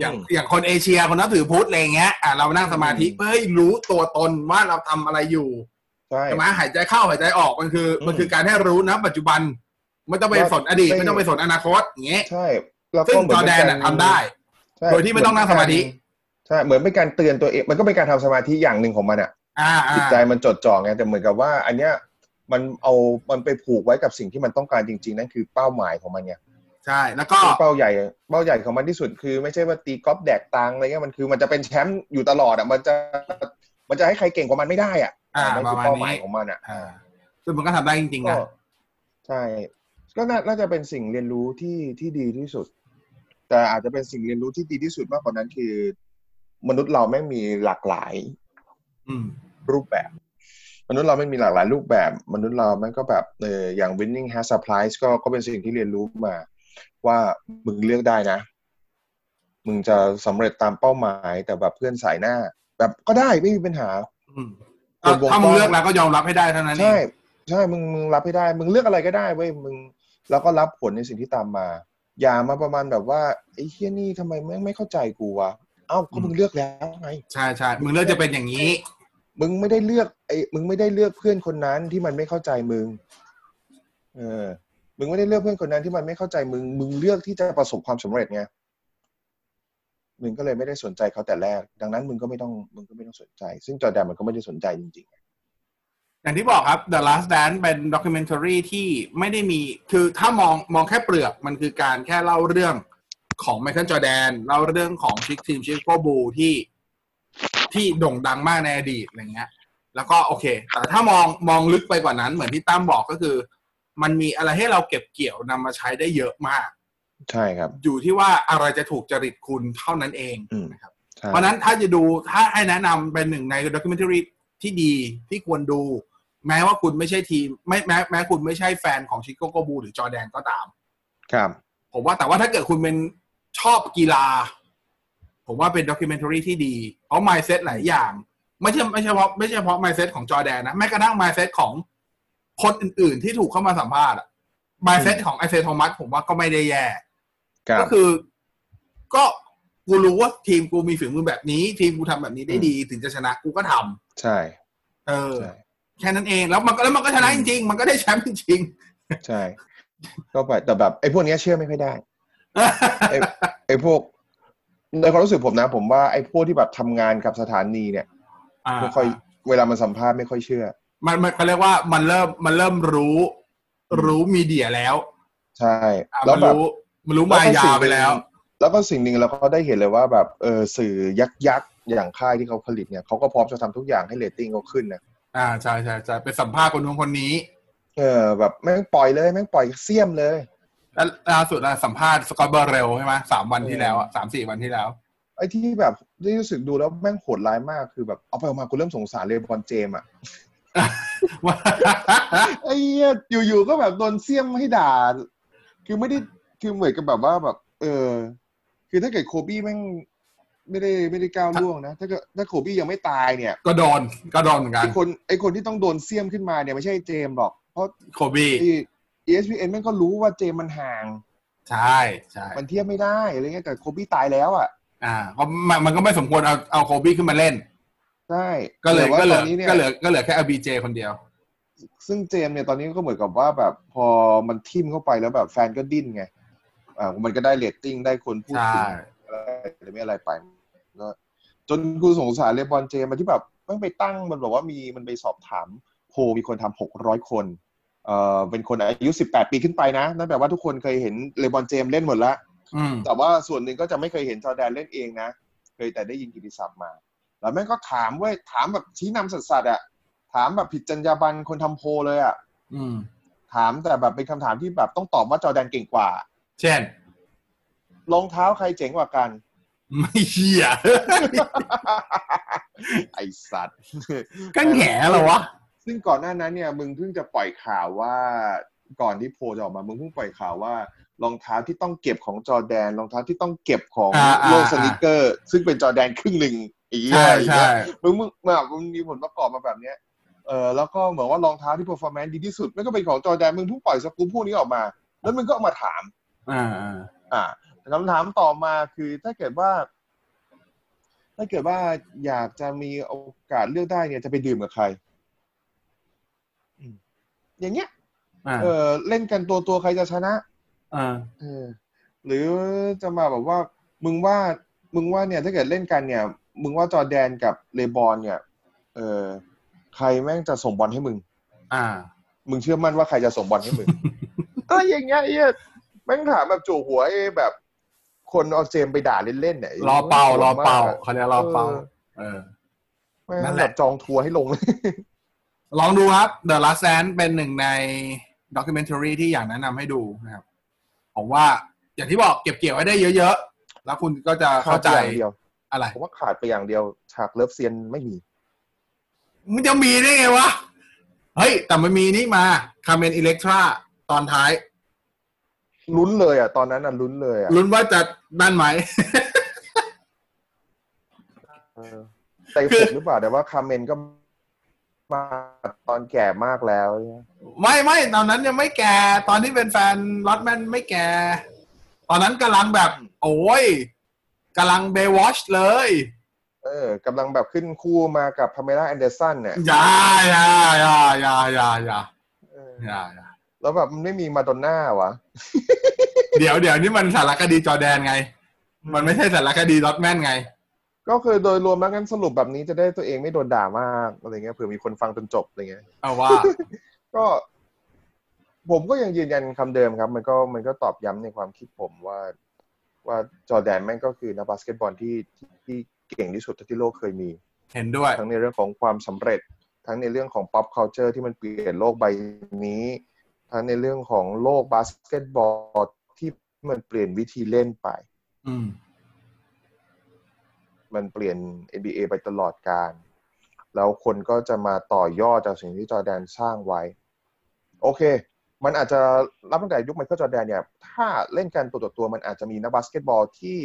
S1: อย่าง
S2: อืม
S1: อย่างคนเอเชียคนนับถือพุทธอะไรเงี้ยอ่ะเรานั่งสมาธิ
S2: อืม
S1: เพื่อให้รู้ตัวตนว่าเราทำอะไรอยู่
S2: ใช่
S1: ใช่ไหมหายใจเข้าหายใจออกมันคือ
S2: อืม
S1: มันคือการให้รู้นะ ปัจจุบันไม่ต้องไป
S2: ว่า
S1: สนอดีต
S2: ไม่
S1: ไม่ต้องไปสนอนาคตอย่างเงี้ย
S2: ใช่แล้ว
S1: ซึ่
S2: ก็
S1: ง
S2: เหมื
S1: จ
S2: น
S1: อร์แดน
S2: เป็
S1: อ่ะ
S2: กา
S1: ทำได้
S2: ใช่
S1: โดยที่ไม่ต้องนั่งสมาธิ
S2: ใช่เหมือนเป็นการเตือนตัวเองมันก็เป็นการทำสมาธิอย่างหนึ่งของมันอ่ะ
S1: อ่า
S2: จิต
S1: อ่า
S2: ใจมันจดจ่อไงแต่เหมือนกับว่า อันเนี้ยมันเอามันไปผูกไว้กับสิ่งที่มันต้องการจริง ๆ นั่นคือเป้าหมายของมันไง
S1: ใช่ แล้วก็
S2: ซึ่งเป้าใหญ่เป้าใหญ่ของมันที่สุดคือ ไม่ใช่ว่าตีกอล์ฟแดกตังอะไรเงี้ยมันคือมันจะเป็นแชมป์อยู่ตลอดอ่ะมันจะมันจะให้ใครเก่งกว่ามันไม่ได้อ่ะ
S1: อ่า
S2: นั่น
S1: ประ
S2: คือ
S1: มาณ
S2: เป้าหมา
S1: นี้
S2: ยของมันอ่ะ
S1: อ่าซึ่งมันก็ทำได้จริงๆ
S2: ก็
S1: นะ
S2: ใช่ ก็น่าน่าจะเป็นสิ่งเรียนรู้ที่ที่ดีที่สุด แต่อาจจะเป็นสิ่งเรียนรู้ที่ดีที่สุดมากกว่านั้นคือ มนุษย์เราไม่งมีหลากหลาย
S1: อืม
S2: รูปแบบ มนุษย์เราไม่งมีหลากหลายรูปแบบ มนุษย์เราแม่งก็แบบเอออย่าง winning has surprise ก็ก็เป็นสิ่งที่เรียนรู้มา ว่ามึงเลือกได้นะ มึงจะสำเร็จตามเป้าหมาย แต่แบบเพื่อนสายหน้า แบบก็ได้ไม่มีปัญหา
S1: อืม
S2: เป็นวงกว้าง
S1: ถ้ามึงเลือกแล้วก็ยอมรับให้ได้เท่านั้นเอ
S2: ใช่
S1: ง
S2: ใช่มึงมึงรับให้ได้ มึงเลือกอะไรก็ได้เว้ยมึงแล้วก็รับผลในสิ่งที่ตามมา อย่ามาประมาณแบบว่าไอ้เฮียนี่ทำไมแม่งไม่เข้าใจกูวะเอ้าก็มึงเลือกแล้วไง
S1: ใช่ใช่มึงเลือกจะเป็นอย่างนี้
S2: มึงไม่ได้เลือกไอ้มึงไม่ได้เลือกเพื่อนคนนั้นที่มันไม่เข้าใจมึงเออมึงไม่ได้เลือกเพื่อนคนนั้นที่มันไม่เข้าใจมึงมึงเลือกที่จะประสบความสำเร็จไงมึงก็เลยไม่ได้สนใจเขาแต่แรก ดังนั้นมึงก็ไม่ต้องมึงก็ไม่ต้องสนใจ ซึ่งจอร์แดนมันก็ไม่ได้สนใจจริง
S1: อย่างที่บอกครับ The Last Dance เป็นด็อกิเมนท r รีที่ไม่ได้มีคือถ้ามองมองแค่เปลือกมันคือการแค่เล่าเรื่องของไมเคิลจอแดนเล่าเรื่องของชิคทีมชิคโกบูที่ที่โด่งดังมากในอดีตอะไรเงี้ย แล้วก็โอเค แต่ถ้ามองมองลึกไปกว่านั้น เหมือนที่ตั้มบอกก็คือ มันมีอะไรให้เราเก็บเกี่ยวนำมาใช้ได้เยอะมาก
S2: ๆ ใช่ครับ
S1: อยู่ที่ว่าอะไรจะถูกจริตคุณเท่านั้นเอง
S2: อืม
S1: นะครับ
S2: ใช่
S1: เพราะฉะนั้นถ้าจะดูถ้าให้แนะนำเป็นหนึ่งในด็อกิเมนท r รีที่ดีที่ควรดู แม้ว่าคุณไม่ใช่ทีมไม่แม้แม้คุณไม่ใช่แฟนของชิคโกโกบูหรือจอร์แดนก็ตาม
S2: ครับ
S1: ผมว่าแต่ว่าถ้าเกิดคุณเป็นชอบกีฬา ผมว่าเป็นด็อกิเมนท r รีที่ดี เพราะ mindset หลายอย่าง ไม่ใช่ไม่ใช่เพราะไม่ใช่เพราะ mindset ของจอร์แดนนะ แม้กระทั่ง mindset ของคนอื่นๆ ที่ถูกเข้ามาสัมภาษณ์อะ mindset ของไอเซโทมัสผมว่าก็ไม่ได้แย่
S2: ครับ
S1: ก็คือก็กูรู้ว่าทีมกูมีฝีมือแบบนี้ ทีมกูทำแบบนี้ได้ดี ถึงจะชนะกูก็ทำ
S2: ใช่
S1: เออ
S2: ใช่
S1: แค่นั้นเองแล้วมันก็แล้วมันก็ชนะจริง ๆ มันก็ได้แชมป์จริง
S2: ใช่ ก็ไปแต่แบบไอ้พวกเนี้ยเชื่อไม่ค่อย
S1: <laughs>
S2: ได้ ไอ้พวกในความรู้สึกผมนะ ผมว่าไอ้พวกที่แบบทำงานกับสถานีเนี่ยไม่ค่อยเวลามันสัมภาษณ์ไม่ค่อยเชื่อ
S1: มันมันเขาเรียกว่ามันเริ่มมันเริ่มรู้ รู้มีเดียแล้ว
S2: ใช่
S1: อ่ะ
S2: แล้ว
S1: มัน
S2: แบบ
S1: รู้มันรู้มายาไปแล้ว
S2: แล้วก็สิ่งหนึ่งเราก็ได้เห็นเลยว่าแบบเออสื่อยักษ์ยักษ์อย่างค่ายที่เขาผลิตเนี่ยเขาก็พร้อมจะทำทุกอย่างให้เรตติ้งเขาขึ้นนะ
S1: อ่าใช่ใช่ใช่ไปสัมภาษณ์คนนู้นคนนี้
S2: เออแบบแม่งปล่อยเลยแม่งปล่อยเสี้ยมเลย
S1: แล้วล่าสุดอะสัมภาษณ์สกอตเบอร์เรลใช่ไหมสามวันที่แล้วอะสามสี่วันที่แล้ว <laughs>
S2: ไอ้ที่แบบที่รู้สึกดูแล้วแม่งโหดร้ายมากคือแบบเอาไปออกมากูเริ่มสงสารเลบอนเจมส์อ่ะ
S1: ว่า
S2: ไอ้เหี้ยอยู่ๆก็แบบโดนเสี้ยมให้ด่า คือไม่ได้คือเหมือนกับแบบว่าแบบ เออ คือถ้าเกิดโคบี้แม่งไม่ได้ไม่ได้ก้าวล่วงนะถ้าเกิดถ้าโคบี้ยังไม่ตายเนี่ย
S1: ก็โดนก็โดนเหมือนกั
S2: ไอน คนไอคนที่ต้องโดนเสี้ยมขึ้นมาเนี่ยไม่ใช่เจมส์หรอกเพราะ
S1: โคบี้
S2: ที่ ESPN แม่งก็รู้ว่าเจมมันห่าง
S1: ใช่ใช่
S2: มันเทียบไม่ได้อะไรเงี้ยแต่โคบี้ตายแล้วอ่ะ
S1: อ่าเพราะมันมันก็ไม่สมควรเอาเอาโคบี้ขึ้นมาเล่น
S2: ใช่
S1: ก็เลย
S2: แต่ว่า
S1: ก็เหลื
S2: ต
S1: อ
S2: อนนี้เนี่ย
S1: ก็เหลือก็เหลือแค่อบีเจคนเดียว
S2: ซึ่งเจมเนี่ยตอนนี้ก็เหมือนกับว่าแบบพอมันทิ่มเข้าไปแล้วแบบแฟนก็ดิ้นไงอ่ามันก็ได้เรตติ้งได้คนพูด
S1: ใช่
S2: ถึงอะไรไม่อะไรไปก็จนกูสงสารเลบอนเจมมาที่แบบมันไปตั้งมันบอกว่ามีมันไปสอบถามโพลมีคนทำหกร้อยคนเอ่อเป็นคนอายุสิบแปดปีขึ้นไปนะนั่นแปลว่าทุกคนเคยเห็นเลบอนเจมเล่นหมดละ
S1: อืม
S2: แต่ว่าส่วนหนึ่งก็จะไม่เคยเห็นจอร์แดนเล่นเองนะ เคยแต่ได้ยินกิติศัพท์มา แล้วแม่งก็ถามเว้ยถามแบบชี้นำสัสๆอะถามแบบผิดจรรยาบรรณคนทำโพลเลยอะ
S1: อืม
S2: ถามแต่แบบเป็นคำถามที่แบบต้องตอบว่าจอร์แดนเก่งกว่า
S1: เช่น
S2: รองเท้าใครเจ๋งกว่ากัน <laughs>
S1: ไม่เชี่ย <laughs>
S2: ไอสัตว์
S1: ก็แหง่เหรอวะ
S2: ซึ่งก่อนหน้านั้นเนี่ยมึงเพิ่งจะปล่อยข่าวว่าก่อนที่โพลจะออกมา มึงเพิ่งปล่อยข่าวว่ารองเท้าที่ต้องเก็บของจอร์แดนรองเท้าที่ต้องเก็บของ
S1: อ่าอ่า
S2: โลกสนิเกอร์ ซึ่งเป็นจอร์แดนครึ่งหนึ่งอีก
S1: ใช่
S2: แล้วอีก
S1: ใช่
S2: แล้ว มึงมึงแบบมันมีผลประกอบมาแบบเนี้ย เออแล้วก็เหมือนว่ารองเท้าที่ performance ดีที่สุดไม่ก็เป็นของจอร์แดนมึงเพิ่งปล่อยสกู๊ปพวกนี้ออกมา แล้วมึงก็เอามาถาม
S1: อ่าอ่า
S2: อ่าแต่คำถามต่อมาคือถ้าเกิดว่า ถ้าเกิดว่าอยากจะมีโอกาสเลือกได้เนี่ยจะไปดื่มกับใครอืมอย่างเงี้ย
S1: อ่า
S2: เออเล่นกันตัวตัวๆใครจะชนะ
S1: อ่า
S2: เออหรือจะมาแบบว่ามึงว่ามึงว่าเนี่ยถ้าเกิดเล่นกันเนี่ย มึงว่าจอร์แดนกับเลบอนเนี่ย เออใครแม่งจะส่งบอลให้มึง
S1: อ่า
S2: มึงเชื่อมั่นว่าใครจะส่งบอลให้มึง <laughs> ก็อย่างเงี้ยไอ้เหี้ยแม่งถามแบบจู่หัวไอ้แบบ คนเอาเจมไปด่าเล่นๆเนี่ย
S1: รอเป่ารอเป่าเขาเรียกรอเป่าเออ
S2: แม่ง
S1: นั่นแห
S2: แบ
S1: ละ
S2: บจองทัวร์ให้ลง
S1: ลองดูครับ The Last Dance เป็นหนึ่งในด็อกิเมนท r รีที่อยากแนะนำให้ดูนะครับผมว่าอย่างที่บอกเก็บเกี่ยวไว้ได้เยอะๆ แล้วคุณก็จะ
S2: ขา
S1: เข้า
S2: ด
S1: ใจ
S2: ไปอย่างเดียว
S1: อะไร
S2: ผมว่าขาดไปอย่างเดียว ฉากเลิฟเซียนไม่มี
S1: มันจะมีได้ไงวะ เฮ้ย แต่มันมีนี่มาคาเมนอิเล็กทราตอนท้าย
S2: ลุ้นเลยอ่ะตอนนั้นอ่ะลุ้นเลยอ่ะ
S1: ลุ้นว่าจะนั่นไหม
S2: เออแต่
S1: คือ
S2: ผมหรือเปล่าแต่ว่าคาเมนก็มาตอนแก่มากแล้วเนี่ย
S1: ไม่ไม่ตอนนั้นยังไม่แก่ตอนที่เป็นแฟนลอตแมนไม่แก่ตอนนั้นกำลังแบบ โอ้ยกำลังเบวอชเลย
S2: เออกำลังแบบขึ้นคู่มากับพาเมล่าแอนเดอร์สันเนี่ย
S1: อย่าอย่าอย่าอย่าอย่าอย่า
S2: เออ
S1: อย่าอย่า
S2: แล้วแบบมันไม่มีมาดอนน่าวะ
S1: เดี๋ยวเดี๋ยวนี่มันสารคดีจอร์แดนไง มันไม่ใช่สารคดีลอตแมนไง
S2: ก็คือโดยรวมแล้วงั้นสรุปแบบนี้จะได้ตัวเองไม่โดนด่ามากอะไรเงี้ยเผื่อมีคนฟังจนจบอะไรเงี้ย
S1: เอาว่า
S2: ก็ ผมก็ยังยืนยันคำเดิมครับ มันก็มันก็ตอบย้ำในความคิดผมว่า ว่าจอร์แดนแม่งก็คือนักบาสเกตบอลที่ที่ที่เก่งที่สุดเท่าที่โลกเคยมี
S1: เห็นด้วย
S2: ทั้งในเรื่องของความสำเร็จ ทั้งในเรื่องของ pop culture ที่มันเปลี่ยนโลกใบนี้ ทั้งในเรื่องของโลกบาสเกตบอลที่มันเปลี่ยนวิธีเล่นไป
S1: อืม
S2: มันเปลี่ยน NBA ไปตลอดการ แล้วคนก็จะมาต่อยอดจากสิ่งที่จอร์แดนสร้างไว้ โอเค มันอาจจะรับตั้งแต่ยุคไมเคิลจอร์แดนเนี่ย ถ้าเล่นกันตัวต่อตัวมันอาจจะมีนักบาสเกตบอลที่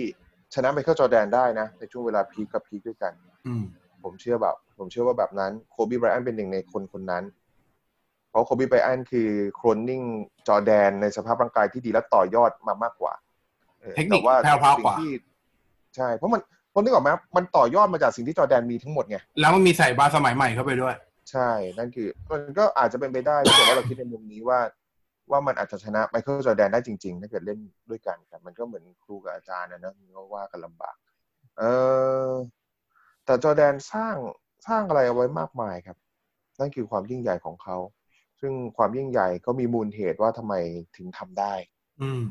S2: ชนะไมเคิลจอร์แดนได้นะ ในช่วงเวลาพีคกับพีคด้วยกัน
S1: อืม
S2: ผมเชื่อแบบ ผมเชื่อว่าแบบนั้นโคบีไบรอันเป็นหนึ่งในคนคนนั้น เพราะโคบีไบรอันคือโคลนนิ่งจอร์แดนในสภาพร่างกายที่ดีและต่อยอดมามากกว่าออ
S1: เทคนิค
S2: แต่ว่า
S1: แพรวๆกว่า
S2: สิ่งที่ใช่ เพราะมันเพราะนึกออกไหมมันต่อยอดมาจากสิ่งที่จอร์แดนมีทั้งหมดไง
S1: แล้วมันมีใส่บาสสมัยใหม่เข้าไปด้วย
S2: ใช่ นั่นคือ มันก็อาจจะเป็นไปได้ถ้าเกิดว่าเราคิดในมุมนี้ว่า ว่ามันอาจจะชนะไมเคิลจอร์แดนได้จริง ๆ ถ้าเกิดเล่นด้วยกันกัน มันก็เหมือนครูกับอาจารย์นะเนอะมันก็ว่ากันลำบาก เออ แต่จอร์แดนสร้างสร้างอะไรเอาไว้มากมายครับ นั่นคือความยิ่งใหญ่ของเขา ซึ่งความยิ่งใหญ่ก็มีมูลเหตุว่าทำไมถึงทำได้
S1: อืม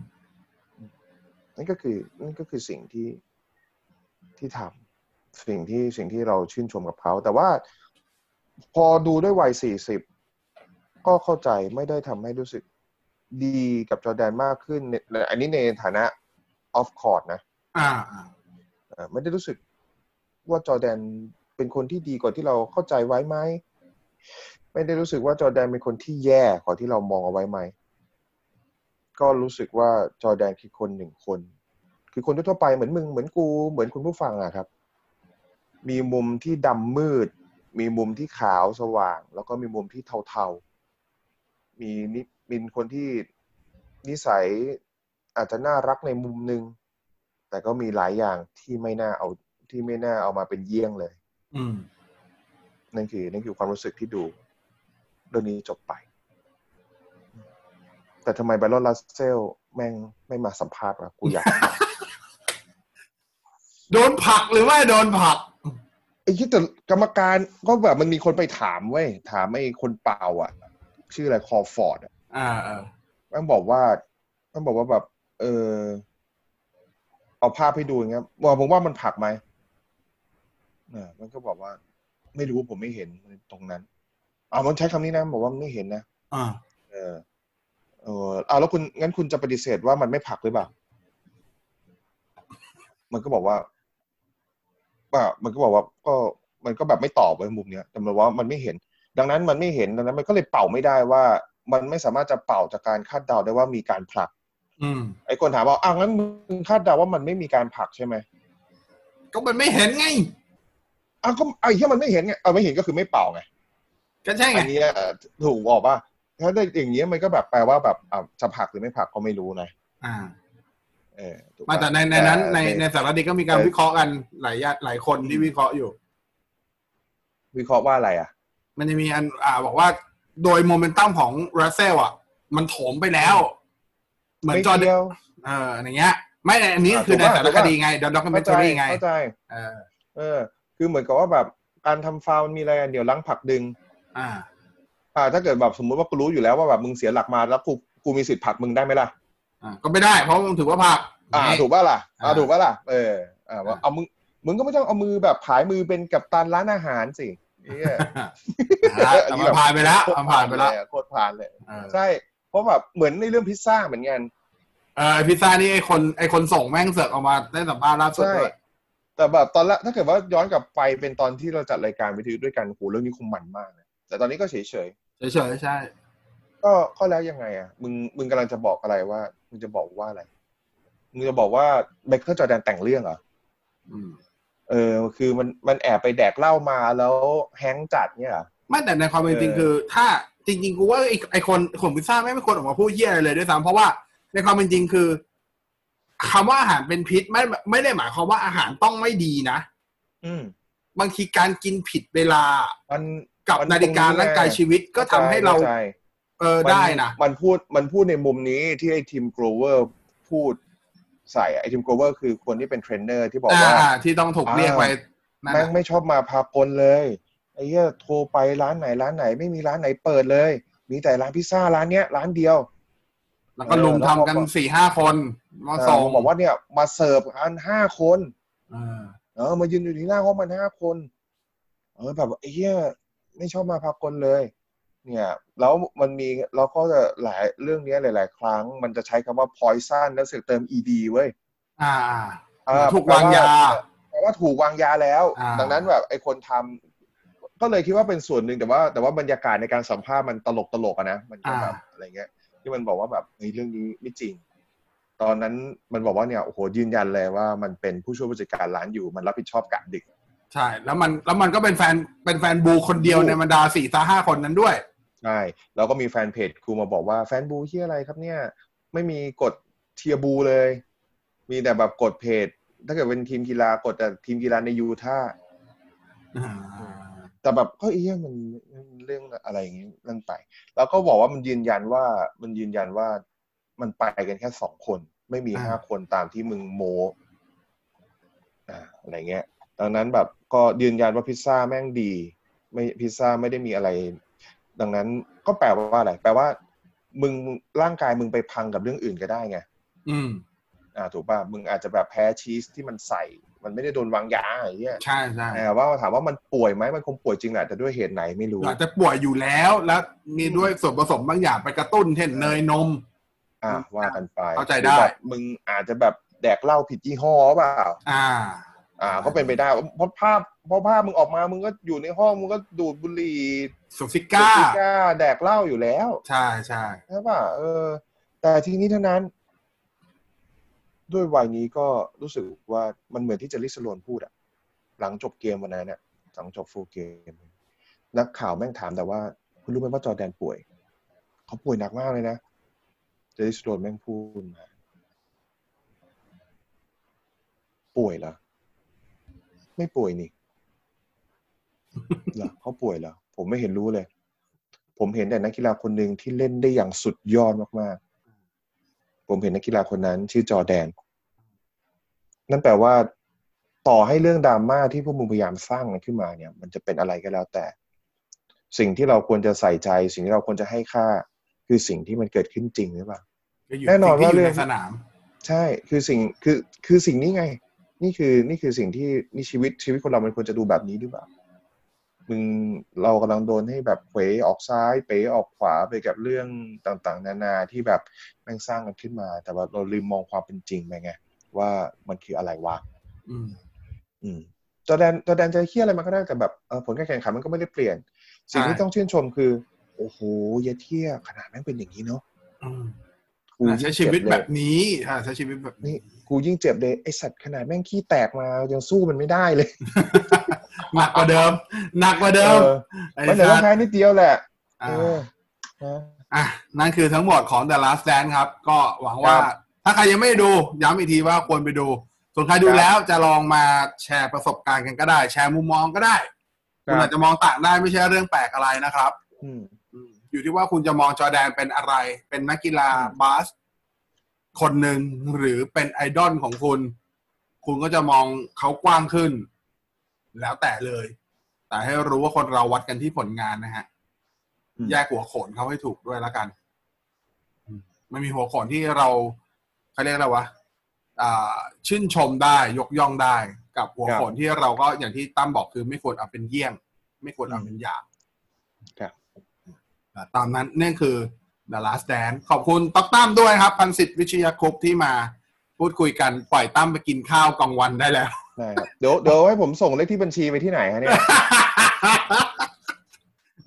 S2: นั่นก็คือนั่นก็คือสิ่งที่ที่ทำสิ่งที่สิ่งที่เราชื่นชมกับเขา แต่ว่าพอดูด้วยวัยสี่สิบก็เข้าใจไม่ได้ทำให้รู้สึกดีกับจอร์แดนมากขึ้นในอันนี้ในฐานะออฟคอร์ดนะ
S1: อ่า
S2: เอ่อไม่ได้รู้สึกว่าจอร์แดนเป็นคนที่ดีกว่าที่เราเข้าใจไว้ไหม ไม่ได้รู้สึกว่าจอร์แดนเป็นคนที่แย่กว่าที่เรามองเอาไว้ไหม ก็รู้สึกว่าจอร์แดนคือคนหนึ่งคน คือคนทั่วๆไปเหมือนมึงเหมือนกูเหมือนคุณผู้ฟังอะครับ มีมุมที่ดำมืด มีมุมที่ขาวสว่าง แล้วก็มีมุมที่เทาๆ มีนิมีคนที่นิสัยอาจจะน่ารักในมุมหนึ่งแต่ก็มีหลายอย่างที่ไม่น่าเอาที่ไม่น่าเอามาเป็นเยี่ยงเลย
S1: อืม
S2: นั่นคือนั่นคือความรู้สึกที่ดูเรื่องนี้จบไป แต่ทำไมไบรอนลัสเซลแม่งไม่มาสัมภาษณ์วะกูอยาก
S1: โดนผลักหรือไม่โดนผลัก
S2: <laughs> ไอ้ที่แต่กรรมการก็แบบมันมีคนไปถามเว้ยถามไอ้คนเป่าอ่ะ ชื่ออะไรคอฟอร์ดอะ
S1: อ่าเออ
S2: แม่งบอกว่าแม่งบอกว่าแบบ เออ เอาภาพให้ดูอย่างเงี้ยบอกผมว่ามันผลักไหมเออมันก็บอกว่า ไม่รู้ผมไม่เห็นตรงนั้นอ่ามันใช้คำนี้นะบอกว่าไม่เห็นนะ
S1: อ่า
S2: เออเออเอาแล้วคุณงั้นคุณจะปฏิเสธว่ามันไม่ผลักหรือเปล่า มันก็บอกว่าว่ามันก็บอกว่าก็มันก็แบบไม่ตอบไว้มุมเนี้ยแต่มันว่ามันไม่เห็น ดังนั้นมันไม่เห็นดังนั้นมันก็เลยเป่าไม่ได้ว่า มันไม่สามารถจะเป่าจากการคาดเดาได้ว่ามีการผลัก
S1: อืม
S2: ไอ้คนถามว่าอ้าวงั้นมึงคาดเดาว่ามันไม่มีการผลักใช่ไหม
S1: ก็มันไม่เห็นไง
S2: อ้าวก็ไอ้ที่มันไม่เห็นไงเอาไม่เห็นก็คือไม่เป่าไง
S1: ก็ใช่ไง
S2: อันเนี้ยถูกบอกว่าถ้าได้อย่างเงี้ยมันก็แบบแปลว่าแบบอ่ะจะผลักหรือไม่ผลักก็ไม่รู้นะ
S1: อ่า
S2: เออถูกปะ
S1: มาแต่ในในนั้นใน
S2: เอ่อ
S1: ในสารคดีก็มีการ
S2: เอ่อ
S1: วิเคราะห์กันหลายญาติหลายคนที่วิเคราะห์อยู่
S2: วิเคราะห์ว่าอะไรอ่ะ
S1: มันจะมีอันอ่าบอกว่าโดยโมเมนตัมของรัสเซลอ่ะ มันโถมไปแล้ว เหมือนจอร์แด
S2: ไกี่
S1: น
S2: ยว
S1: เอออย่างเงี้ย ไม่ในอันนี้
S2: อ่า
S1: คือใน
S2: ถูกว่า
S1: สาร
S2: ถูก
S1: ค
S2: ว่า
S1: ดีไงด็อกเมน
S2: เข้า
S1: ท
S2: ใจ
S1: อรี่ไง
S2: เข้าใจ
S1: เออ
S2: เออ คือเหมือนกับว่าแบบการทำฟาวล์มันมีอะไรอ่ะเดี๋ยวล้างผลักดึง
S1: อ่า
S2: อ่า ถ้าเกิดแบบสมมุติว่ากูรู้อยู่แล้วว่าแบบมึงเสียหลักมาแล้วกูกูมีสิทธิ์ผลักมึงได้ไหมล่ะ
S1: อ่าก็ไม่ได้เพราะมันถือว่าผัก
S2: อ่า ถูกป่ะล่ะ อ่า
S1: อ่า
S2: ถูกป่ะล่ะ เออ อ่าว่า
S1: อ่า
S2: เอามึงมึงก็ไม่ต้องเอามือแบบผายมือเป็นกับตันร้านอาหารสิเหี้ย
S1: นะ
S2: <laughs>
S1: ฮะแต่มันผ่านไปแล้วมันผ่านไปแล้ว
S2: โคตรผ่านเลยอ่ะโคตรผ่านเลย
S1: เออ
S2: ใช่ เพราะแบบเหมือนในเรื่องพิซซ่าเหมือนกัน
S1: เออไอ้พิซซ่านี่ไอคนไอคนส่งแม่งเสือกออกมาได้สัมภาษณ์ล่าสุด
S2: ใช่
S1: ด้วย
S2: แต่แบบตอนละถ้าเกิดว่าย้อนกลับไปเป็นตอนที่เราจัดรายการวิทยุด้วยกันโหเรื่องนี้คงมันมากนะแต่ตอนนี้ก็เฉยเฉยๆ
S1: เฉยๆใช่
S2: ก็ก็แล้วยังไงอ่ะ มึงมึงกำลังจะบอกอะไรว่า มึงจะบอกว่าอะไร มึงจะบอกว่าไมเคิลจอร์แดนแต่งเรื่องเหรอ
S1: อืม
S2: เออ คือมันมันแอบไปแดกเหล้ามาแล้วแฮงก์จัดเนี่ยเหรอ
S1: ไม่แต่ในความเป็นจริง
S2: เออ
S1: คือ ถ้าจริง ๆ กูว่าไอไอคนขนพิซซ่าไม่เป็นคนออกมาพูดเยี่ยอะไรเลยด้วยซ้ำเพราะว่าในความเป็นจริงคือคำว่าอาหารเป็นพิษไม่ไม่ได้หมายความว่าอาหารต้องไม่ดีนะ
S2: อืม
S1: บางทีการกินผิดเวลา
S2: มัน
S1: กับ
S2: มัน
S1: นาฬิการร่างกายชีวิตก็ทำให้เรา
S2: ข้ใจ
S1: เออ
S2: เข้าใจ
S1: ได้นะ
S2: มัมันพูดมันพูดในมุมนี้ที่ไอ้ทีมโกลเวอร์พูดใส่อะไอ้ทีมโกลเวอร์คือคนที่เป็นเทรนเนอร์ที่บอกว่า
S1: อ่าที่ต้องถูกเรียกไปนั่น
S2: แม่ง
S1: น่ะ
S2: ไม่ชอบมาพากลเลยไอ้เหี้ยโทรไปร้านไหนร้านไหน ไม่มีร้านไหนเปิดเลย มีแต่ร้านพิซซ่าร้านเนี้ยร้านเดียว
S1: แล้วก็ลุมทำกัน
S2: เออแล้วก็
S1: สี่ห้าคนมา
S2: เออ
S1: ส่ง
S2: ผมบอกว่าเนี่ยมาเสิร์ฟอันห้าคน
S1: เออ
S2: เออมายืนอยู่ที่หน้าห้องมันห้าคน เออแบบไอ้เหี้ยไม่ชอบมาพากลเลย เนี่ย แล้วมันมีเราก็จะหลายเรื่องเนี้ยหลาย ๆ ครั้งมันจะใช้คำว่า poison แล้วเสอกเติม ed เว้ย
S1: อ่า
S2: อ่
S1: ถูกวางยา
S2: แปลว่าถูกวางยาแล้ว
S1: อ่า
S2: ดังนั้นแบบไอ้คนทำก็เลยคิดว่าเป็นส่วนหนึ่งแต่ว่า แต่ว่าบรรยากาศในการสัมภาษณ์มันตลกตลกๆอะนะมันก็แบบอะไรเงี้ย ที่มันบอกว่าแบบเฮ้ยเรื่องนี้ไม่จริง ตอนนั้นมันบอกว่าเนี่ยโอ้โหยืนยันเลยว่ามันเป็นผู้ช่วยผู้จัดการร้านอยู่มันรับผิดชอบกะดึก
S1: ใช่ แล้วมันแล้วมันก็เป็นแฟนเป็นแฟนบูคนเดียว
S2: บู
S1: ในบรรดาสี่ตาห้าคนนั้นด้วย
S2: ใช่แล้วก็มีแฟนเพจครูมาบอกว่าแฟนบูที่อะไรครับเนี่ย ไม่มีกฎเทียร์บูเลย มีแต่แบบกฎเพจ ถ้าเกิดเป็นทีมกีฬากฎแต่ทีมกีฬาในยูท่าห์ แต่แบบก็เอี้ยมันมันเรื่องอะไรอย่างนี้นั่นไป แล้วก็บอกว่ามันยืนยันว่ามันยืนยันว่ามันไปกันแค่สองคน ไม่มี
S1: อ่า
S2: ห้าคนตามที่มึงโมอ่าอะไรเงี้ย ดังนั้นแบบก็ยืนยันว่าพิซซ่าแม่งดี ไม่พิซซ่าไม่ได้มีอะไร ดังนั้นก็แปลว่าอะไร แปลว่า มึงร่างกายมึงไปพังกับเรื่องอื่นก็ได้ไง
S1: อืม
S2: อ่าถูกป่ะมึงอาจจะแบบแพ้ชีสที่มันใส่ มันไม่ได้โดนวางยาอะไรเงี้ย
S1: ใช่ใช่
S2: แต่ว่าถามว่ามันป่วยไหมมันคงป่วยจริงแหละแต่ด้วยเหตุไหนไม่รู้
S1: อาจจะป่วยอยู่แล้วแล้วมีด้วยส่วนผสมบางอย่างไปกระตุ้นเช่นเนยนม
S2: อ่าว่ากันไป
S1: เข้าใจได้
S2: หรือแบบมึงอาจจะแบบแดกเหล้าผิดยี่ห้อเปล่า
S1: อ่า
S2: อ่า ก็เป็นไปได้เพราะภาพเพราะภาพมึงออกมามึงก็อยู่ในห้องมึงก็ดูดบุหรี่
S1: สุฟิก้า
S2: สูบซิก้าแดกเหล้าอยู่แล้ว
S1: ใช่ใช่
S2: ใช่ป่ะเออ แต่ทีนี้เท่านั้น ด้วยวัยนี้ก็รู้สึกว่ามันเหมือนที่เจลลิสโลนพูดอะหลังจบเกมวันนั้นเนี่ยหลังจบฟูลเกม นักข่าวแม่งถามแต่ว่า คุณรู้ไหมว่าจอร์แดนป่วย เขาป่วยหนักมากเลยนะเจลลิสโลนแม่งพูดมาป่วยเหรอ ไม่ป่วยนี่ เหรอเขาป่วยเหรอผมไม่เห็นรู้เลย ผมเห็นแต่นักกีฬาคนหนึ่งที่เล่นได้อย่างสุดยอดมากๆ ผมเห็นนักกีฬาคนนั้น ชื่อจอร์แดน นั่นแปลว่า ต่อให้เรื่องดราม่าที่พวกมึงพยายามสร้างมันขึ้นมาเนี่ย มันจะเป็นอะไรก็แล้วแต่ สิ่งที่เราควรจะใส่ใจ สิ่งที่เราควรจะให้ค่า คือสิ่งที่มันเกิดขึ้นจริงหรือเปล่า
S1: ก็ยู่
S2: แน่นอน
S1: สิ่งที่
S2: ว่าเรื่อง
S1: ยู่ในสนาม
S2: ใช่ คือสิ่ง คือ คือสิ่งนี้ไง นี่คือ นี่คือสิ่งที่ นี่ชีวิต ชีวิตคนเรา มันควรจะดูแบบนี้หรือเปล่า มึง เรากำลังโดนให้แบบเขวออกซ้าย เป๋ออกขวาไปกับเรื่องต่างๆ นานาที่แบบแม่งสร้างกันขึ้นมา แต่ว่าเราลืมมองความเป็นจริงไปไง ว่ามันคืออะไรวะ
S1: อืม
S2: อืมจอร์แดนจอร์แดนจะเฮี้ยอะไรมันก็ได้แต่แบบเอ่อผลการแข่งขันมันก็ไม่ได้เปลี่ยน สิ่งที่
S1: ใช่
S2: ต้องชื่นชมคือ โอ้โหเยดเที่ยขนาดแม่งเป็นอย่างนี้เนาะ
S1: อืม
S2: กู
S1: อ่าใช้ชีวิตแบ
S2: เจ็เลย
S1: บนี้อ่าใช้ชีวิตแบบ <laughs>
S2: นี่กูยิ่งเจ็บเลย ไอสัตว์ขนาดแม่งขี้แตกมา ยังสู้มันไม่ได้เลย
S1: หนักกว่าเดิม หนักกว่าเดิม
S2: เออมันเหลือ
S1: ไอ้
S2: ต้อง
S1: สั
S2: แพ้
S1: ส
S2: นิดเดียวแหละเอ
S1: อ่า
S2: อนะ
S1: อ่ะนั่นคือทั้งหมดของ The Last Dance ครับ ก็หวังว่า
S2: ครับ
S1: ถ้าใครยังไม่ได้ดู ย้ำอีกทีว่าควรไปดู ส่วนใครดูแล้วจะลองมาแชร์ประสบการณ์กันก็ได้ แชร์มุมมองก็ได้ คุณอาจจะมองต่างได้ไม่ใช่เรื่องแปลกอะไรนะครับ
S2: อืม
S1: อืมอยู่ที่ว่าคุณจะมองจอร์แดนเป็นอะไร เป็นนักกีฬา
S2: อืม
S1: บาส คนหนึ่งหรือเป็นไอดอลของคุณ คุณก็จะมองเขากว้างขึ้น แล้วแต่เลย แต่ให้รู้ว่าคนเราวัดกันที่ผลงานนะฮะ แยกหัวโขนเขาให้ถูกด้วยแล้วกันอืมมันมีหัวโขนที่เราเขาเรียกอะไรวะอ่าชื่นชมได้ยกย่องได้ กับหัวโขนที่เราก็อย่างที่ตั้มบอกคือไม่ควรเอาเป็นเยี่ยง ไม่ควรเอาเป็นอย่าง
S2: ครับ
S1: อ่าตามนั้นนี่คือ The Last Dance ขอบคุณต๊อกตั้มด้วยครับ พันสิทธิ์วิชยาคุปที่มาพูดคุยกันปล่อยตั้มไปกินข้าวกลางวันได้แล้ว
S2: ได้ครับเดี๋ยวเดี๋ยวให้ผมส่งเลขที่บัญชีไปที่ไหนฮะเนี่ย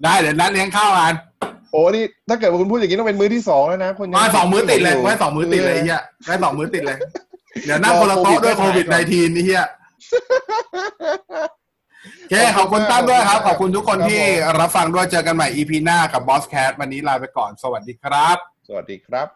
S1: ได้เดี๋ยวนัดเลี้ยงข้าวกัน
S2: โอ้นี่ถ้าเกิดว่าคุณพูดอย่างนี้ต้องเป็นมือที่สองแล้วนะคนยั
S1: ไว้สองมื้อติดเลยไว้สองมื้อติดเลยไอ้เฮียไว้สองมื้อติดเลย เดี๋ยวนั่งคนละโต๊ะด้วยโควิดในทีนี่เฮียโอเคขอบคุณตั้มด้วยครับ ขอบคุณทุกคนที่รับฟังด้วยเจอกันใหม่ EP หน้ากับบอสแคทวันนี้ลาไปก่อนสวัสดีครับ
S2: สวัสดีครับ